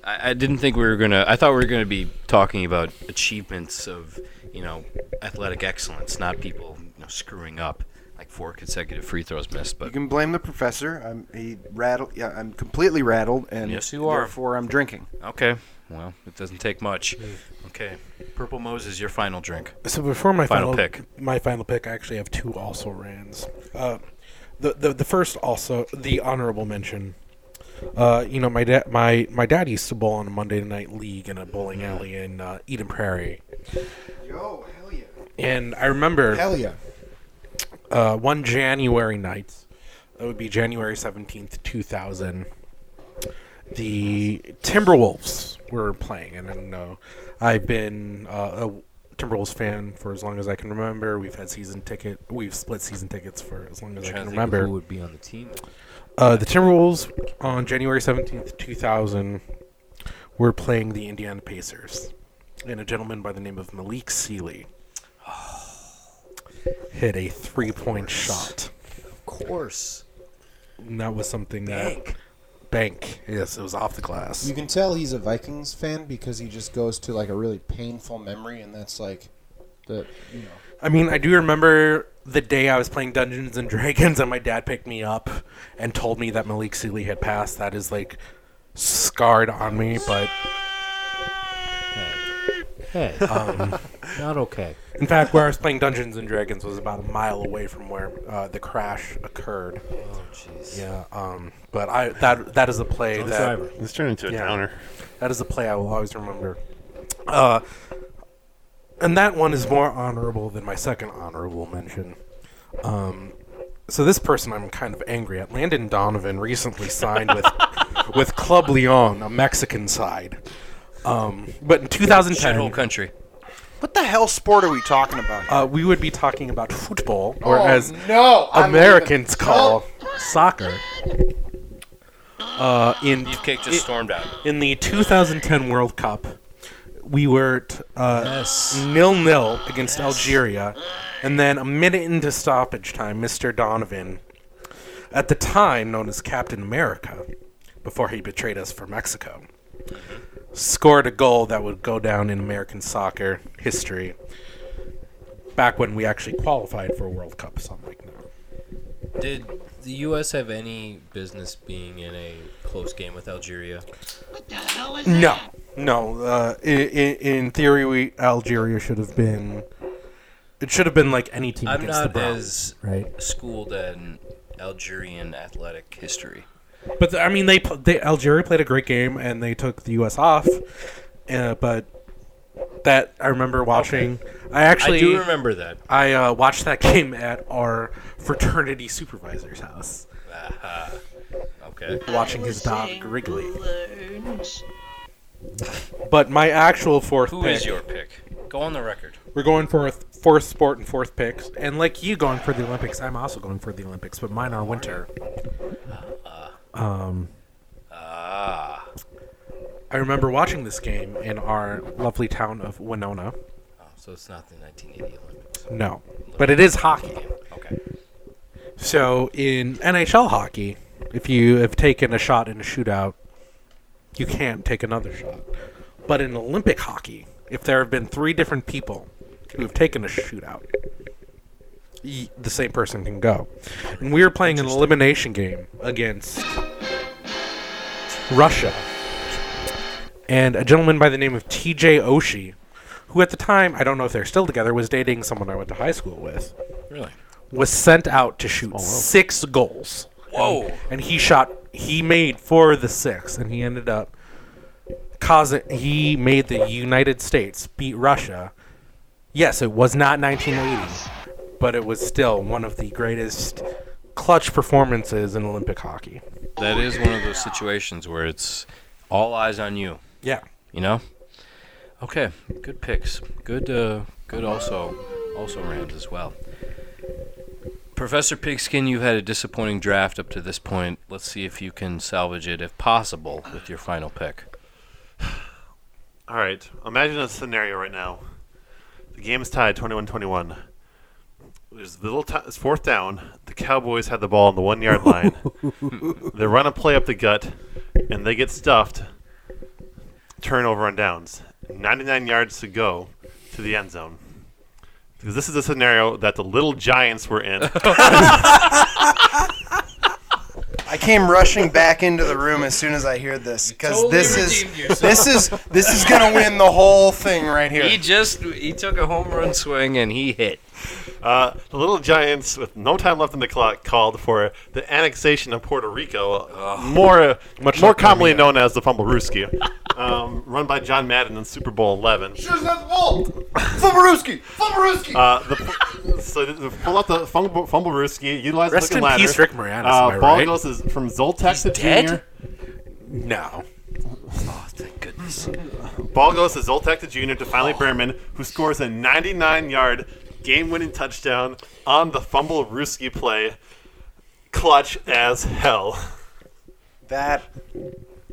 Speaker 3: I, I didn't think we were gonna. I thought we were gonna be talking about achievements of you know athletic excellence, not people you know, screwing up like four consecutive free throws missed.
Speaker 5: You
Speaker 3: But
Speaker 5: can blame the professor. I'm he rattled. Yeah, I'm completely rattled, and
Speaker 3: Yes, you are.
Speaker 5: Therefore, I'm drinking.
Speaker 3: okay,
Speaker 21: Well, it doesn't take much. Okay, Purple Moses, your final drink.
Speaker 6: So before my final,
Speaker 21: pick,
Speaker 6: my final pick, I actually have two also rans. Uh, the, the the first also the honorable mention. Uh, you know my dad my my dad used to bowl on a Monday night league in a bowling alley in uh, Eden Prairie.
Speaker 7: Yo, hell yeah.
Speaker 6: And I remember
Speaker 7: Hell yeah.
Speaker 6: uh, one January night. That would be January seventeenth, two thousand. The Timberwolves were playing, and I don't know. I've been uh, a Timberwolves fan for as long as I can remember. We've had season ticket. We've split season tickets for as long as I
Speaker 9: Trying
Speaker 6: can
Speaker 9: to think of
Speaker 6: remember.
Speaker 9: who would be on the team.
Speaker 6: Uh, the Timberwolves on January 17th, 2000, were playing the Indiana Pacers. And a gentleman by the name of Malik Seeley hit a three point shot.
Speaker 21: Of course.
Speaker 6: And that was something that. Bank. Yes, it was off the glass.
Speaker 7: You can tell he's a Vikings fan because he just goes to like a really painful memory, and that's like the you know.
Speaker 6: I mean, I do remember the day I was playing Dungeons and Dragons, and my dad picked me up and told me that Malik Seeley had passed. That is like scarred on me, but
Speaker 9: Hey,
Speaker 6: um,
Speaker 9: not okay.
Speaker 6: In fact, where I was playing Dungeons and Dragons was about a mile away from where uh, the crash occurred. Oh, jeez. Yeah. Um, but I that that is a play
Speaker 15: Drunk
Speaker 6: that
Speaker 15: driver. This turned into a downer.
Speaker 6: That is a play I will always remember. Uh, and that one is more honorable than my second honorable mention. Um, so this person I'm kind of angry at. Landon Donovan recently signed with with Club Leon, a Mexican side. Um, but in 2010,
Speaker 21: Shithole country.
Speaker 5: What the hell sport are we talking about?
Speaker 6: uh, we would be talking about football, or
Speaker 5: Oh,
Speaker 6: as
Speaker 5: no, I'm
Speaker 6: Americans
Speaker 5: leaving.
Speaker 6: call soccer. Uh, in
Speaker 21: Beefcake just stormed out.
Speaker 6: in the 2010 World Cup, we were t- uh, nil nil against Algeria, and then a minute into stoppage time, Mr. Donovan, at the time known as Captain America, before he betrayed us for Mexico, scored a goal that would go down in American soccer history. Back when we actually qualified for a World Cup, something like that.
Speaker 9: Did the U.S. have any business being in a close game with Algeria?
Speaker 6: No, no. Uh, in, in theory, we Algeria should have been. It should have been like any team
Speaker 21: I'm
Speaker 6: against the
Speaker 21: not
Speaker 6: Browns,
Speaker 21: as
Speaker 6: right?
Speaker 21: schooled in Algerian athletic history.
Speaker 6: But th- I mean, they, pl- they Algeria played a great game and they took the U.S. off. Uh, but that I remember watching. I actually
Speaker 9: I do remember that.
Speaker 6: I uh, watched that game at our fraternity supervisor's house.
Speaker 21: Okay.
Speaker 6: Watching his dog Wrigley. But my actual fourth
Speaker 21: Who
Speaker 6: pick.
Speaker 21: is your pick? Go on the record.
Speaker 6: We're going for a th- fourth sport and fourth picks. And like you going for the Olympics, I'm also going for the Olympics, but mine are winter. Um,
Speaker 21: Ah.
Speaker 6: I remember watching this game in our lovely town of Winona.
Speaker 21: Oh, so it's not the 1980 Olympics.
Speaker 6: No, but it is hockey. Okay. So in NHL hockey, if you have taken a shot in a shootout, you can't take another shot. But in Olympic hockey, if there have been three different people who have taken a shootout, y- the same person can go. And we were playing an elimination game against Russia. And a gentleman by the name of TJ Oshie, who at the time, I don't know if they're still together, was dating someone I went to high school with,
Speaker 21: Really?
Speaker 6: was sent out to shoot six goals.
Speaker 21: Whoa.
Speaker 6: And, and he shot, he made four of the six, and he ended up causing, he made the United States beat Russia. Yes, it was not 1980, but it was still one of the greatest clutch performances in Olympic hockey.
Speaker 21: That is one of those situations where it's all eyes on you.
Speaker 6: Yeah.
Speaker 21: You know? Okay. Good picks. Good uh good also also rams as well. Professor Pigskin, you've had a disappointing draft up to this point. Let's see if you can salvage it if possible with your final pick.
Speaker 4: All right. Imagine a scenario right now. The game is tied 21-21. There's the little t- it's fourth down. The Cowboys had the ball on the one yard line. they run a play up the gut, and they get stuffed. Turnover on downs. 99 yards to go to the end zone. Because this is a scenario that the little giants were in.
Speaker 5: I came rushing back into the room as soon as I heard this because
Speaker 3: totally
Speaker 5: this is
Speaker 3: redeemed yourself.
Speaker 5: this is this is gonna win the whole thing right here.
Speaker 3: He just he took a home run swing and he hit.
Speaker 4: Uh, the Little Giants, with no time left in the clock, called for the annexation of Puerto Rico, uh, more
Speaker 22: Much
Speaker 4: more
Speaker 22: like
Speaker 4: commonly known as the Fumblerooski, um, run by John Madden in Super Bowl Eleven.
Speaker 5: Here's that ball. Fumaruski. Fumaruski.
Speaker 4: Uh, the, so the, the- pull out the fumble, fumble Rooski, utilize
Speaker 6: Rest
Speaker 4: the
Speaker 6: in
Speaker 4: fucking ladder.
Speaker 6: peace, Rick Moranis, am
Speaker 4: Uh,
Speaker 6: I
Speaker 4: ball
Speaker 6: right?
Speaker 4: goes is from Zoltek to
Speaker 6: dead?
Speaker 4: Junior.
Speaker 6: No.
Speaker 4: Oh, thank goodness. Ball goes to Zoltek to Junior to finally Berman, who scores a 99-yard game-winning touchdown on the fumble Rooski play. Clutch as hell.
Speaker 5: That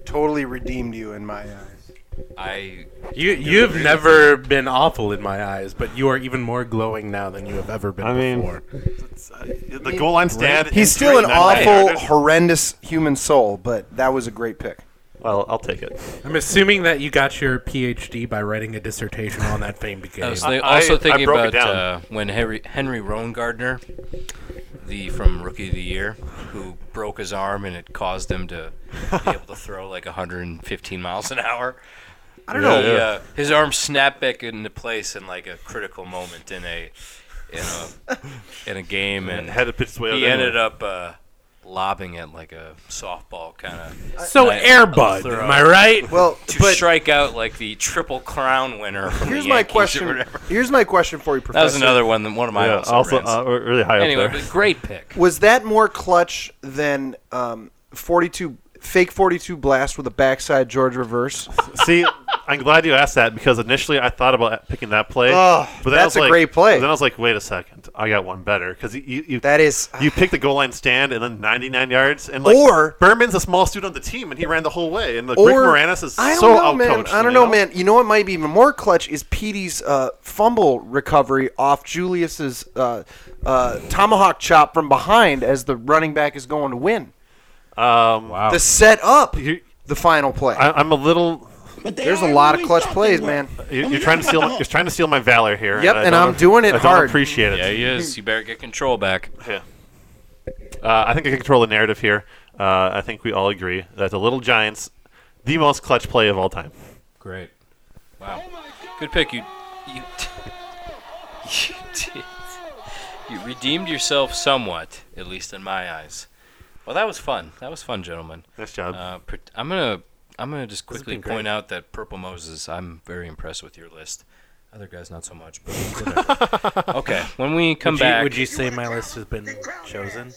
Speaker 5: totally redeemed you in my eyes.
Speaker 3: I
Speaker 6: You you've never been awful in my eyes, but you are even more glowing now than you have ever been before.
Speaker 4: the goal line stand.
Speaker 5: He's still an awful, horrendous human soul, but that was a great pick.
Speaker 4: Well, I'll take it.
Speaker 6: I'm assuming that you got your PhD by writing a dissertation on that famed game.
Speaker 3: I was thi- also thinking about uh, when Henry, Henry Roengardner, the from Rookie of the Year, who broke his arm and it caused him to be able to throw like 115 miles an hour.
Speaker 23: I don't know.
Speaker 3: He,
Speaker 23: Yeah.
Speaker 3: uh, his arm snapped back into place in like a critical moment in a in a in a game and
Speaker 4: Had to pitch his way out
Speaker 3: He
Speaker 4: anyway.
Speaker 3: ended up uh, lobbing it like a softball kind of.
Speaker 6: So Air Bud, am I right?
Speaker 5: Well,
Speaker 3: to strike out like the triple crown winner. From
Speaker 5: Here's
Speaker 3: the
Speaker 5: my
Speaker 3: Yankees or
Speaker 5: question.
Speaker 3: whatever.
Speaker 5: Here's my question for you, Professor.
Speaker 3: That was another one. that- One of my
Speaker 4: Yeah,
Speaker 3: also,
Speaker 4: also,
Speaker 3: rants.
Speaker 4: uh, re- really high up
Speaker 3: anyway,
Speaker 4: there.
Speaker 3: but great pick.
Speaker 5: Was that more clutch than um, 42 fake 42 blast with a backside George reverse?
Speaker 4: See, I'm glad you asked that because initially I thought about picking that play.
Speaker 5: Oh,
Speaker 4: but then I was
Speaker 5: that's a
Speaker 4: like-
Speaker 5: great play.
Speaker 4: Then I was like, wait a second, I got one better because you, you, you
Speaker 5: that is
Speaker 8: uh,
Speaker 4: you pick the goal line stand and then 99 yards and like
Speaker 5: Or-
Speaker 4: Berman's a small student on the team and he ran the whole way and like Rick Moranis is
Speaker 5: I don't
Speaker 4: so
Speaker 5: know, man.
Speaker 4: outcoached.
Speaker 5: I don't know, man. You know what might be even more clutch is Petey's uh, fumble recovery off Julius's uh, uh, tomahawk chop from behind as the running back is going to win.
Speaker 4: Um,
Speaker 3: wow.
Speaker 5: The set up, the final play.
Speaker 4: I, I'm a little.
Speaker 5: There's a lot of clutch plays, man.
Speaker 4: You're, you're trying to steal. My, you're trying to steal my valor here.
Speaker 5: Yep,
Speaker 4: I
Speaker 5: and
Speaker 4: don't-
Speaker 5: I'm doing it
Speaker 4: I don't
Speaker 5: hard.
Speaker 4: Appreciate it.
Speaker 3: Yeah, he is. You better get control back.
Speaker 4: Yeah. Uh, I think I can control the narrative here. Uh, I think we all agree that the Little Giants, the most clutch play of all time.
Speaker 3: Great. Wow. Good pick. You you you did. You redeemed yourself somewhat, at least in my eyes. Well, that was fun. That was fun, gentlemen.
Speaker 4: Nice job.
Speaker 3: Uh, pr- I'm gonna I'm gonna just quickly
Speaker 23: been great.
Speaker 3: point out that Purple Moses. I'm very impressed with your list. Other guys, not so much. But whatever. okay, when we come
Speaker 6: Would you-
Speaker 3: back,
Speaker 6: would you say my list has been chosen?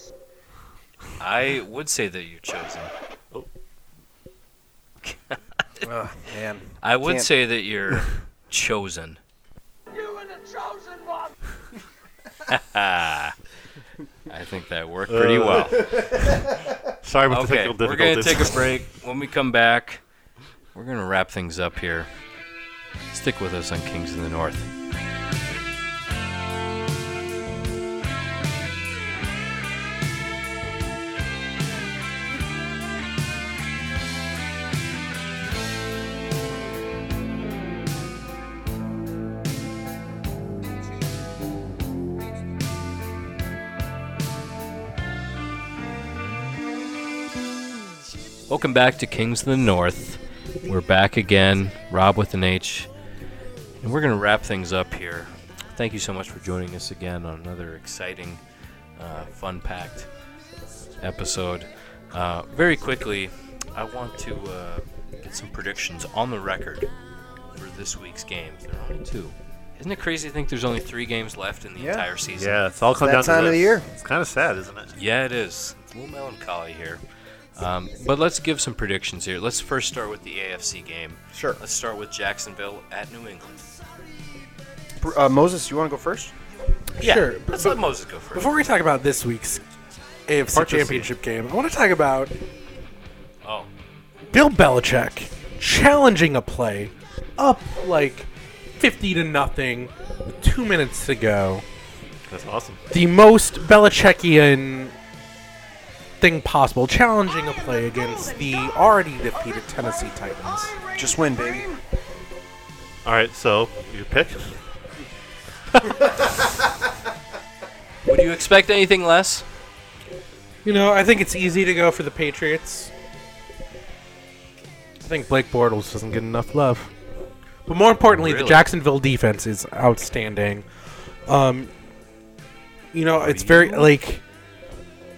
Speaker 3: I would say that you're chosen.
Speaker 5: Oh, man.
Speaker 3: I would
Speaker 5: Can't-
Speaker 3: say that you're chosen. You are the chosen one. I think that worked pretty
Speaker 4: Uh,
Speaker 3: well.
Speaker 4: Sorry about the
Speaker 3: okay,
Speaker 4: technical
Speaker 3: We're gonna
Speaker 4: difficulties.
Speaker 3: take a break. When we come back, we're gonna wrap things up here. Stick with us on Kings of the North. Welcome back to Kings of the North. We're back again, Rob with an H, and we're going to wrap things up here. Thank you so much for joining us again on another exciting, uh, fun packed episode. Uh, very quickly, I want to uh, get some predictions on the record for this week's games. There are only two. Isn't it crazy to think there's only three games left in the entire season?
Speaker 4: Yeah, it's all come down to this. It's kind of sad, isn't it?
Speaker 3: Yeah, it is. It's a little melancholy here. Um, but let's give some predictions here. Let's first start with the AFC game. Sure. Let's start with Jacksonville at New England.
Speaker 5: Uh, Moses, you want to go first?
Speaker 3: Yeah,
Speaker 6: Sure,
Speaker 3: let's
Speaker 6: but-
Speaker 3: let Moses go first.
Speaker 6: Before we talk about this week's AFC
Speaker 3: Part of the
Speaker 6: Championship game, I want to talk about
Speaker 3: Oh.
Speaker 6: Bill Belichick challenging a play up like 50 to nothing with two minutes to go.
Speaker 4: That's awesome.
Speaker 6: The most Belichickian thing possible, challenging a play against the already defeated Tennessee Titans.
Speaker 5: Just win, baby.
Speaker 4: All right, so your pick.
Speaker 3: Would you expect anything less?
Speaker 6: You know, I think it's easy to go for the Patriots. I think Blake Bortles doesn't get enough love. But more importantly,
Speaker 24: Really?
Speaker 6: the Jacksonville defense is outstanding. Um, you know, it's very like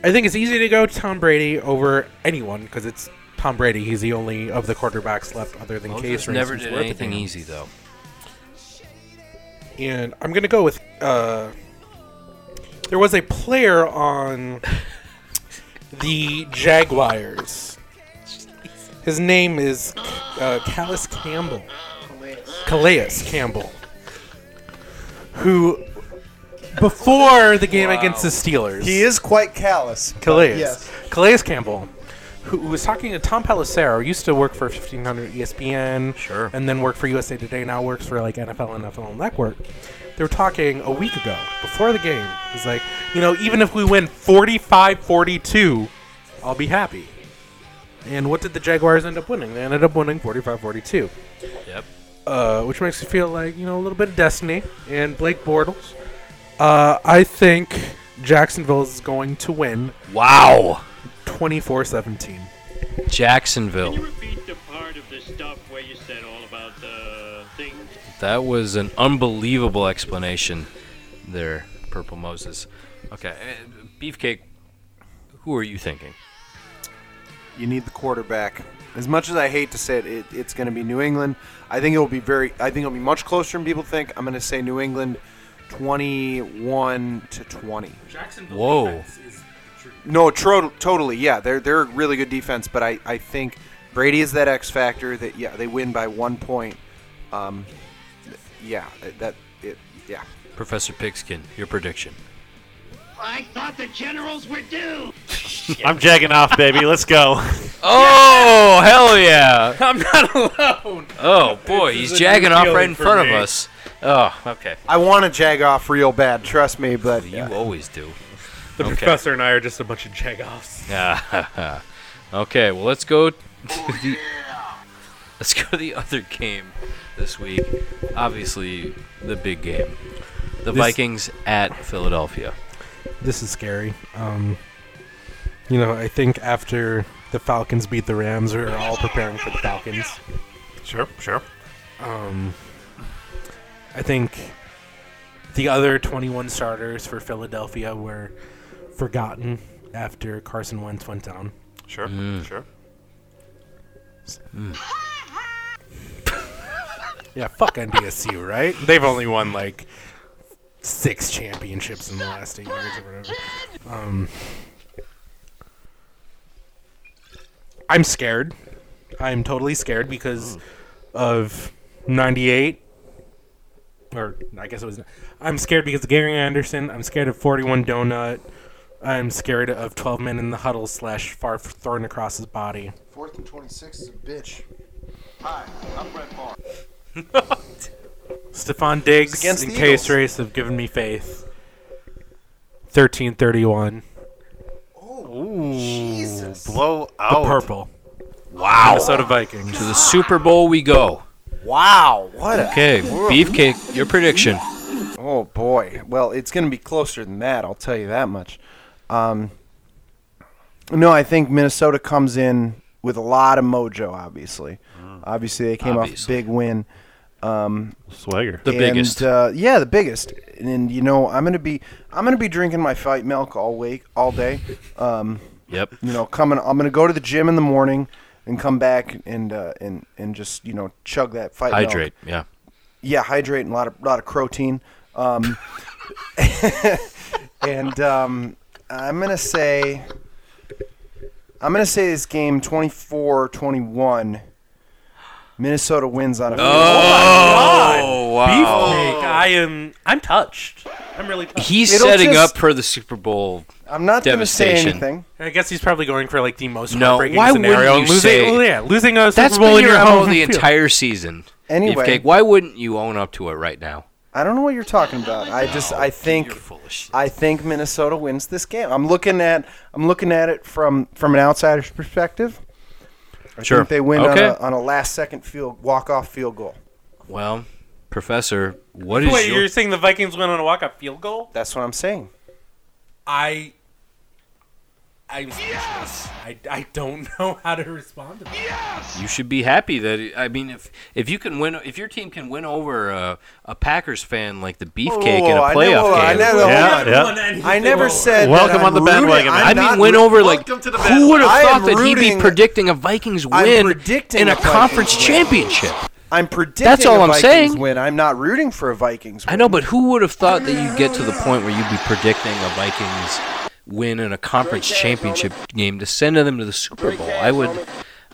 Speaker 6: I think it's easy to go Tom Brady over anyone because it's Tom Brady. He's the only of the quarterbacks left other than Case.
Speaker 3: Moses
Speaker 6: for
Speaker 3: never
Speaker 6: instance,
Speaker 3: did
Speaker 6: we're at the
Speaker 3: anything
Speaker 6: game.
Speaker 3: easy though.
Speaker 6: And I'm gonna go with uh, there was a player on the Jaguars. His name is uh, Callis Campbell. Calais Campbell. Who before the game against the Steelers.
Speaker 8: He is quite callous. but
Speaker 6: Calais.
Speaker 8: Yes.
Speaker 6: Calais Campbell, who who was talking to Tom Pelissero, who used to work for E 1500 ESPN, sure, and then worked for USA Today. Now works for like NFL and NFL Network. They were talking a week ago before the game. He's like, you know, even if we win 45-42, I'll be happy. And what did the Jaguars end up winning? They ended up winning 45-42.
Speaker 3: Yep.
Speaker 6: Uh, which makes you feel like you know a little bit of destiny. And Blake Bortles, uh, I think Jacksonville is going to win.
Speaker 3: Wow.
Speaker 6: 24-17.
Speaker 3: Jacksonville. That was an unbelievable explanation there, Purple Moses. Okay, uh, Beefcake, who are you thinking?
Speaker 5: You need the quarterback. As much as I hate to say it, it it's going to be New England. I think it will be very. I think it'll be much closer than people think. I'm going to say New England, 21 to 20.
Speaker 6: Jacksonville
Speaker 5: Whoa. No, tro- totally. Yeah, they're they're a really good defense, but I, I think Brady is that X factor that yeah they win by one point. Um, th- yeah, that it yeah.
Speaker 3: Professor Pigskin, your prediction.
Speaker 25: I thought the generals were due.
Speaker 4: I'm jagging off, baby. Let's go.
Speaker 3: Oh, hell yeah.
Speaker 6: I'm not alone.
Speaker 3: Oh, boy,
Speaker 5: This
Speaker 3: he's
Speaker 5: is a
Speaker 3: jagging
Speaker 5: new
Speaker 3: off right
Speaker 5: feeling
Speaker 3: in
Speaker 5: for
Speaker 3: front
Speaker 5: me.
Speaker 3: of us. Oh, okay.
Speaker 5: I want to jag off real bad. Trust me, but you
Speaker 3: always do.
Speaker 5: The
Speaker 3: professor
Speaker 6: and I are just a bunch of jagoffs.
Speaker 3: Yeah. okay, well let's go to the let's go to the other game this week. Obviously, the big game. The
Speaker 6: This-
Speaker 3: Vikings at Philadelphia.
Speaker 6: This is scary. Um, you know, I think after the Falcons beat the Rams, we were all preparing for the Falcons.
Speaker 4: Sure, sure.
Speaker 6: Um, I think the other 21 starters for Philadelphia were forgotten after Carson Wentz went down.
Speaker 4: Sure, sure.
Speaker 6: Yeah, fuck NDSU, right? They've only won like six championships in the last eight years or whatever. Um, I'm scared. I'm totally scared because of 98. Or I guess it was. I'm scared because of Gary Anderson. I'm scared of 41 Donut. I'm scared of 12 men in the huddle slash far thrown across his body.
Speaker 8: Fourth and 26 is a bitch. Hi, I'm Brett Favre.
Speaker 6: Stefan Diggs
Speaker 8: Against
Speaker 6: and
Speaker 8: the
Speaker 6: Case Race have given me faith. Thirteen thirty-one. Oh,
Speaker 4: Jesus. Blow
Speaker 6: The
Speaker 4: out.
Speaker 6: purple.
Speaker 3: Wow.
Speaker 6: Minnesota Vikings.
Speaker 3: To the Super Bowl we go.
Speaker 5: Wow, what a
Speaker 3: Okay, Beefcake, your prediction.
Speaker 5: Oh boy. Well, it's going to be closer than that. I'll tell you that much. Um, no, I think Minnesota comes in with a lot of mojo. Obviously,
Speaker 3: Mm.
Speaker 5: obviously they came
Speaker 4: Obviously.
Speaker 5: off a big win. Um,
Speaker 4: Swagger.
Speaker 3: The
Speaker 5: and,
Speaker 3: biggest.
Speaker 5: Uh, yeah, the biggest. And, then, you know, I'm gonna be I'm gonna be drinking my fight milk all week, all day. Um,
Speaker 3: Yep.
Speaker 5: You know, coming. I'm gonna go to the gym in the morning and come back and uh, and and just you know chug that fight. milk.
Speaker 3: Hydrate, yeah.
Speaker 5: Yeah, hydrate and a lot of lot of protein. Um, and um, I'm gonna say I'm gonna say this game 24-21. Minnesota wins on a field.
Speaker 3: Oh,
Speaker 6: Beefcake, I am. I'm touched. I'm really touched.
Speaker 3: He's setting up for the Super Bowl. devastation.
Speaker 6: I guess he's probably going for like the most
Speaker 3: No,
Speaker 6: heartbreaking
Speaker 3: why
Speaker 6: scenario.
Speaker 3: wouldn't you
Speaker 6: losing,
Speaker 3: say
Speaker 6: well, yeah, losing a Super
Speaker 3: That's
Speaker 6: Bowl
Speaker 3: been
Speaker 6: in your
Speaker 3: MO
Speaker 6: home
Speaker 3: the
Speaker 6: field.
Speaker 3: entire season.
Speaker 5: Anyway.
Speaker 3: Beefcake, why wouldn't you own up to it right now?
Speaker 5: I don't know what you're talking about. I just
Speaker 6: Oh,
Speaker 5: I think I think Minnesota wins this game. I'm looking at I'm looking at it from from an outsider's perspective. I
Speaker 3: Sure.
Speaker 5: think they win
Speaker 3: Okay.
Speaker 5: on, a, on a last second field walk off field goal.
Speaker 3: Well, Professor, what is
Speaker 6: Wait,
Speaker 3: your
Speaker 6: you're saying the Vikings win on a walk-up field goal?
Speaker 5: That's what I'm saying.
Speaker 6: I I, I, I don't know how to respond to that.
Speaker 3: You should be happy that it- I mean, if if you can win, if your team can win over a, a Packers fan like the
Speaker 5: Whoa,
Speaker 3: beefcake
Speaker 5: whoa,
Speaker 3: in a
Speaker 5: whoa, Oh, I
Speaker 3: playoff
Speaker 5: never- I
Speaker 3: game,
Speaker 5: never- hold on. I never said.
Speaker 3: Welcome
Speaker 5: that
Speaker 3: on the
Speaker 5: I'm
Speaker 3: bandwagon,
Speaker 5: Rooting,
Speaker 3: man.
Speaker 5: I'm
Speaker 3: I mean,
Speaker 5: not
Speaker 3: went
Speaker 5: rooting-
Speaker 3: over like who would have
Speaker 5: I
Speaker 3: thought
Speaker 5: am
Speaker 3: that he'd be
Speaker 5: rooting-
Speaker 3: predicting a Vikings
Speaker 5: I'm
Speaker 3: win
Speaker 5: predicting
Speaker 3: in
Speaker 5: a
Speaker 3: a
Speaker 5: Vikings
Speaker 3: conference
Speaker 5: win.
Speaker 3: championship?
Speaker 5: I'm predicting.
Speaker 3: That's all
Speaker 5: a
Speaker 3: I'm
Speaker 5: Vikings
Speaker 3: saying.
Speaker 5: Win. I'm not rooting for a Vikings.
Speaker 3: I know, but who would have thought that you'd get to the point where you'd be predicting a Vikings win in a conference championship game to send them to the Super Bowl? I would.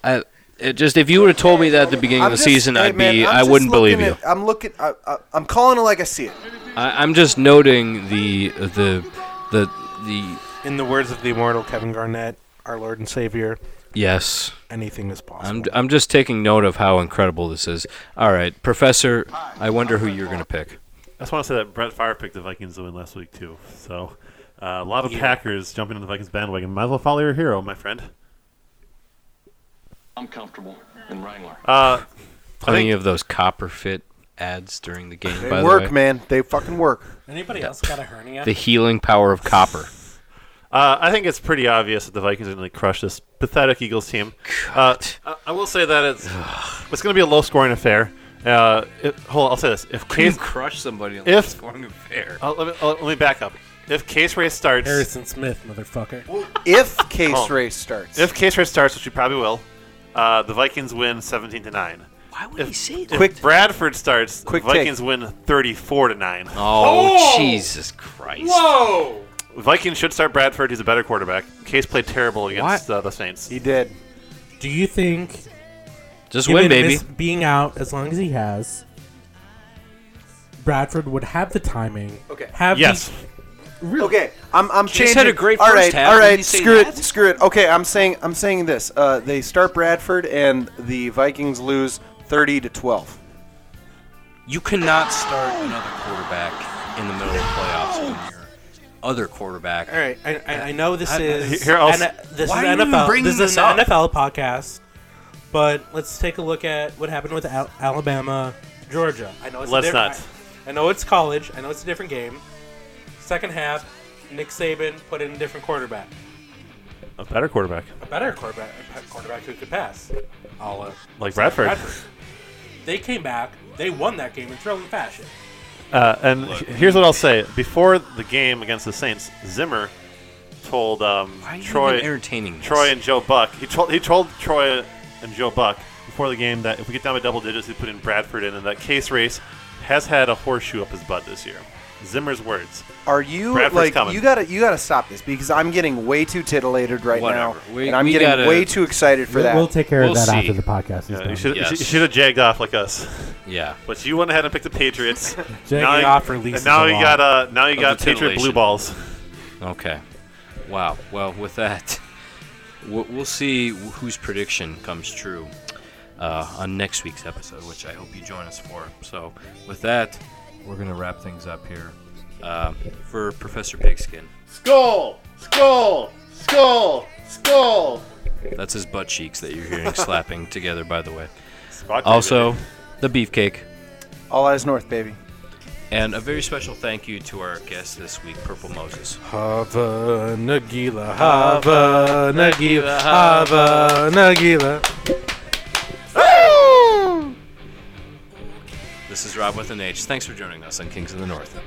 Speaker 3: I, it just if you would have told me that at the beginning
Speaker 5: I'm
Speaker 3: of the
Speaker 5: just-
Speaker 3: season,
Speaker 5: hey,
Speaker 3: I'd
Speaker 5: man,
Speaker 3: be.
Speaker 5: I'm
Speaker 3: I
Speaker 5: just
Speaker 3: wouldn't
Speaker 5: looking
Speaker 3: believe you.
Speaker 5: at- I'm looking. I, I, I'm calling it like I see it.
Speaker 3: I, I'm just noting the the the the
Speaker 6: In the words of the immortal Kevin Garnett, our Lord and Savior,
Speaker 3: yes.
Speaker 6: anything is possible.
Speaker 3: I'm I'm just taking note of how incredible this is. All right, Professor, I wonder who you're gonna pick.
Speaker 4: I just want to say that Brett Favre picked the Vikings to win last week too. So uh, a lot of Packers jumping on the Vikings bandwagon. Might as well follow your hero, my friend.
Speaker 26: I'm comfortable in Wrangler.
Speaker 4: Uh,
Speaker 3: Plenty of those copper fit ads during the game.
Speaker 5: They
Speaker 3: by
Speaker 5: work,
Speaker 3: the way.
Speaker 5: man. They fucking work.
Speaker 6: Anybody else got a hernia?
Speaker 3: The healing power of copper.
Speaker 4: Uh, I think it's pretty obvious that the Vikings are going to crush this pathetic Eagles team. Uh, I, I will say that it's it's going to be a low scoring affair. Uh, it, hold on, I'll say this: if
Speaker 3: Can you
Speaker 4: Case
Speaker 3: crush somebody in a low-scoring affair?
Speaker 4: I'll- let, me, I'll- let me back up. If Case Ray starts,
Speaker 6: Harrison Smith, motherfucker.
Speaker 5: If
Speaker 4: Come
Speaker 3: Oh.
Speaker 5: case
Speaker 4: on.
Speaker 5: race starts,
Speaker 4: If case race starts, which we probably will, uh, the Vikings win seventeen to nine.
Speaker 3: Why would
Speaker 4: if,
Speaker 3: he say
Speaker 4: if
Speaker 3: that?
Speaker 4: Bradford starts,
Speaker 5: Quick
Speaker 4: quick
Speaker 5: take.
Speaker 4: Vikings win thirty-four to nine.
Speaker 3: Oh, Jesus Christ!
Speaker 6: Whoa!
Speaker 4: Vikings should start Bradford. He's a better quarterback. Case played terrible against uh, the Saints. He
Speaker 5: did.
Speaker 6: Do you think
Speaker 3: Just
Speaker 6: given
Speaker 3: win, baby.
Speaker 6: Miss being out as long as he has, Bradford would have the timing. Okay. Have the-
Speaker 5: Yes. Okay, I'm I'm
Speaker 6: Case
Speaker 5: changing.
Speaker 6: had a great
Speaker 5: all
Speaker 6: first
Speaker 5: right,
Speaker 6: half.
Speaker 5: all
Speaker 6: Didn't
Speaker 5: right.
Speaker 6: he say
Speaker 5: Screw it,
Speaker 6: that?
Speaker 5: screw it. Okay, I'm saying I'm saying this. Uh, they start Bradford, and the Vikings lose thirty to twelve.
Speaker 3: You cannot start another quarterback in the middle of the playoffs when your other quarterback.
Speaker 6: All right, I, I, I know this
Speaker 3: I-
Speaker 6: is
Speaker 3: here, I'll s-
Speaker 6: N- this
Speaker 3: Why
Speaker 6: is
Speaker 3: are you even
Speaker 6: NFL.
Speaker 3: bringing
Speaker 6: this is
Speaker 3: this
Speaker 6: an
Speaker 3: up?
Speaker 6: NFL podcast, but let's take a look at what happened with Al- Alabama, Georgia. I know it's
Speaker 4: Let's
Speaker 6: a different,
Speaker 4: not.
Speaker 6: I, I know it's college. I know it's a different game. Second half, Nick Saban put in a different quarterback,
Speaker 4: A better quarterback.
Speaker 6: a better quarterback, a quarterback who could pass. All
Speaker 4: Like Bradford.
Speaker 6: They came back. They won that game in thrilling fashion.
Speaker 4: Uh, and h- here's what I'll say: before the game against the Saints, Zimmer told um,
Speaker 3: you
Speaker 4: Troy,
Speaker 3: even entertaining this?
Speaker 4: Troy and Joe Buck. He told he told Troy and Joe Buck before the game that if we get down by double digits, he put in Bradford in, and that Case Race has had a horseshoe up his butt this year. Zimmer's words.
Speaker 5: Are you
Speaker 4: Bradford's
Speaker 5: like
Speaker 4: coming.
Speaker 5: you gotta you gotta stop this because I'm getting way too titillated right now,
Speaker 4: Whatever. We-
Speaker 5: and I'm
Speaker 4: we
Speaker 5: getting
Speaker 4: gotta-
Speaker 5: way too excited for
Speaker 4: We'll-
Speaker 5: that.
Speaker 4: we'll take care of We'll that see. after
Speaker 11: the podcast is
Speaker 4: Yeah,
Speaker 11: done.
Speaker 4: you should
Speaker 11: Yes.
Speaker 4: you should have jagged off like us.
Speaker 3: Yeah.
Speaker 4: But you went ahead and picked the Patriots.
Speaker 6: Jagging
Speaker 4: Now you-
Speaker 6: off releases
Speaker 4: And now
Speaker 6: a
Speaker 4: you
Speaker 6: lot
Speaker 4: got uh now you
Speaker 3: of
Speaker 4: got
Speaker 3: the
Speaker 4: Patriot blue
Speaker 3: titillation.
Speaker 4: balls.
Speaker 3: Okay. Wow. Well, with that, we'll we'll see wh- whose prediction comes true uh, on next week's episode, which I hope you join us for. So, with that, we're going to wrap things up here. Uh, for Professor Pigskin,
Speaker 15: Skull! Skull! Skull! Skull!
Speaker 3: that's his butt cheeks that you're hearing slapping together, by the way.
Speaker 15: Spock,
Speaker 3: Also, the beefcake.
Speaker 5: All eyes north, baby.
Speaker 3: And a very special thank you to our guest this week, Purple Moses.
Speaker 6: Hava Nagila, Hava Nagila, Hava Nagila.
Speaker 3: This is Rob with an H. Thanks for joining us on Kings of the North.